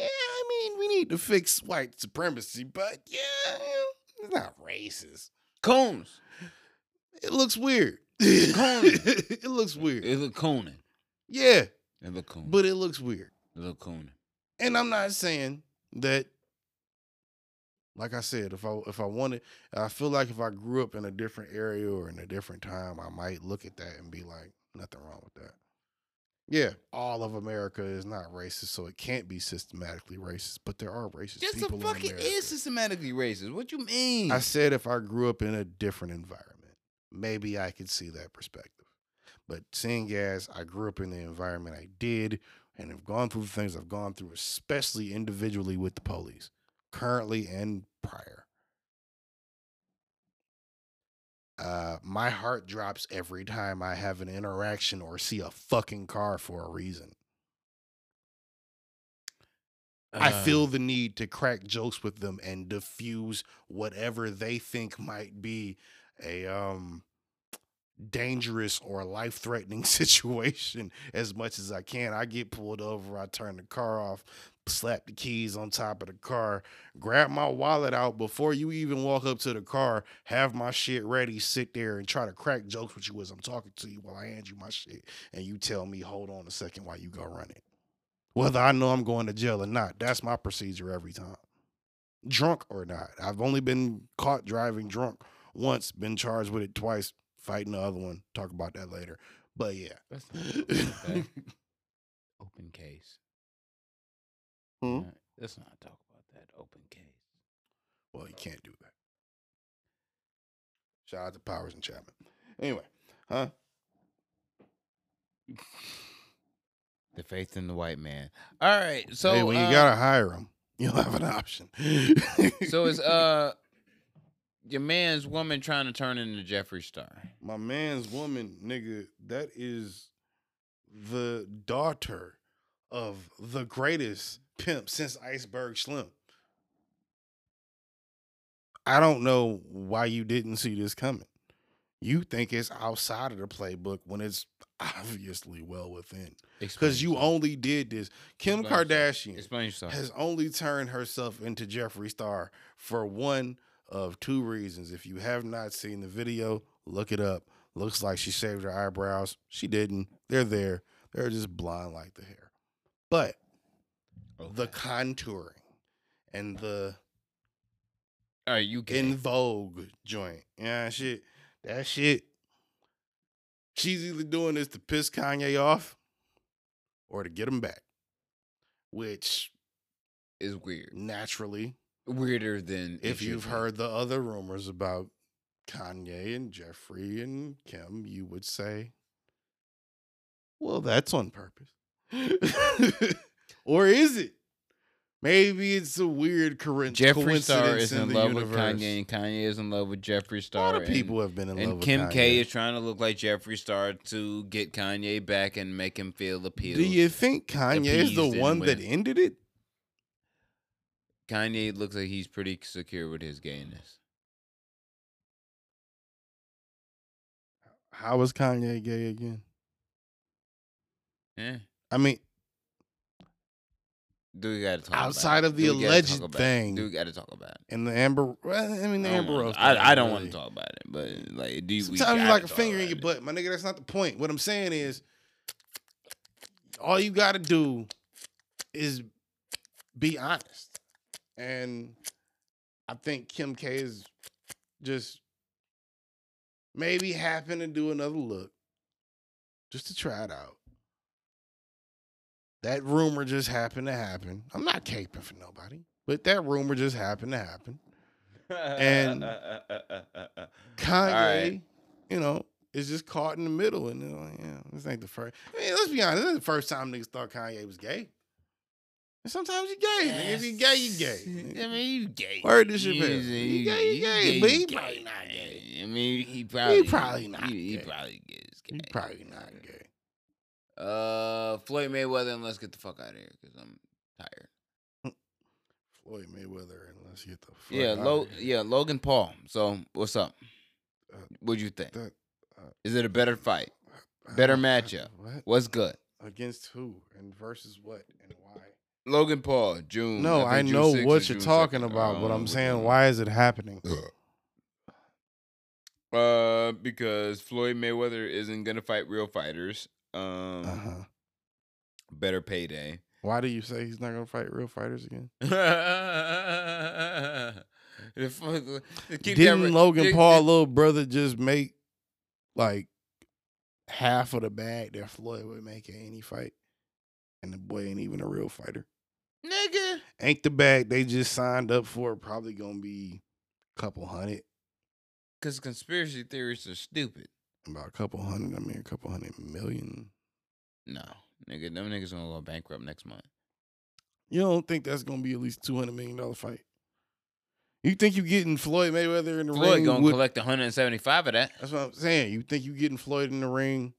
[SPEAKER 1] "Yeah, I mean, we need to fix white supremacy, but yeah, yeah, it's not racist.
[SPEAKER 2] Coons.
[SPEAKER 1] It looks weird.
[SPEAKER 2] Conan.
[SPEAKER 1] it looks weird.
[SPEAKER 2] It look Conan.
[SPEAKER 1] Yeah,
[SPEAKER 2] It look Conan.
[SPEAKER 1] but it looks weird.
[SPEAKER 2] it look Conan.
[SPEAKER 1] And I'm not saying that." Like I said, if I if I wanted, I feel like if I grew up in a different area or in a different time, I might look at that and be like, nothing wrong with that. Yeah, all of America is not racist, so it can't be systematically racist. But there are racist
[SPEAKER 2] Just a
[SPEAKER 1] people
[SPEAKER 2] fucking
[SPEAKER 1] in America.
[SPEAKER 2] is systematically racist. What you mean?
[SPEAKER 1] I said if I grew up in a different environment, maybe I could see that perspective. But seeing as I grew up in the environment I did, and have gone through the things I've gone through, especially individually with the police, currently and prior, uh, my heart drops every time I have an interaction or see a fucking car for a reason. I
[SPEAKER 2] Uh,
[SPEAKER 1] feel the need to crack jokes with them and diffuse whatever they think might be a um dangerous or life-threatening situation as much as I can. I get pulled over, I turn the car off, slap the keys on top of the car, grab my wallet out before you even walk up to the car, have my shit ready, sit there and try to crack jokes with you as I'm talking to you while I hand you my shit and you tell me, "Hold on a second while you go run it." whether I know I'm going to jail or not. That's my procedure every time, drunk or not. I've only been caught driving drunk once, been charged with it twice, fighting the other one. Talk about that later. But yeah,
[SPEAKER 2] That's not open, okay? open case.
[SPEAKER 1] Hmm?
[SPEAKER 2] Not- Let's not talk about that open case.
[SPEAKER 1] well, you can't do that. Shout out to Powers and Chapman. Anyway, huh?
[SPEAKER 2] The faith in the white man. All right. So
[SPEAKER 1] hey, when you
[SPEAKER 2] uh,
[SPEAKER 1] gotta hire them, you'll have an option.
[SPEAKER 2] so it's uh your man's woman trying to turn into Jeffree Star.
[SPEAKER 1] my man's woman, nigga, that is the daughter of the greatest pimp since Iceberg Slim. I don't know why you didn't see this coming. You think it's outside of the playbook when it's obviously well within. Because you only did this. Kim
[SPEAKER 2] Explain yourself.
[SPEAKER 1] Kardashian
[SPEAKER 2] explain yourself.
[SPEAKER 1] has only turned herself into Jeffree Star for one of two reasons. If you have not seen the video, look it up. Looks like she shaved her eyebrows. She didn't. They're there. They're just blonde like the hair. But the
[SPEAKER 2] Okay.
[SPEAKER 1] contouring and the
[SPEAKER 2] All right, you
[SPEAKER 1] in
[SPEAKER 2] can.
[SPEAKER 1] vogue joint. Yeah, shit. That shit. She's either doing this to piss Kanye off or to get him back. Which
[SPEAKER 2] Is weird.
[SPEAKER 1] naturally,
[SPEAKER 2] Weirder than it
[SPEAKER 1] if
[SPEAKER 2] should
[SPEAKER 1] you've
[SPEAKER 2] be.
[SPEAKER 1] heard the other rumors about Kanye and Jeffrey and Kim, you would say, well, that's on purpose. or is it? Maybe it's a weird coinc-
[SPEAKER 2] Jeffree
[SPEAKER 1] coincidence
[SPEAKER 2] Star is
[SPEAKER 1] in,
[SPEAKER 2] in
[SPEAKER 1] the
[SPEAKER 2] love
[SPEAKER 1] universe.
[SPEAKER 2] with Kanye, and Kanye is in love with Jeffree
[SPEAKER 1] a
[SPEAKER 2] Star.
[SPEAKER 1] lot of
[SPEAKER 2] and-
[SPEAKER 1] people have been in love
[SPEAKER 2] And
[SPEAKER 1] with
[SPEAKER 2] Kim
[SPEAKER 1] Kanye.
[SPEAKER 2] K is trying to look like Jeffree Star to get Kanye back and make him feel appealed.
[SPEAKER 1] Do you think Kanye is the
[SPEAKER 2] appeased and
[SPEAKER 1] one that
[SPEAKER 2] win.
[SPEAKER 1] ended it?
[SPEAKER 2] Kanye looks like he's pretty secure with his gayness.
[SPEAKER 1] How is Kanye gay again?
[SPEAKER 2] Yeah.
[SPEAKER 1] I mean,
[SPEAKER 2] Eh, Do we gotta talk
[SPEAKER 1] Outside
[SPEAKER 2] about it?
[SPEAKER 1] of the
[SPEAKER 2] Do we gotta
[SPEAKER 1] alleged
[SPEAKER 2] talk about it?
[SPEAKER 1] thing.
[SPEAKER 2] Do we gotta talk about it?
[SPEAKER 1] in the Amber, well, I mean the
[SPEAKER 2] I don't
[SPEAKER 1] Amber
[SPEAKER 2] wanna-
[SPEAKER 1] Rose.
[SPEAKER 2] I,
[SPEAKER 1] thing,
[SPEAKER 2] I don't
[SPEAKER 1] really.
[SPEAKER 2] want to talk about it, but like, do we
[SPEAKER 1] Sometimes
[SPEAKER 2] gotta
[SPEAKER 1] it's like a
[SPEAKER 2] talk
[SPEAKER 1] finger in
[SPEAKER 2] about
[SPEAKER 1] your
[SPEAKER 2] it?
[SPEAKER 1] butt, my nigga. That's not the point. What I'm saying is, all you gotta do is be honest, and I think Kim K is just maybe happen to do another look, just to try it out. That rumor just happened to happen. I'm not caping for nobody, but that rumor just happened to happen. And- Kanye,
[SPEAKER 2] right.
[SPEAKER 1] you know, is just caught in the middle, and they're like, yeah, this ain't the first. I mean, let's be honest, this is the first time niggas thought Kanye was gay. And sometimes you gay. nigga. If you gay, you gay.
[SPEAKER 2] I
[SPEAKER 1] nigga.
[SPEAKER 2] mean, you gay.
[SPEAKER 1] Word to Chappelle.
[SPEAKER 2] You-
[SPEAKER 1] You
[SPEAKER 2] you-
[SPEAKER 1] gay, you gay, but he probably not gay.
[SPEAKER 2] I mean, he probably
[SPEAKER 1] probably not
[SPEAKER 2] He, he
[SPEAKER 1] gay.
[SPEAKER 2] probably is gay.
[SPEAKER 1] You probably not gay.
[SPEAKER 2] Uh, Floyd Mayweather, and let's get the fuck out of here because I'm tired.
[SPEAKER 1] Floyd Mayweather, and let's get the fuck
[SPEAKER 2] yeah,
[SPEAKER 1] out of
[SPEAKER 2] Lo-
[SPEAKER 1] here.
[SPEAKER 2] yeah, Logan Paul. So what's up?
[SPEAKER 1] Uh,
[SPEAKER 2] What'd you think?
[SPEAKER 1] that- uh,
[SPEAKER 2] Is it a better fight? Better matchup.
[SPEAKER 1] What
[SPEAKER 2] What's good?
[SPEAKER 1] against who and versus what and why?
[SPEAKER 2] Logan Paul, June.
[SPEAKER 1] No, I,
[SPEAKER 2] think June
[SPEAKER 1] know
[SPEAKER 2] 6th
[SPEAKER 1] what
[SPEAKER 2] or
[SPEAKER 1] you're
[SPEAKER 2] June
[SPEAKER 1] talking
[SPEAKER 2] 2nd.
[SPEAKER 1] about, but
[SPEAKER 2] Uh,
[SPEAKER 1] I'm
[SPEAKER 2] what
[SPEAKER 1] saying,
[SPEAKER 2] the-
[SPEAKER 1] why is it happening?
[SPEAKER 2] Uh, because Floyd Mayweather isn't gonna fight real fighters. Um,
[SPEAKER 1] Uh-huh.
[SPEAKER 2] better payday.
[SPEAKER 1] Why do you say he's not gonna fight real fighters again?
[SPEAKER 2] The fuck- keep uh, that
[SPEAKER 1] Didn't
[SPEAKER 2] re-
[SPEAKER 1] Logan
[SPEAKER 2] keep-
[SPEAKER 1] Paul little brother just make like half of the bag that Floyd would make in any fight? And the boy ain't even a real fighter.
[SPEAKER 2] nigga?
[SPEAKER 1] Ain't the bag they just signed up for probably gonna be a couple hundred.
[SPEAKER 2] Because conspiracy theories are stupid.
[SPEAKER 1] About a couple hundred, I mean a couple hundred million.
[SPEAKER 2] No, nigga, them niggas gonna go bankrupt next month.
[SPEAKER 1] You don't think that's gonna be at least two hundred million dollar fight? You think you getting Floyd Mayweather in the
[SPEAKER 2] Floyd
[SPEAKER 1] ring?
[SPEAKER 2] gonna
[SPEAKER 1] with-
[SPEAKER 2] collect 175 of that.
[SPEAKER 1] That's what I'm saying. You think you getting Floyd in the ring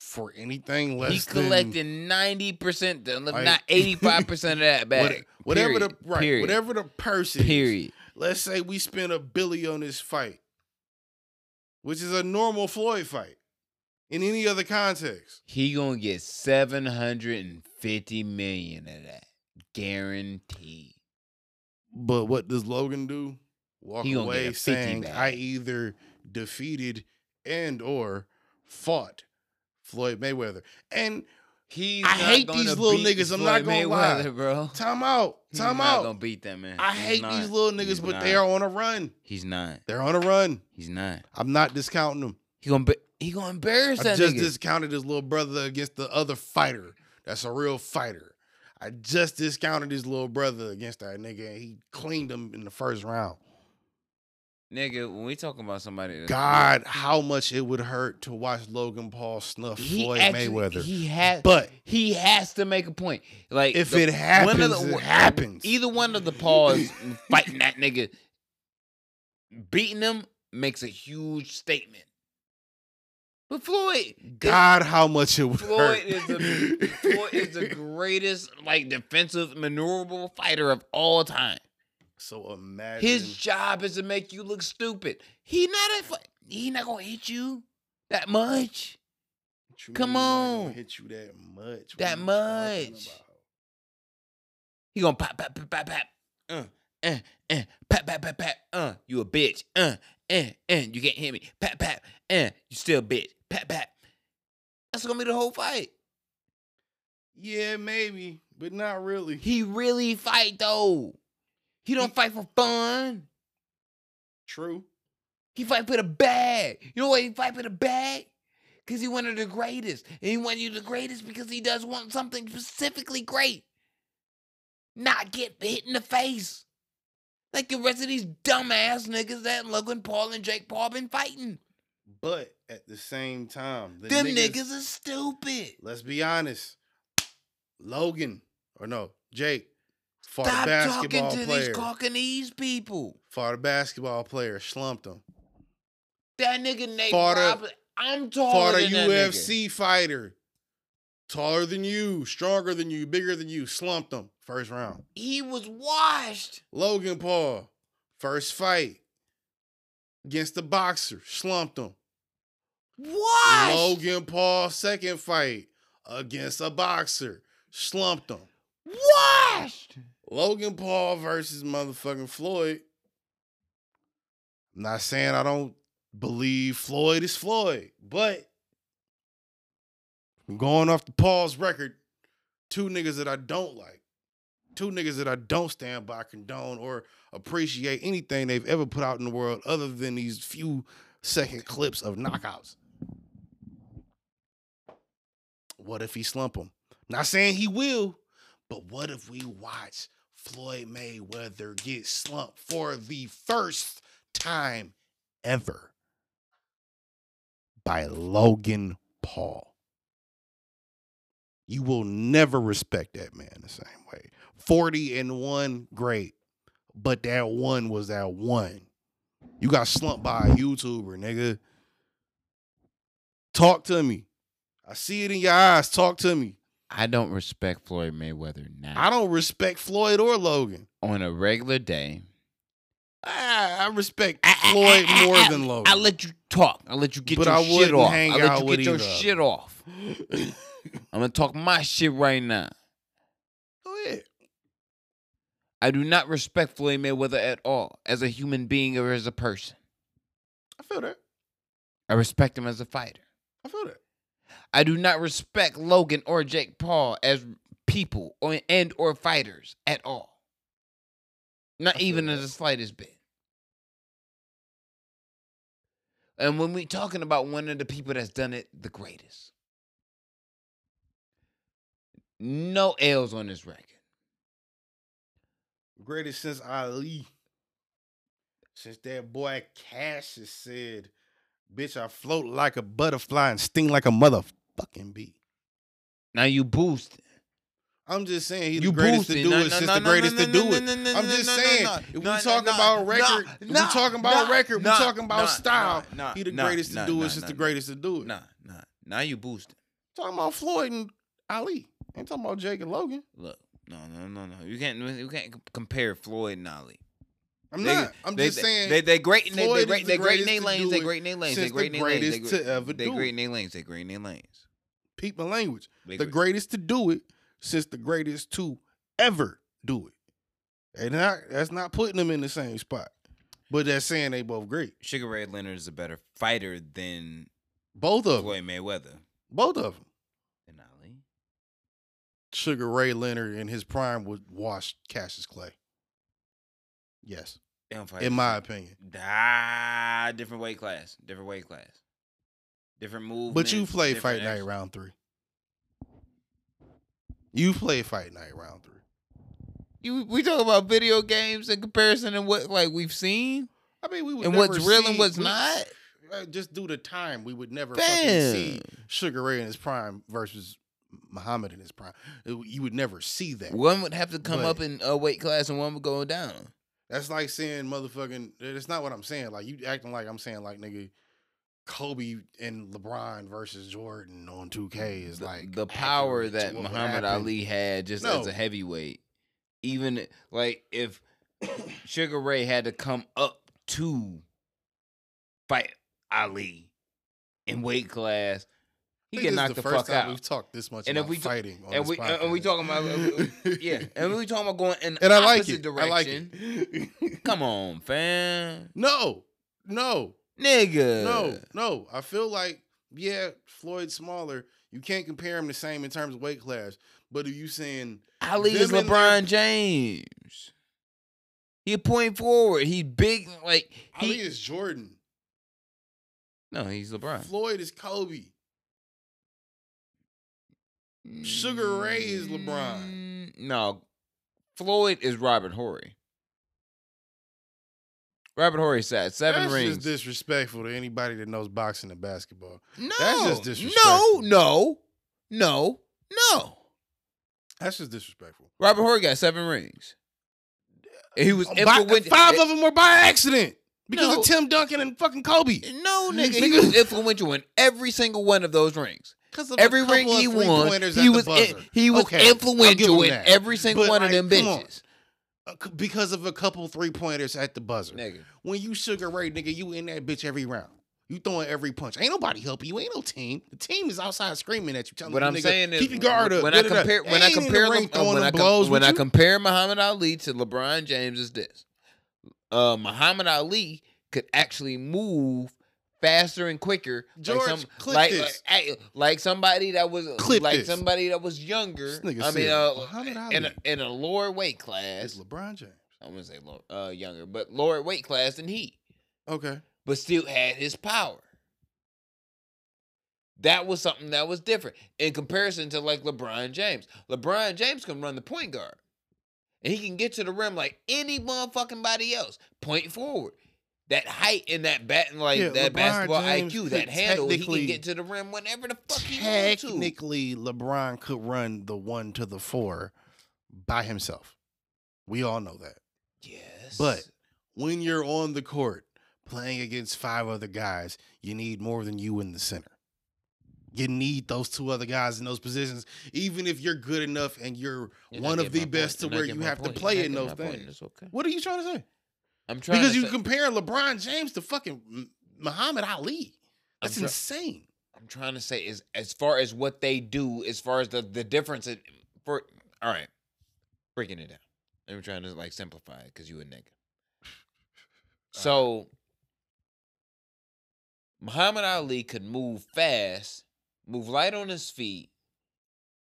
[SPEAKER 1] for anything less?
[SPEAKER 2] He
[SPEAKER 1] than-
[SPEAKER 2] collected 90%, to-
[SPEAKER 1] Like-
[SPEAKER 2] not 85% of that
[SPEAKER 1] What-
[SPEAKER 2] bag.
[SPEAKER 1] whatever
[SPEAKER 2] Period.
[SPEAKER 1] the right,
[SPEAKER 2] Period.
[SPEAKER 1] whatever the person. is.
[SPEAKER 2] Period.
[SPEAKER 1] Let's say we spend a billy on this fight, which is a normal Floyd fight in any other context.
[SPEAKER 2] He gonna get 750 million of that. Guaranteed.
[SPEAKER 1] But what does Logan do? Walk
[SPEAKER 2] He gonna get a
[SPEAKER 1] away
[SPEAKER 2] 50
[SPEAKER 1] saying,
[SPEAKER 2] bag.
[SPEAKER 1] "I either defeated and or fought Floyd Mayweather." And
[SPEAKER 2] He's
[SPEAKER 1] I
[SPEAKER 2] not
[SPEAKER 1] hate
[SPEAKER 2] gonna
[SPEAKER 1] these little
[SPEAKER 2] beat
[SPEAKER 1] niggas, I'm not
[SPEAKER 2] Floyd
[SPEAKER 1] gonna lie.
[SPEAKER 2] Mayweather, bro.
[SPEAKER 1] time out,
[SPEAKER 2] He's
[SPEAKER 1] time
[SPEAKER 2] not gonna
[SPEAKER 1] out.
[SPEAKER 2] beat that man.
[SPEAKER 1] I
[SPEAKER 2] He's
[SPEAKER 1] hate
[SPEAKER 2] not.
[SPEAKER 1] these little niggas,
[SPEAKER 2] He's
[SPEAKER 1] but
[SPEAKER 2] not.
[SPEAKER 1] they are on a run.
[SPEAKER 2] He's not.
[SPEAKER 1] They're on a run.
[SPEAKER 2] He's not.
[SPEAKER 1] I'm not discounting them.
[SPEAKER 2] He gonna be, he gonna embarrass
[SPEAKER 1] I
[SPEAKER 2] that
[SPEAKER 1] just
[SPEAKER 2] nigga.
[SPEAKER 1] discounted his little brother against the other fighter. That's a real fighter. I just discounted his little brother against that nigga, and he cleaned him in the first round.
[SPEAKER 2] nigga, when we talking about somebody that's-
[SPEAKER 1] God, how much it would hurt to watch Logan Paul snuff Floyd
[SPEAKER 2] actually-
[SPEAKER 1] Mayweather.
[SPEAKER 2] He has
[SPEAKER 1] but
[SPEAKER 2] he has to make a point. Like
[SPEAKER 1] if
[SPEAKER 2] the-
[SPEAKER 1] it happens, it happens.
[SPEAKER 2] Either one of the paws fighting that nigga, beating him makes a huge statement. But Floyd,
[SPEAKER 1] God, how much it would hurt.
[SPEAKER 2] Floyd is the Floyd is the greatest like defensive maneuverable fighter of all time.
[SPEAKER 1] so imagine
[SPEAKER 2] His job is to make you look stupid. He not a, fu- he not gonna hit you that much.
[SPEAKER 1] What you
[SPEAKER 2] Come
[SPEAKER 1] mean I ain't gonna
[SPEAKER 2] on.
[SPEAKER 1] hit you that much. What
[SPEAKER 2] That
[SPEAKER 1] you talking
[SPEAKER 2] much.
[SPEAKER 1] about?
[SPEAKER 2] He gonna pop, pop, pop, pop, pop. Uh, uh, uh, pap, pap, pap, pap. Uh, you a bitch. Uh, uh, uh, you can't hit me. Pap, pap. Uh, you still a bitch. Pap, pap. That's gonna be the whole fight.
[SPEAKER 1] Yeah, maybe, but not really.
[SPEAKER 2] He really fight though. He don't fight for fun.
[SPEAKER 1] True.
[SPEAKER 2] He fight for the bag. You know why he fight for the bag? Because he wanted the greatest. And he wanted you the greatest because he does want something specifically great. Not get hit in the face. Like the rest of these dumbass niggas that Logan Paul and Jake Paul been fighting.
[SPEAKER 1] But at the same time, the
[SPEAKER 2] Them niggas, is stupid.
[SPEAKER 1] Let's be honest. Logan or no Jake fought a
[SPEAKER 2] Stop talking
[SPEAKER 1] basketball
[SPEAKER 2] to these
[SPEAKER 1] player.
[SPEAKER 2] Cockney's people.
[SPEAKER 1] fought a basketball player, slumped him.
[SPEAKER 2] That nigga Nate
[SPEAKER 1] Fought a-
[SPEAKER 2] Robinson. I'm taller
[SPEAKER 1] fought a
[SPEAKER 2] than that nigga.
[SPEAKER 1] UFC fighter, taller than you, stronger than you, bigger than you, slumped him first round.
[SPEAKER 2] He was washed.
[SPEAKER 1] Logan Paul, first fight against the boxer, slumped him.
[SPEAKER 2] Washed.
[SPEAKER 1] Logan Paul, second fight against a boxer, slumped him.
[SPEAKER 2] Washed.
[SPEAKER 1] Logan Paul versus motherfucking Floyd. I'm not saying I don't believe Floyd is Floyd, but I'm going off the Paul's record, two niggas that I don't like, two niggas that I don't stand by, condone, or appreciate anything they've ever put out in the world other than these few second clips of knockouts. What if he slump him? Not saying he will, but what if we watch Floyd Mayweather get slumped for the first time ever by Logan Paul? You will never respect that man the same way. 40 and 1, great. But that one was that one. You got slumped by a YouTuber, nigga. Talk to me. I see it in your eyes. Talk to me.
[SPEAKER 2] I don't respect Floyd Mayweather now.
[SPEAKER 1] I don't respect Floyd or Logan.
[SPEAKER 2] on a regular day.
[SPEAKER 1] I, I respect Floyd more than Logan.
[SPEAKER 2] I let you talk. I let you get
[SPEAKER 1] But
[SPEAKER 2] your
[SPEAKER 1] I
[SPEAKER 2] shit
[SPEAKER 1] wouldn't
[SPEAKER 2] off.
[SPEAKER 1] hang
[SPEAKER 2] I let
[SPEAKER 1] out
[SPEAKER 2] you
[SPEAKER 1] with
[SPEAKER 2] get your
[SPEAKER 1] either of
[SPEAKER 2] shit
[SPEAKER 1] them.
[SPEAKER 2] off. I'm gonna talk my shit right now.
[SPEAKER 1] Go ahead.
[SPEAKER 2] I do not respect Floyd Mayweather at all as a human being or as a person.
[SPEAKER 1] I feel that.
[SPEAKER 2] I respect him as a fighter.
[SPEAKER 1] I feel that.
[SPEAKER 2] I do not respect Logan or Jake Paul as people or and or fighters at all.
[SPEAKER 1] I
[SPEAKER 2] Not
[SPEAKER 1] feel
[SPEAKER 2] even in
[SPEAKER 1] that.
[SPEAKER 2] the slightest bit. And when we talking about one of the people that's done it the greatest. No L's on this record.
[SPEAKER 1] Greatest since Ali. Since that boy Cassius said, bitch, I float like a butterfly and sting like a motherfucking bee.
[SPEAKER 2] Now you boost.
[SPEAKER 1] I'm just saying he's
[SPEAKER 2] you
[SPEAKER 1] the greatest
[SPEAKER 2] boosted.
[SPEAKER 1] to do
[SPEAKER 2] No,
[SPEAKER 1] it
[SPEAKER 2] no,
[SPEAKER 1] since
[SPEAKER 2] no,
[SPEAKER 1] the
[SPEAKER 2] no,
[SPEAKER 1] greatest
[SPEAKER 2] no,
[SPEAKER 1] to
[SPEAKER 2] no,
[SPEAKER 1] do
[SPEAKER 2] no,
[SPEAKER 1] it.
[SPEAKER 2] no, no,
[SPEAKER 1] I'm
[SPEAKER 2] no,
[SPEAKER 1] just
[SPEAKER 2] no, no,
[SPEAKER 1] saying,
[SPEAKER 2] no,
[SPEAKER 1] if we
[SPEAKER 2] no, no,
[SPEAKER 1] talking
[SPEAKER 2] no,
[SPEAKER 1] about
[SPEAKER 2] no,
[SPEAKER 1] record, if
[SPEAKER 2] no,
[SPEAKER 1] we talking about
[SPEAKER 2] no,
[SPEAKER 1] record, we
[SPEAKER 2] no,
[SPEAKER 1] talking about
[SPEAKER 2] no,
[SPEAKER 1] style.
[SPEAKER 2] no, no,
[SPEAKER 1] he the
[SPEAKER 2] no,
[SPEAKER 1] greatest
[SPEAKER 2] no,
[SPEAKER 1] to do
[SPEAKER 2] no,
[SPEAKER 1] it since
[SPEAKER 2] no,
[SPEAKER 1] the
[SPEAKER 2] no.
[SPEAKER 1] greatest to do it.
[SPEAKER 2] Nah, nah. Now you boosting.
[SPEAKER 1] Talking about Floyd and Ali. Ain't talking about Jake and Logan.
[SPEAKER 2] Look, no, no, no, no. You can't, you can't c- compare Floyd and Ali.
[SPEAKER 1] I'm
[SPEAKER 2] They-
[SPEAKER 1] not. I'm
[SPEAKER 2] they,
[SPEAKER 1] just
[SPEAKER 2] they-
[SPEAKER 1] saying.
[SPEAKER 2] They they great. in they
[SPEAKER 1] Floyd
[SPEAKER 2] they
[SPEAKER 1] is
[SPEAKER 2] great.
[SPEAKER 1] the
[SPEAKER 2] They great
[SPEAKER 1] greatest
[SPEAKER 2] in their
[SPEAKER 1] to
[SPEAKER 2] lanes.
[SPEAKER 1] do
[SPEAKER 2] They
[SPEAKER 1] it
[SPEAKER 2] great in their lanes. They
[SPEAKER 1] since
[SPEAKER 2] great
[SPEAKER 1] the
[SPEAKER 2] in their lanes. They
[SPEAKER 1] greatest
[SPEAKER 2] great-
[SPEAKER 1] to ever
[SPEAKER 2] They
[SPEAKER 1] do
[SPEAKER 2] great
[SPEAKER 1] it.
[SPEAKER 2] in their lanes. They great in their lanes.
[SPEAKER 1] peep my language.
[SPEAKER 2] They
[SPEAKER 1] the
[SPEAKER 2] great.
[SPEAKER 1] greatest to do it since the greatest to ever do it. And not, that's not putting them in the same spot, but that's saying they both great.
[SPEAKER 2] Sugar Ray Leonard is a better fighter than
[SPEAKER 1] Both of them.
[SPEAKER 2] Floyd Mayweather
[SPEAKER 1] Both of them.
[SPEAKER 2] than Ali.
[SPEAKER 1] Sugar Ray Leonard in his prime would wash Cassius Clay. Yes,
[SPEAKER 2] They don't fight.
[SPEAKER 1] in my opinion.
[SPEAKER 2] ah, different weight class, different weight class, different move.
[SPEAKER 1] But you played Fight Night round three. You played Fight Night round three.
[SPEAKER 2] You we talk about video games in comparison and what like we've seen
[SPEAKER 1] I mean, we would
[SPEAKER 2] and what's
[SPEAKER 1] never
[SPEAKER 2] real and
[SPEAKER 1] see-
[SPEAKER 2] what's
[SPEAKER 1] we-
[SPEAKER 2] not.
[SPEAKER 1] uh, just due to time, we would never fucking
[SPEAKER 2] Bam.
[SPEAKER 1] see Sugar Ray in his prime versus Muhammad in his prime. It- You would never see that.
[SPEAKER 2] One would have to come
[SPEAKER 1] But-
[SPEAKER 2] up in a weight class and one would go down.
[SPEAKER 1] That's like saying motherfucking. That's not what I'm saying. Like you acting like I'm saying like nigga, Kobe and LeBron versus Jordan on 2K is
[SPEAKER 2] the,
[SPEAKER 1] like
[SPEAKER 2] the power
[SPEAKER 1] accurate to
[SPEAKER 2] that
[SPEAKER 1] what would
[SPEAKER 2] Muhammad
[SPEAKER 1] happen.
[SPEAKER 2] Ali had just as
[SPEAKER 1] No.
[SPEAKER 2] a heavyweight. Even like if Sugar Ray had to come up to fight Ali in weight class, he
[SPEAKER 1] I think
[SPEAKER 2] get
[SPEAKER 1] this is
[SPEAKER 2] knocked the,
[SPEAKER 1] first
[SPEAKER 2] fuck
[SPEAKER 1] time
[SPEAKER 2] out.
[SPEAKER 1] We've talked this much
[SPEAKER 2] And if
[SPEAKER 1] about
[SPEAKER 2] we t-
[SPEAKER 1] fighting, on
[SPEAKER 2] and
[SPEAKER 1] this
[SPEAKER 2] we- uh, and- and we
[SPEAKER 1] podcast.
[SPEAKER 2] talking uh, yeah, and we talking about going in
[SPEAKER 1] and I like
[SPEAKER 2] opposite
[SPEAKER 1] it. I
[SPEAKER 2] direction.
[SPEAKER 1] like it.
[SPEAKER 2] Come on, fam,
[SPEAKER 1] no, no,
[SPEAKER 2] nigga.
[SPEAKER 1] no, no. I feel like yeah, Floyd's smaller. You can't compare him the same in terms of weight class. But are you saying
[SPEAKER 2] Ali is
[SPEAKER 1] Them and
[SPEAKER 2] LeBron James. He a point forward. He's big. Like
[SPEAKER 1] Ali
[SPEAKER 2] he,
[SPEAKER 1] is Jordan?
[SPEAKER 2] no, he's LeBron.
[SPEAKER 1] Floyd is Kobe. Sugar Ray is LeBron.
[SPEAKER 2] Mm, No, Floyd is Robert Horry. Robert Horry sat seven
[SPEAKER 1] That's
[SPEAKER 2] rings.
[SPEAKER 1] just disrespectful to anybody that knows boxing and basketball.
[SPEAKER 2] no,
[SPEAKER 1] that's just
[SPEAKER 2] No,
[SPEAKER 1] disrespectful.
[SPEAKER 2] no, no, no.
[SPEAKER 1] That's just disrespectful.
[SPEAKER 2] Robert Horry got seven rings. And he was
[SPEAKER 1] By-
[SPEAKER 2] influential.
[SPEAKER 1] five of them were by accident because
[SPEAKER 2] No.
[SPEAKER 1] of Tim Duncan and fucking Kobe.
[SPEAKER 2] No, nigga, he was influential in every single one of those rings.
[SPEAKER 1] Because of a
[SPEAKER 2] Every ring
[SPEAKER 1] couple of
[SPEAKER 2] he
[SPEAKER 1] three
[SPEAKER 2] won,
[SPEAKER 1] pointers
[SPEAKER 2] he
[SPEAKER 1] at the
[SPEAKER 2] was in,
[SPEAKER 1] buzzer.
[SPEAKER 2] he was
[SPEAKER 1] Okay, I'll give
[SPEAKER 2] influential
[SPEAKER 1] him
[SPEAKER 2] in
[SPEAKER 1] that.
[SPEAKER 2] every single
[SPEAKER 1] But,
[SPEAKER 2] one of
[SPEAKER 1] like,
[SPEAKER 2] them
[SPEAKER 1] come on.
[SPEAKER 2] bitches.
[SPEAKER 1] Uh, c- because of a couple three pointers at the buzzer.
[SPEAKER 2] Nigga,
[SPEAKER 1] When you Sugar Ray, nigga, you in that bitch every round. You throwing every punch. Ain't nobody helping you. Ain't no team. The team is outside screaming at you, telling
[SPEAKER 2] what
[SPEAKER 1] you,
[SPEAKER 2] I'm
[SPEAKER 1] nigga,
[SPEAKER 2] saying is
[SPEAKER 1] keep your guard up.
[SPEAKER 2] when I
[SPEAKER 1] da, da, da.
[SPEAKER 2] compare when
[SPEAKER 1] Ain't
[SPEAKER 2] I
[SPEAKER 1] in the
[SPEAKER 2] compare
[SPEAKER 1] ring
[SPEAKER 2] Lem- uh,
[SPEAKER 1] throwing
[SPEAKER 2] when,
[SPEAKER 1] them
[SPEAKER 2] I, com-
[SPEAKER 1] blows
[SPEAKER 2] when
[SPEAKER 1] with
[SPEAKER 2] I
[SPEAKER 1] you.
[SPEAKER 2] compare Muhammad Ali to LeBron James is this. Uh, Muhammad Ali could actually move faster and quicker
[SPEAKER 1] George,
[SPEAKER 2] like, some,
[SPEAKER 1] clip
[SPEAKER 2] like,
[SPEAKER 1] this.
[SPEAKER 2] like, ay- like somebody that was
[SPEAKER 1] Clip
[SPEAKER 2] like
[SPEAKER 1] this.
[SPEAKER 2] somebody that was younger.
[SPEAKER 1] This nigga
[SPEAKER 2] I mean
[SPEAKER 1] said
[SPEAKER 2] uh,
[SPEAKER 1] Muhammad
[SPEAKER 2] in a,
[SPEAKER 1] Ali.
[SPEAKER 2] in a lower weight class.
[SPEAKER 1] It's LeBron James.
[SPEAKER 2] I wouldn't say lower, uh, younger, but lower weight class than he,
[SPEAKER 1] Okay.
[SPEAKER 2] but still had his power. That was something that was different in comparison to like LeBron James. LeBron James can run the point guard, and he can get to the rim like any motherfucking body else. Point forward, that height and that bat and like
[SPEAKER 1] Yeah,
[SPEAKER 2] that
[SPEAKER 1] LeBron
[SPEAKER 2] basketball
[SPEAKER 1] James
[SPEAKER 2] IQ,
[SPEAKER 1] could
[SPEAKER 2] that handle, he can
[SPEAKER 1] technically-
[SPEAKER 2] get to the rim whenever the fuck he wants to.
[SPEAKER 1] Technically, LeBron could run the one to the four by himself. We all know that.
[SPEAKER 2] Yes,
[SPEAKER 1] But when you're on the court playing against five other guys, you need more than you in the center. You need those two other guys in those positions, even if you're good enough and you're,
[SPEAKER 2] You're not
[SPEAKER 1] one of
[SPEAKER 2] getting
[SPEAKER 1] the
[SPEAKER 2] my point.
[SPEAKER 1] best to
[SPEAKER 2] You're not
[SPEAKER 1] where
[SPEAKER 2] getting
[SPEAKER 1] you
[SPEAKER 2] my
[SPEAKER 1] have to
[SPEAKER 2] point. You're
[SPEAKER 1] play
[SPEAKER 2] not
[SPEAKER 1] in
[SPEAKER 2] getting
[SPEAKER 1] those
[SPEAKER 2] my point.
[SPEAKER 1] things.
[SPEAKER 2] It's okay.
[SPEAKER 1] What are you trying to say?
[SPEAKER 2] I'm trying
[SPEAKER 1] Because
[SPEAKER 2] to
[SPEAKER 1] you
[SPEAKER 2] say-
[SPEAKER 1] compare LeBron James to fucking M- Muhammad Ali.
[SPEAKER 2] I'm
[SPEAKER 1] That's
[SPEAKER 2] try-
[SPEAKER 1] insane.
[SPEAKER 2] I'm trying to say is as far as what they do, as far as the the difference in, for all right, breaking it down. I'm trying to like simplify it because you a nigga. So Muhammad Ali could move fast, move light on his feet,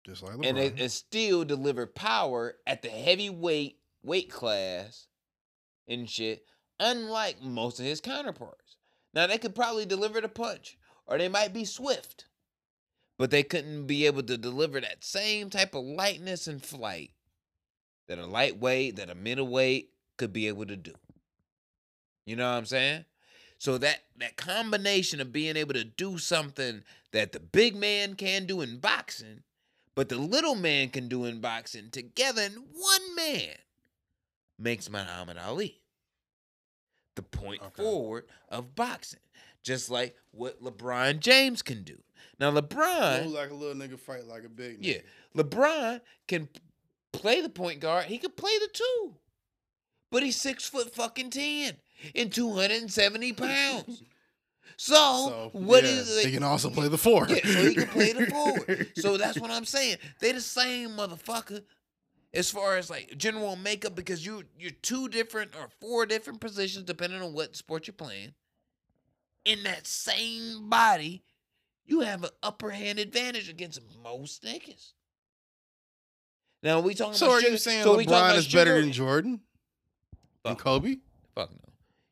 [SPEAKER 1] Just like
[SPEAKER 2] and it, it still delivered power at the heavyweight weight class and shit, unlike most of his counterparts. Now they could probably deliver the punch, or they might be swift, but they couldn't be able to deliver that same type of lightness and flight that a lightweight, that a middleweight could be able to do. You know what I'm saying? So that that combination of being able to do something that the big man can do in boxing but the little man can do in boxing together in one man makes Muhammad Ali the point
[SPEAKER 1] Okay.
[SPEAKER 2] forward of boxing, just like what LeBron James can do. Now, LeBron,
[SPEAKER 1] like a little nigga fight like a big
[SPEAKER 2] yeah, LeBron can p- play the point guard. He could play the two, but he's six foot fucking ten and two hundred and seventy pounds. So, Oh, what is it?
[SPEAKER 1] He can also play the four.
[SPEAKER 2] Yeah, so he can play the forward. So that's what I'm saying. They the same motherfucker as far as like general makeup because you you're two different or four different positions depending on what sport you're playing. In that same body, you have an upper hand advantage against most niggas. Now we talking
[SPEAKER 1] So
[SPEAKER 2] about
[SPEAKER 1] are you
[SPEAKER 2] sugar-
[SPEAKER 1] saying
[SPEAKER 2] so we talking
[SPEAKER 1] LeBron
[SPEAKER 2] about
[SPEAKER 1] is better
[SPEAKER 2] sugar-
[SPEAKER 1] than Jordan and
[SPEAKER 2] Fuck.
[SPEAKER 1] Kobe?
[SPEAKER 2] Fuck no.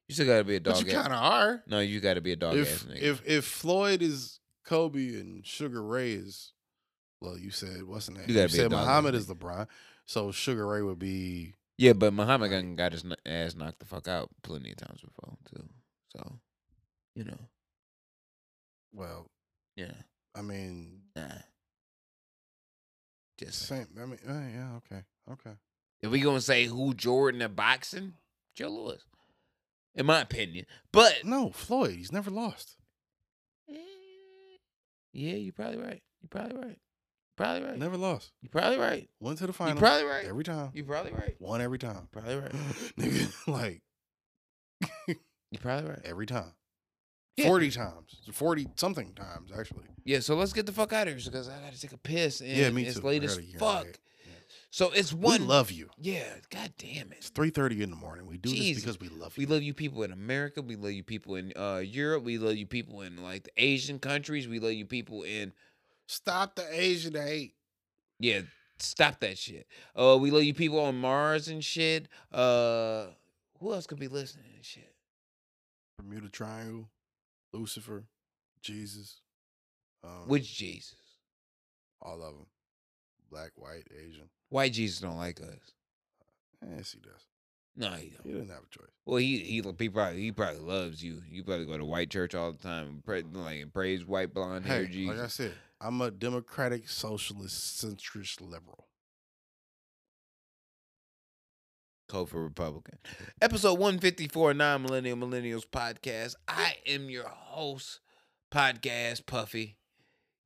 [SPEAKER 2] You still gotta be a
[SPEAKER 1] But
[SPEAKER 2] dog
[SPEAKER 1] you
[SPEAKER 2] ass.
[SPEAKER 1] kind of are.
[SPEAKER 2] No, you gotta be a dog ass
[SPEAKER 1] If
[SPEAKER 2] nigga.
[SPEAKER 1] if if Floyd is Kobe and Sugar Ray is, well, you said what's the name?
[SPEAKER 2] You
[SPEAKER 1] You,
[SPEAKER 2] gotta be a
[SPEAKER 1] said
[SPEAKER 2] dog,
[SPEAKER 1] Muhammad
[SPEAKER 2] nigga.
[SPEAKER 1] is LeBron, so Sugar Ray would be.
[SPEAKER 2] Yeah, but Muhammad got, got his kn- ass knocked the fuck out plenty of times before too. So, you know,
[SPEAKER 1] Well,
[SPEAKER 2] yeah,
[SPEAKER 1] I mean,
[SPEAKER 2] nah. Just
[SPEAKER 1] same. I mean, uh, yeah, okay, okay.
[SPEAKER 2] if we gonna say who Jordan in boxing, Joe Lewis, in my opinion. But
[SPEAKER 1] No, Floyd, he's never lost.
[SPEAKER 2] eh, yeah, you're probably right. You're probably right. Probably right.
[SPEAKER 1] Never lost.
[SPEAKER 2] You're probably right.
[SPEAKER 1] Went to the
[SPEAKER 2] You're
[SPEAKER 1] finals
[SPEAKER 2] probably right.
[SPEAKER 1] every time.
[SPEAKER 2] You're probably right.
[SPEAKER 1] Won every time,
[SPEAKER 2] Probably right.
[SPEAKER 1] nigga. Like
[SPEAKER 2] You're probably right.
[SPEAKER 1] every time.
[SPEAKER 2] Yeah.
[SPEAKER 1] Forty times, forty something times actually.
[SPEAKER 2] Yeah, so let's get the fuck out of here because I gotta take a piss and
[SPEAKER 1] Yeah, me
[SPEAKER 2] it's
[SPEAKER 1] too. I
[SPEAKER 2] late
[SPEAKER 1] gotta
[SPEAKER 2] as
[SPEAKER 1] get out of
[SPEAKER 2] fuck.
[SPEAKER 1] here. Yeah.
[SPEAKER 2] So it's
[SPEAKER 1] We
[SPEAKER 2] one.
[SPEAKER 1] love you.
[SPEAKER 2] yeah. God damn it.
[SPEAKER 1] It's three thirty in the morning. We do
[SPEAKER 2] Jesus.
[SPEAKER 1] this because we love
[SPEAKER 2] We
[SPEAKER 1] you.
[SPEAKER 2] love you people in America. We love you people in uh, Europe. We love you people in like the Asian countries. We love you people in
[SPEAKER 1] Stop the Asian hate.
[SPEAKER 2] yeah. Stop that shit. Uh, we love you people on Mars and shit. Uh, who else could be listening and shit?
[SPEAKER 1] Bermuda Triangle, Lucifer, Jesus, um,
[SPEAKER 2] Which Jesus?
[SPEAKER 1] all of them, black, white, Asian.
[SPEAKER 2] Why Jesus don't like us?
[SPEAKER 1] Eh, see this.
[SPEAKER 2] No, he don't.
[SPEAKER 1] He didn't have a choice.
[SPEAKER 2] Well, he he he probably he probably loves you. You probably go to white church all the time and pray, like and praise white blonde hair
[SPEAKER 1] Hey, like I
[SPEAKER 2] Jesus.
[SPEAKER 1] said, I'm a democratic, socialist, centrist liberal.
[SPEAKER 2] Code for Republican. Episode one fifty four non millennial millennials podcast. I am your host, podcast Puffy.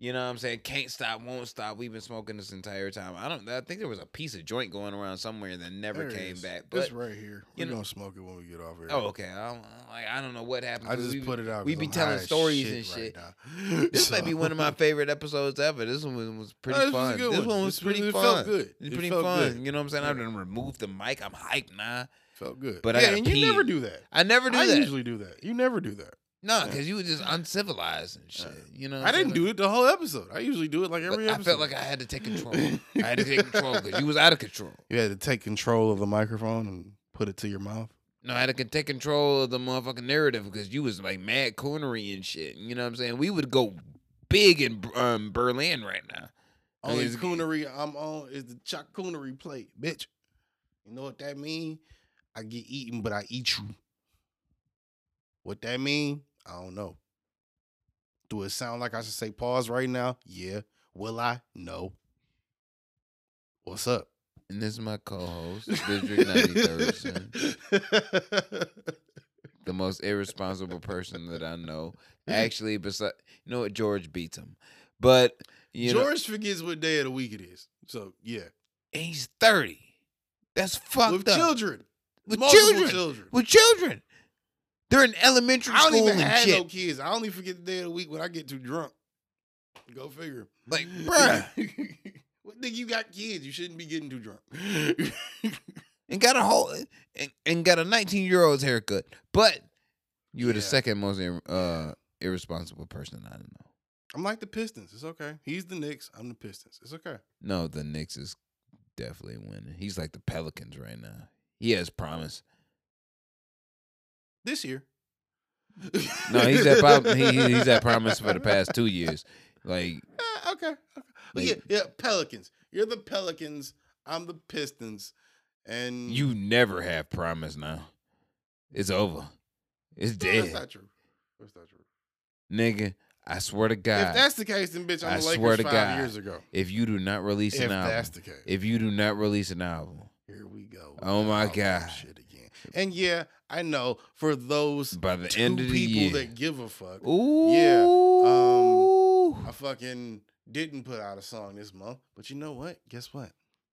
[SPEAKER 2] You know what I'm saying? Can't stop, won't stop. We've been smoking this entire time. I don't. I think there was a piece of joint going around somewhere that never
[SPEAKER 1] There it
[SPEAKER 2] came
[SPEAKER 1] is.
[SPEAKER 2] back.
[SPEAKER 1] It's
[SPEAKER 2] But
[SPEAKER 1] right here.
[SPEAKER 2] you
[SPEAKER 1] We're
[SPEAKER 2] know-
[SPEAKER 1] gonna smoke it when we get off here.
[SPEAKER 2] oh, okay. I don't, like I don't know what happened.
[SPEAKER 1] I
[SPEAKER 2] 'cause
[SPEAKER 1] just
[SPEAKER 2] we-
[SPEAKER 1] put it out.
[SPEAKER 2] we
[SPEAKER 1] 'cause
[SPEAKER 2] be
[SPEAKER 1] I'm
[SPEAKER 2] telling
[SPEAKER 1] high as
[SPEAKER 2] stories
[SPEAKER 1] shit
[SPEAKER 2] and shit.
[SPEAKER 1] right now.
[SPEAKER 2] This might be
[SPEAKER 1] So-
[SPEAKER 2] one of my favorite episodes ever. This one was, was pretty
[SPEAKER 1] Oh, this was a
[SPEAKER 2] fun.
[SPEAKER 1] good
[SPEAKER 2] this one, was
[SPEAKER 1] This-
[SPEAKER 2] pretty
[SPEAKER 1] it
[SPEAKER 2] fun.
[SPEAKER 1] Felt good.
[SPEAKER 2] It's
[SPEAKER 1] It
[SPEAKER 2] pretty
[SPEAKER 1] felt
[SPEAKER 2] fun.
[SPEAKER 1] Good.
[SPEAKER 2] You know what I'm saying? I
[SPEAKER 1] Yeah.
[SPEAKER 2] done removed the mic. I'm hyped now.
[SPEAKER 1] Felt good.
[SPEAKER 2] But I
[SPEAKER 1] yeah,
[SPEAKER 2] gotta
[SPEAKER 1] and you never
[SPEAKER 2] pee.
[SPEAKER 1] do that.
[SPEAKER 2] I never do
[SPEAKER 1] I
[SPEAKER 2] that.
[SPEAKER 1] usually do that. You never do that.
[SPEAKER 2] no,
[SPEAKER 1] Yeah.
[SPEAKER 2] because you were just uncivilized and shit. You know, what
[SPEAKER 1] I
[SPEAKER 2] I'm
[SPEAKER 1] didn't
[SPEAKER 2] saying?
[SPEAKER 1] do it the whole episode. I usually do it like
[SPEAKER 2] But
[SPEAKER 1] every
[SPEAKER 2] I
[SPEAKER 1] episode.
[SPEAKER 2] felt like I had to take control. I had to take control because you was out of control.
[SPEAKER 1] You had to take control of the microphone and put it to your mouth.
[SPEAKER 2] No, I had to take control of the motherfucking narrative because you was like mad cornery and shit. You know what I'm saying? We would go big in um, Berlin right now. I
[SPEAKER 1] Only
[SPEAKER 2] mean, it's-
[SPEAKER 1] coonery I'm on is the charcuterie plate, bitch. You know what that mean? I get eaten, but I eat you. What that mean? I don't know. Do it sound like I should say pause right now? Yeah. Will I? No. What's up?
[SPEAKER 2] And this is my co-host, District 93rd son. the most irresponsible person that I know. Actually, besides, you know what, George beats him, but you know
[SPEAKER 1] George forgets what day of the week it is. So yeah,
[SPEAKER 2] and he's thirty. That's fucked
[SPEAKER 1] with
[SPEAKER 2] up.
[SPEAKER 1] children,
[SPEAKER 2] with
[SPEAKER 1] multiple
[SPEAKER 2] children, with children. They're in elementary
[SPEAKER 1] I don't
[SPEAKER 2] school
[SPEAKER 1] even
[SPEAKER 2] and
[SPEAKER 1] have
[SPEAKER 2] shit.
[SPEAKER 1] no kids. I only forget the day of the week when I get too drunk. Go figure.
[SPEAKER 2] Like, bruh.
[SPEAKER 1] what nigga, you got kids. You shouldn't be getting too drunk.
[SPEAKER 2] and got a whole and, and got a nineteen year old's haircut. But you were the
[SPEAKER 1] Yeah.
[SPEAKER 2] second most ir- uh, irresponsible person I know.
[SPEAKER 1] I'm like the Pistons. It's okay. He's the Knicks. I'm the Pistons. It's okay.
[SPEAKER 2] No, the Knicks is definitely winning. He's like the Pelicans right now. He has promise.
[SPEAKER 1] This year.
[SPEAKER 2] No, he's at prom- he, he- he's at promise for the past two years. Like
[SPEAKER 1] Ah, okay. okay. But yeah,
[SPEAKER 2] Like-
[SPEAKER 1] yeah, Pelicans. You're the Pelicans. I'm the Pistons. And
[SPEAKER 2] you never have promise now. It's over. It's
[SPEAKER 1] No, That's
[SPEAKER 2] dead,
[SPEAKER 1] not true. That's not true.
[SPEAKER 2] nigga. I swear to
[SPEAKER 1] If
[SPEAKER 2] God, if,
[SPEAKER 1] that's the case, then bitch, I'm
[SPEAKER 2] I
[SPEAKER 1] the
[SPEAKER 2] swear
[SPEAKER 1] Lakers
[SPEAKER 2] to
[SPEAKER 1] five
[SPEAKER 2] God.
[SPEAKER 1] years ago.
[SPEAKER 2] you do not release
[SPEAKER 1] If
[SPEAKER 2] an
[SPEAKER 1] that's
[SPEAKER 2] album,
[SPEAKER 1] the case.
[SPEAKER 2] if you do not release an album,
[SPEAKER 1] Here we go. with
[SPEAKER 2] Oh
[SPEAKER 1] the
[SPEAKER 2] my
[SPEAKER 1] outlaw
[SPEAKER 2] God.
[SPEAKER 1] Shit again. And yeah, I know for those
[SPEAKER 2] by the
[SPEAKER 1] two
[SPEAKER 2] end of the
[SPEAKER 1] people
[SPEAKER 2] year,
[SPEAKER 1] that give a fuck,
[SPEAKER 2] ooh,
[SPEAKER 1] Yeah, I
[SPEAKER 2] um,
[SPEAKER 1] fucking didn't put out a song this month. But you know what? Guess what?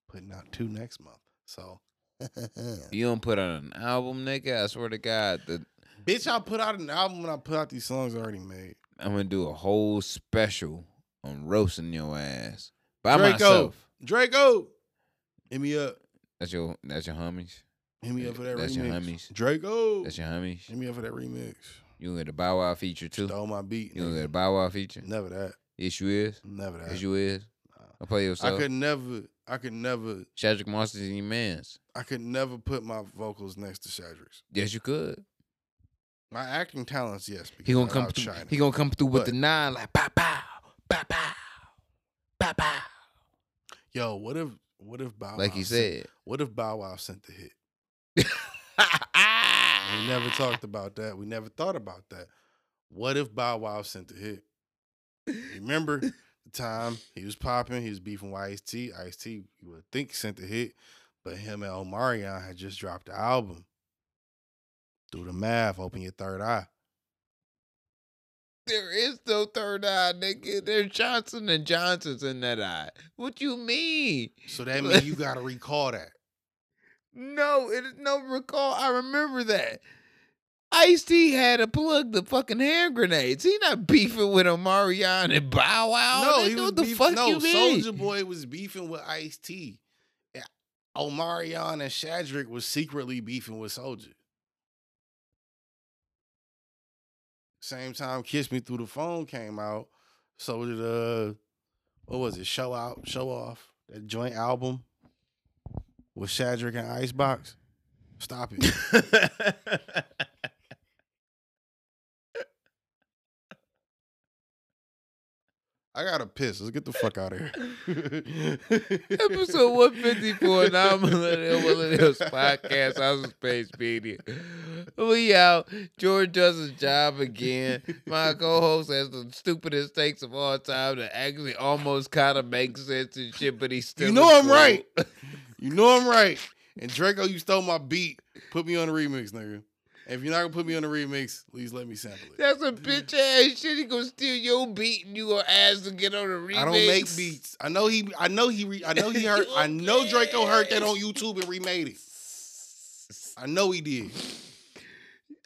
[SPEAKER 1] Putting out two next month. So,
[SPEAKER 2] you don't put out an album, nigga. I swear to God, the,
[SPEAKER 1] bitch, I'll put out an album when I put out these songs I already made.
[SPEAKER 2] I'm gonna do a whole special on roasting your ass by
[SPEAKER 1] Draco.
[SPEAKER 2] myself.
[SPEAKER 1] Draco, hit me up.
[SPEAKER 2] That's your that's your homies.
[SPEAKER 1] Hit me up for that
[SPEAKER 2] That's your
[SPEAKER 1] remix.
[SPEAKER 2] homies.
[SPEAKER 1] Draco,
[SPEAKER 2] That's your homies.
[SPEAKER 1] hit me up for that remix.
[SPEAKER 2] You gonna get a Bow Wow feature too?
[SPEAKER 1] Stole my beat.
[SPEAKER 2] You gonna
[SPEAKER 1] nigga.
[SPEAKER 2] get a Bow Wow feature?
[SPEAKER 1] Never that.
[SPEAKER 2] Yes, you is.
[SPEAKER 1] Never that.
[SPEAKER 2] Yes, you is. I play
[SPEAKER 1] I
[SPEAKER 2] yourself.
[SPEAKER 1] could never. I could never.
[SPEAKER 2] Shadrick Monsters and your mans.
[SPEAKER 1] I could never put my vocals next to Shadrick's.
[SPEAKER 2] Yes, you could.
[SPEAKER 1] My acting talents, yes.
[SPEAKER 2] He
[SPEAKER 1] because
[SPEAKER 2] gonna
[SPEAKER 1] I
[SPEAKER 2] come through.
[SPEAKER 1] outshine
[SPEAKER 2] He
[SPEAKER 1] it.
[SPEAKER 2] gonna come through with
[SPEAKER 1] But-
[SPEAKER 2] the nine like pow pow pow pow pow pow.
[SPEAKER 1] Yo, what if what if Bow
[SPEAKER 2] Like
[SPEAKER 1] Wow
[SPEAKER 2] he
[SPEAKER 1] sent-
[SPEAKER 2] said.
[SPEAKER 1] What if Bow Wow sent the hit? We never talked about that. We never thought about that. What if Bow Wow sent the hit? Remember the time he was popping, he was beefing Ice T. Ice T, you would think sent the hit, but him and Omarion had just dropped the album. Do the math. Open your third eye.
[SPEAKER 2] There is no third eye, nigga. There's Johnson and Johnson's in that eye. What you mean?
[SPEAKER 1] So that means you gotta recall that.
[SPEAKER 2] No, it is no recall. I remember that. Ice T had to plug the fucking hand grenades. He not beefing with Omarion and Bow Wow.
[SPEAKER 1] no,
[SPEAKER 2] Nigga,
[SPEAKER 1] he was
[SPEAKER 2] what the
[SPEAKER 1] beef-
[SPEAKER 2] fuck
[SPEAKER 1] no
[SPEAKER 2] you mean?
[SPEAKER 1] Soldier Boy was beefing with Ice T. And Eh, Omarion and Shadrick was secretly beefing with Soldier. Same time Kiss Me Through the Phone came out. So did uh what was it? Show out, show off. That joint album with Shadrick and Icebox. Stop it. I gotta piss. Let's get the fuck out of here.
[SPEAKER 2] Episode 154, Non Millennial Millennials Podcast. I was Space Media. We out. George does his job again. My co host has the stupidest takes of all time that actually almost kind of makes sense and shit, but he still.
[SPEAKER 1] You know I'm
[SPEAKER 2] is
[SPEAKER 1] right. You know I'm right. And Draco, you stole my beat. Put me on the remix, nigga. If you're not gonna put me on the remix, please let me sample it.
[SPEAKER 2] That's a bitch ass shit. He gonna steal your beat and you gonna ask to get on the remix.
[SPEAKER 1] I don't make beats. I know he. I know he. Re, I know he heard. I know Draco heard that on YouTube and remade it. I know he did.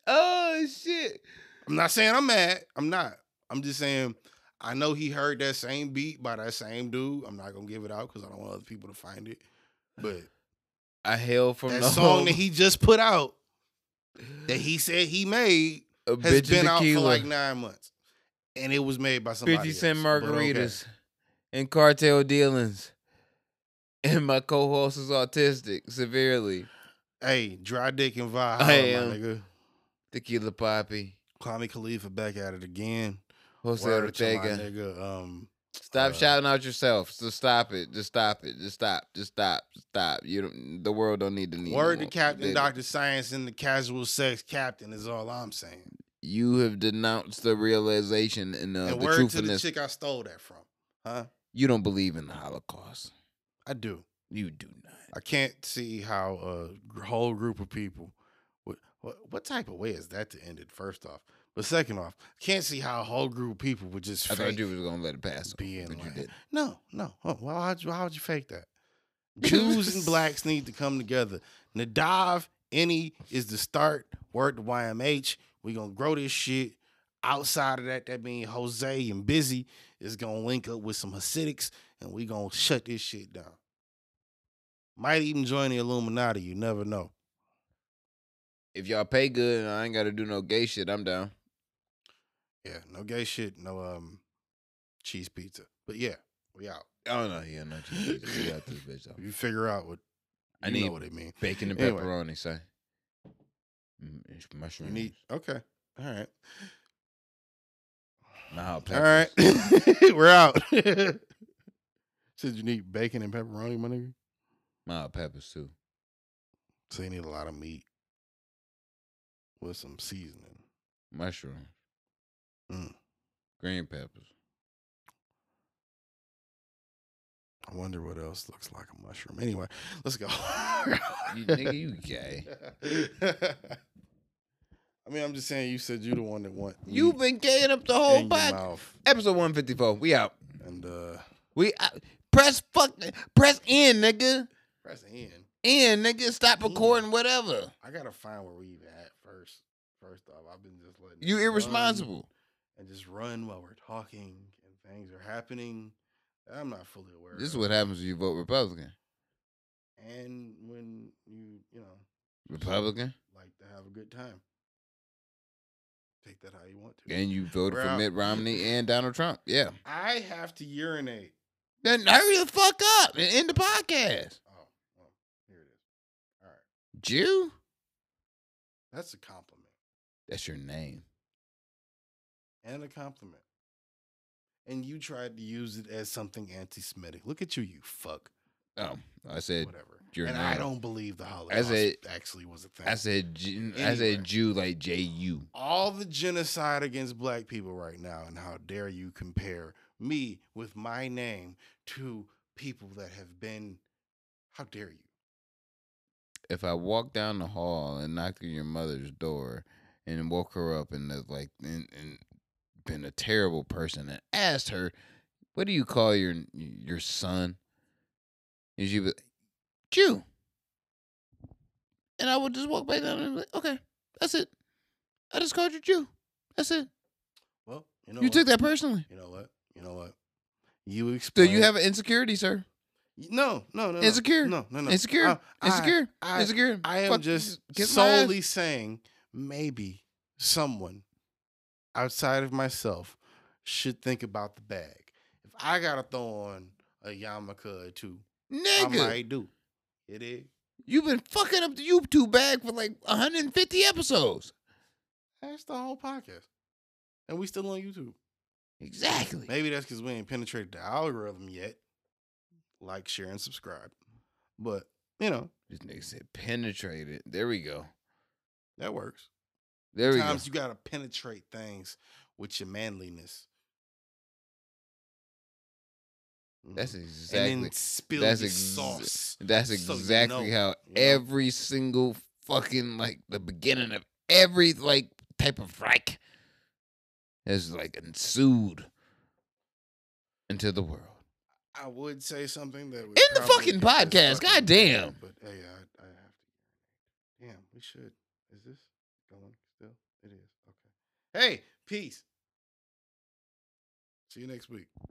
[SPEAKER 2] Oh shit.
[SPEAKER 1] I'm not saying I'm mad. I'm not. I'm just saying I know he heard that same beat by that same dude. I'm not gonna give it out because I don't want other people to find it. But
[SPEAKER 2] I hail from
[SPEAKER 1] that
[SPEAKER 2] the
[SPEAKER 1] song
[SPEAKER 2] home
[SPEAKER 1] that he just put out that he said he made
[SPEAKER 2] of
[SPEAKER 1] has
[SPEAKER 2] bitch
[SPEAKER 1] been
[SPEAKER 2] and
[SPEAKER 1] out for
[SPEAKER 2] tequila.
[SPEAKER 1] like nine months, and it was made by somebody.
[SPEAKER 2] 50 cent
[SPEAKER 1] else, but okay.
[SPEAKER 2] margaritas and cartel dealings. And my co host is autistic severely.
[SPEAKER 1] Hey, dry dick and vibe.
[SPEAKER 2] I
[SPEAKER 1] my
[SPEAKER 2] am.
[SPEAKER 1] nigga.
[SPEAKER 2] Tequila Poppy,
[SPEAKER 1] Kwame Khalifa back at it again.
[SPEAKER 2] Jose
[SPEAKER 1] Word to my
[SPEAKER 2] Ortega.
[SPEAKER 1] nigga. Um,
[SPEAKER 2] Stop
[SPEAKER 1] Uh,
[SPEAKER 2] shouting out yourself. Just stop it. Just stop it. Just stop. Just stop. Just stop. You don't, the world don't need to need
[SPEAKER 1] word to
[SPEAKER 2] no more.
[SPEAKER 1] Captain
[SPEAKER 2] They-
[SPEAKER 1] Doctor Science and the casual sex captain is all I'm saying.
[SPEAKER 2] You have denounced the realization and uh,
[SPEAKER 1] and
[SPEAKER 2] the
[SPEAKER 1] word to the
[SPEAKER 2] truthfulness.
[SPEAKER 1] chick I stole that from. Huh?
[SPEAKER 2] you don't believe in the Holocaust.
[SPEAKER 1] I do.
[SPEAKER 2] You do not.
[SPEAKER 1] I can't see how a gr- whole group of people. What, what what type of way is that to end it? First off, but second off, can't see how a whole group of people would just.
[SPEAKER 2] I thought
[SPEAKER 1] fake-
[SPEAKER 2] you was gonna let it pass,
[SPEAKER 1] Be in
[SPEAKER 2] but you
[SPEAKER 1] line.
[SPEAKER 2] did.
[SPEAKER 1] No, no. Oh, well, how'd you, how'd you fake that? Jews and blacks need to come together. Nadav, any is the start. Word to YMH. we going to grow this shit. Outside of that, that means Jose and Busy is going to link up with some Hasidics and we going to shut this shit down. Might even join the Illuminati. You never know.
[SPEAKER 2] If y'all pay good and I ain't gotta do no gay shit, I'm down.
[SPEAKER 1] Yeah, no gay shit, no um cheese pizza. But yeah, we out.
[SPEAKER 2] Oh no, yeah, no, Jesus, Jesus, we out this bitch though.
[SPEAKER 1] You figure out what
[SPEAKER 2] I
[SPEAKER 1] you
[SPEAKER 2] need
[SPEAKER 1] know what it mean.
[SPEAKER 2] bacon and
[SPEAKER 1] Anyway.
[SPEAKER 2] pepperoni, say. Mm, it's
[SPEAKER 1] You
[SPEAKER 2] Mushrooms.
[SPEAKER 1] need okay. All right.
[SPEAKER 2] my hot
[SPEAKER 1] All
[SPEAKER 2] peppers.
[SPEAKER 1] right, we're out. Said you need bacon and pepperoni, my nigga.
[SPEAKER 2] My hot peppers too.
[SPEAKER 1] So you need a lot of meat with some seasoning.
[SPEAKER 2] Mushrooms.
[SPEAKER 1] Mm.
[SPEAKER 2] Green peppers.
[SPEAKER 1] I wonder what else looks like a mushroom. Anyway, let's go.
[SPEAKER 2] You nigga, you gay.
[SPEAKER 1] I mean, I'm just saying. You said you the one that want meat
[SPEAKER 2] You've been gaying up the
[SPEAKER 1] in
[SPEAKER 2] whole
[SPEAKER 1] your
[SPEAKER 2] podcast.
[SPEAKER 1] mouth,
[SPEAKER 2] Episode one fifty four. We out.
[SPEAKER 1] and uh,
[SPEAKER 2] We out. press fuck press in, nigga.
[SPEAKER 1] press in.
[SPEAKER 2] In, nigga. Stop
[SPEAKER 1] In.
[SPEAKER 2] recording whatever.
[SPEAKER 1] I gotta find where we even at first. First off, I've been just letting
[SPEAKER 2] You
[SPEAKER 1] it run.
[SPEAKER 2] irresponsible.
[SPEAKER 1] and just run while we're talking and things are happening. that I'm not fully aware.
[SPEAKER 2] This is
[SPEAKER 1] of.
[SPEAKER 2] what happens when you vote Republican.
[SPEAKER 1] and when you you know
[SPEAKER 2] Republican?
[SPEAKER 1] like to have a good time, take that how you want to.
[SPEAKER 2] And you voted
[SPEAKER 1] We're
[SPEAKER 2] for
[SPEAKER 1] out.
[SPEAKER 2] Mitt Romney and Donald Trump. Yeah.
[SPEAKER 1] I have to urinate.
[SPEAKER 2] Then hurry the fuck up and end the podcast.
[SPEAKER 1] Oh, well, here it is. All right,
[SPEAKER 2] Jew?
[SPEAKER 1] that's a compliment
[SPEAKER 2] That's your name.
[SPEAKER 1] and a compliment. And you tried to use it as something anti-Semitic. Look at you, you fuck.
[SPEAKER 2] Oh, I said,
[SPEAKER 1] Whatever.
[SPEAKER 2] your
[SPEAKER 1] and I
[SPEAKER 2] name.
[SPEAKER 1] don't believe the Holocaust
[SPEAKER 2] it-
[SPEAKER 1] actually was a thing.
[SPEAKER 2] I said, Jew- I
[SPEAKER 1] Anyway.
[SPEAKER 2] said Jew like J U.
[SPEAKER 1] all the genocide against black people right now, and how dare you compare me with my name to people that have been. How dare you?
[SPEAKER 2] If I walked down the hall and knocked on your mother's door and woke her up and was like and, and been a terrible person and asked her, "What do you call your your son?" And she was Jew. And I would just walk back down and be like, "Okay, that's it. I just called you Jew. That's it.
[SPEAKER 1] Well, you know
[SPEAKER 2] You
[SPEAKER 1] what?
[SPEAKER 2] took that personally."
[SPEAKER 1] You know what? You know what? You
[SPEAKER 2] So
[SPEAKER 1] explain.
[SPEAKER 2] you have an insecurity, sir.
[SPEAKER 1] No, no, no. no.
[SPEAKER 2] Insecure.
[SPEAKER 1] No, no, no.
[SPEAKER 2] Insecure.
[SPEAKER 1] I-
[SPEAKER 2] insecure.
[SPEAKER 1] I, I,
[SPEAKER 2] insecure.
[SPEAKER 1] I am
[SPEAKER 2] Fuck,
[SPEAKER 1] just
[SPEAKER 2] kiss my ass.
[SPEAKER 1] solely saying maybe someone outside of myself should think about the bag. If I gotta throw on a yarmulke or two,
[SPEAKER 2] Nigga,
[SPEAKER 1] I might do. It is.
[SPEAKER 2] you've been fucking up the YouTube bag for like 150 episodes.
[SPEAKER 1] That's the whole podcast, and we still on YouTube.
[SPEAKER 2] Exactly.
[SPEAKER 1] Maybe that's because we ain't penetrated the algorithm yet. Like, share, and subscribe. But you know
[SPEAKER 2] This nigga said penetrated. There we go.
[SPEAKER 1] that works.
[SPEAKER 2] There we go.
[SPEAKER 1] Sometimes you gotta penetrate things with your manliness.
[SPEAKER 2] That's
[SPEAKER 1] Mhm.
[SPEAKER 2] exactly.
[SPEAKER 1] And then spill
[SPEAKER 2] That's
[SPEAKER 1] your
[SPEAKER 2] ex-
[SPEAKER 1] sauce.
[SPEAKER 2] That's
[SPEAKER 1] So you
[SPEAKER 2] exactly
[SPEAKER 1] know,
[SPEAKER 2] how
[SPEAKER 1] you know.
[SPEAKER 2] every single fucking like the beginning of every like type of Reich has like ensued into the world.
[SPEAKER 1] I would say something that would
[SPEAKER 2] In the
[SPEAKER 1] probably
[SPEAKER 2] fucking
[SPEAKER 1] get us
[SPEAKER 2] podcast,
[SPEAKER 1] fucking
[SPEAKER 2] goddamn.
[SPEAKER 1] But hey, I, I have to. Damn, we should. Is this going still? It is. Okay. Hey, peace. See you next week.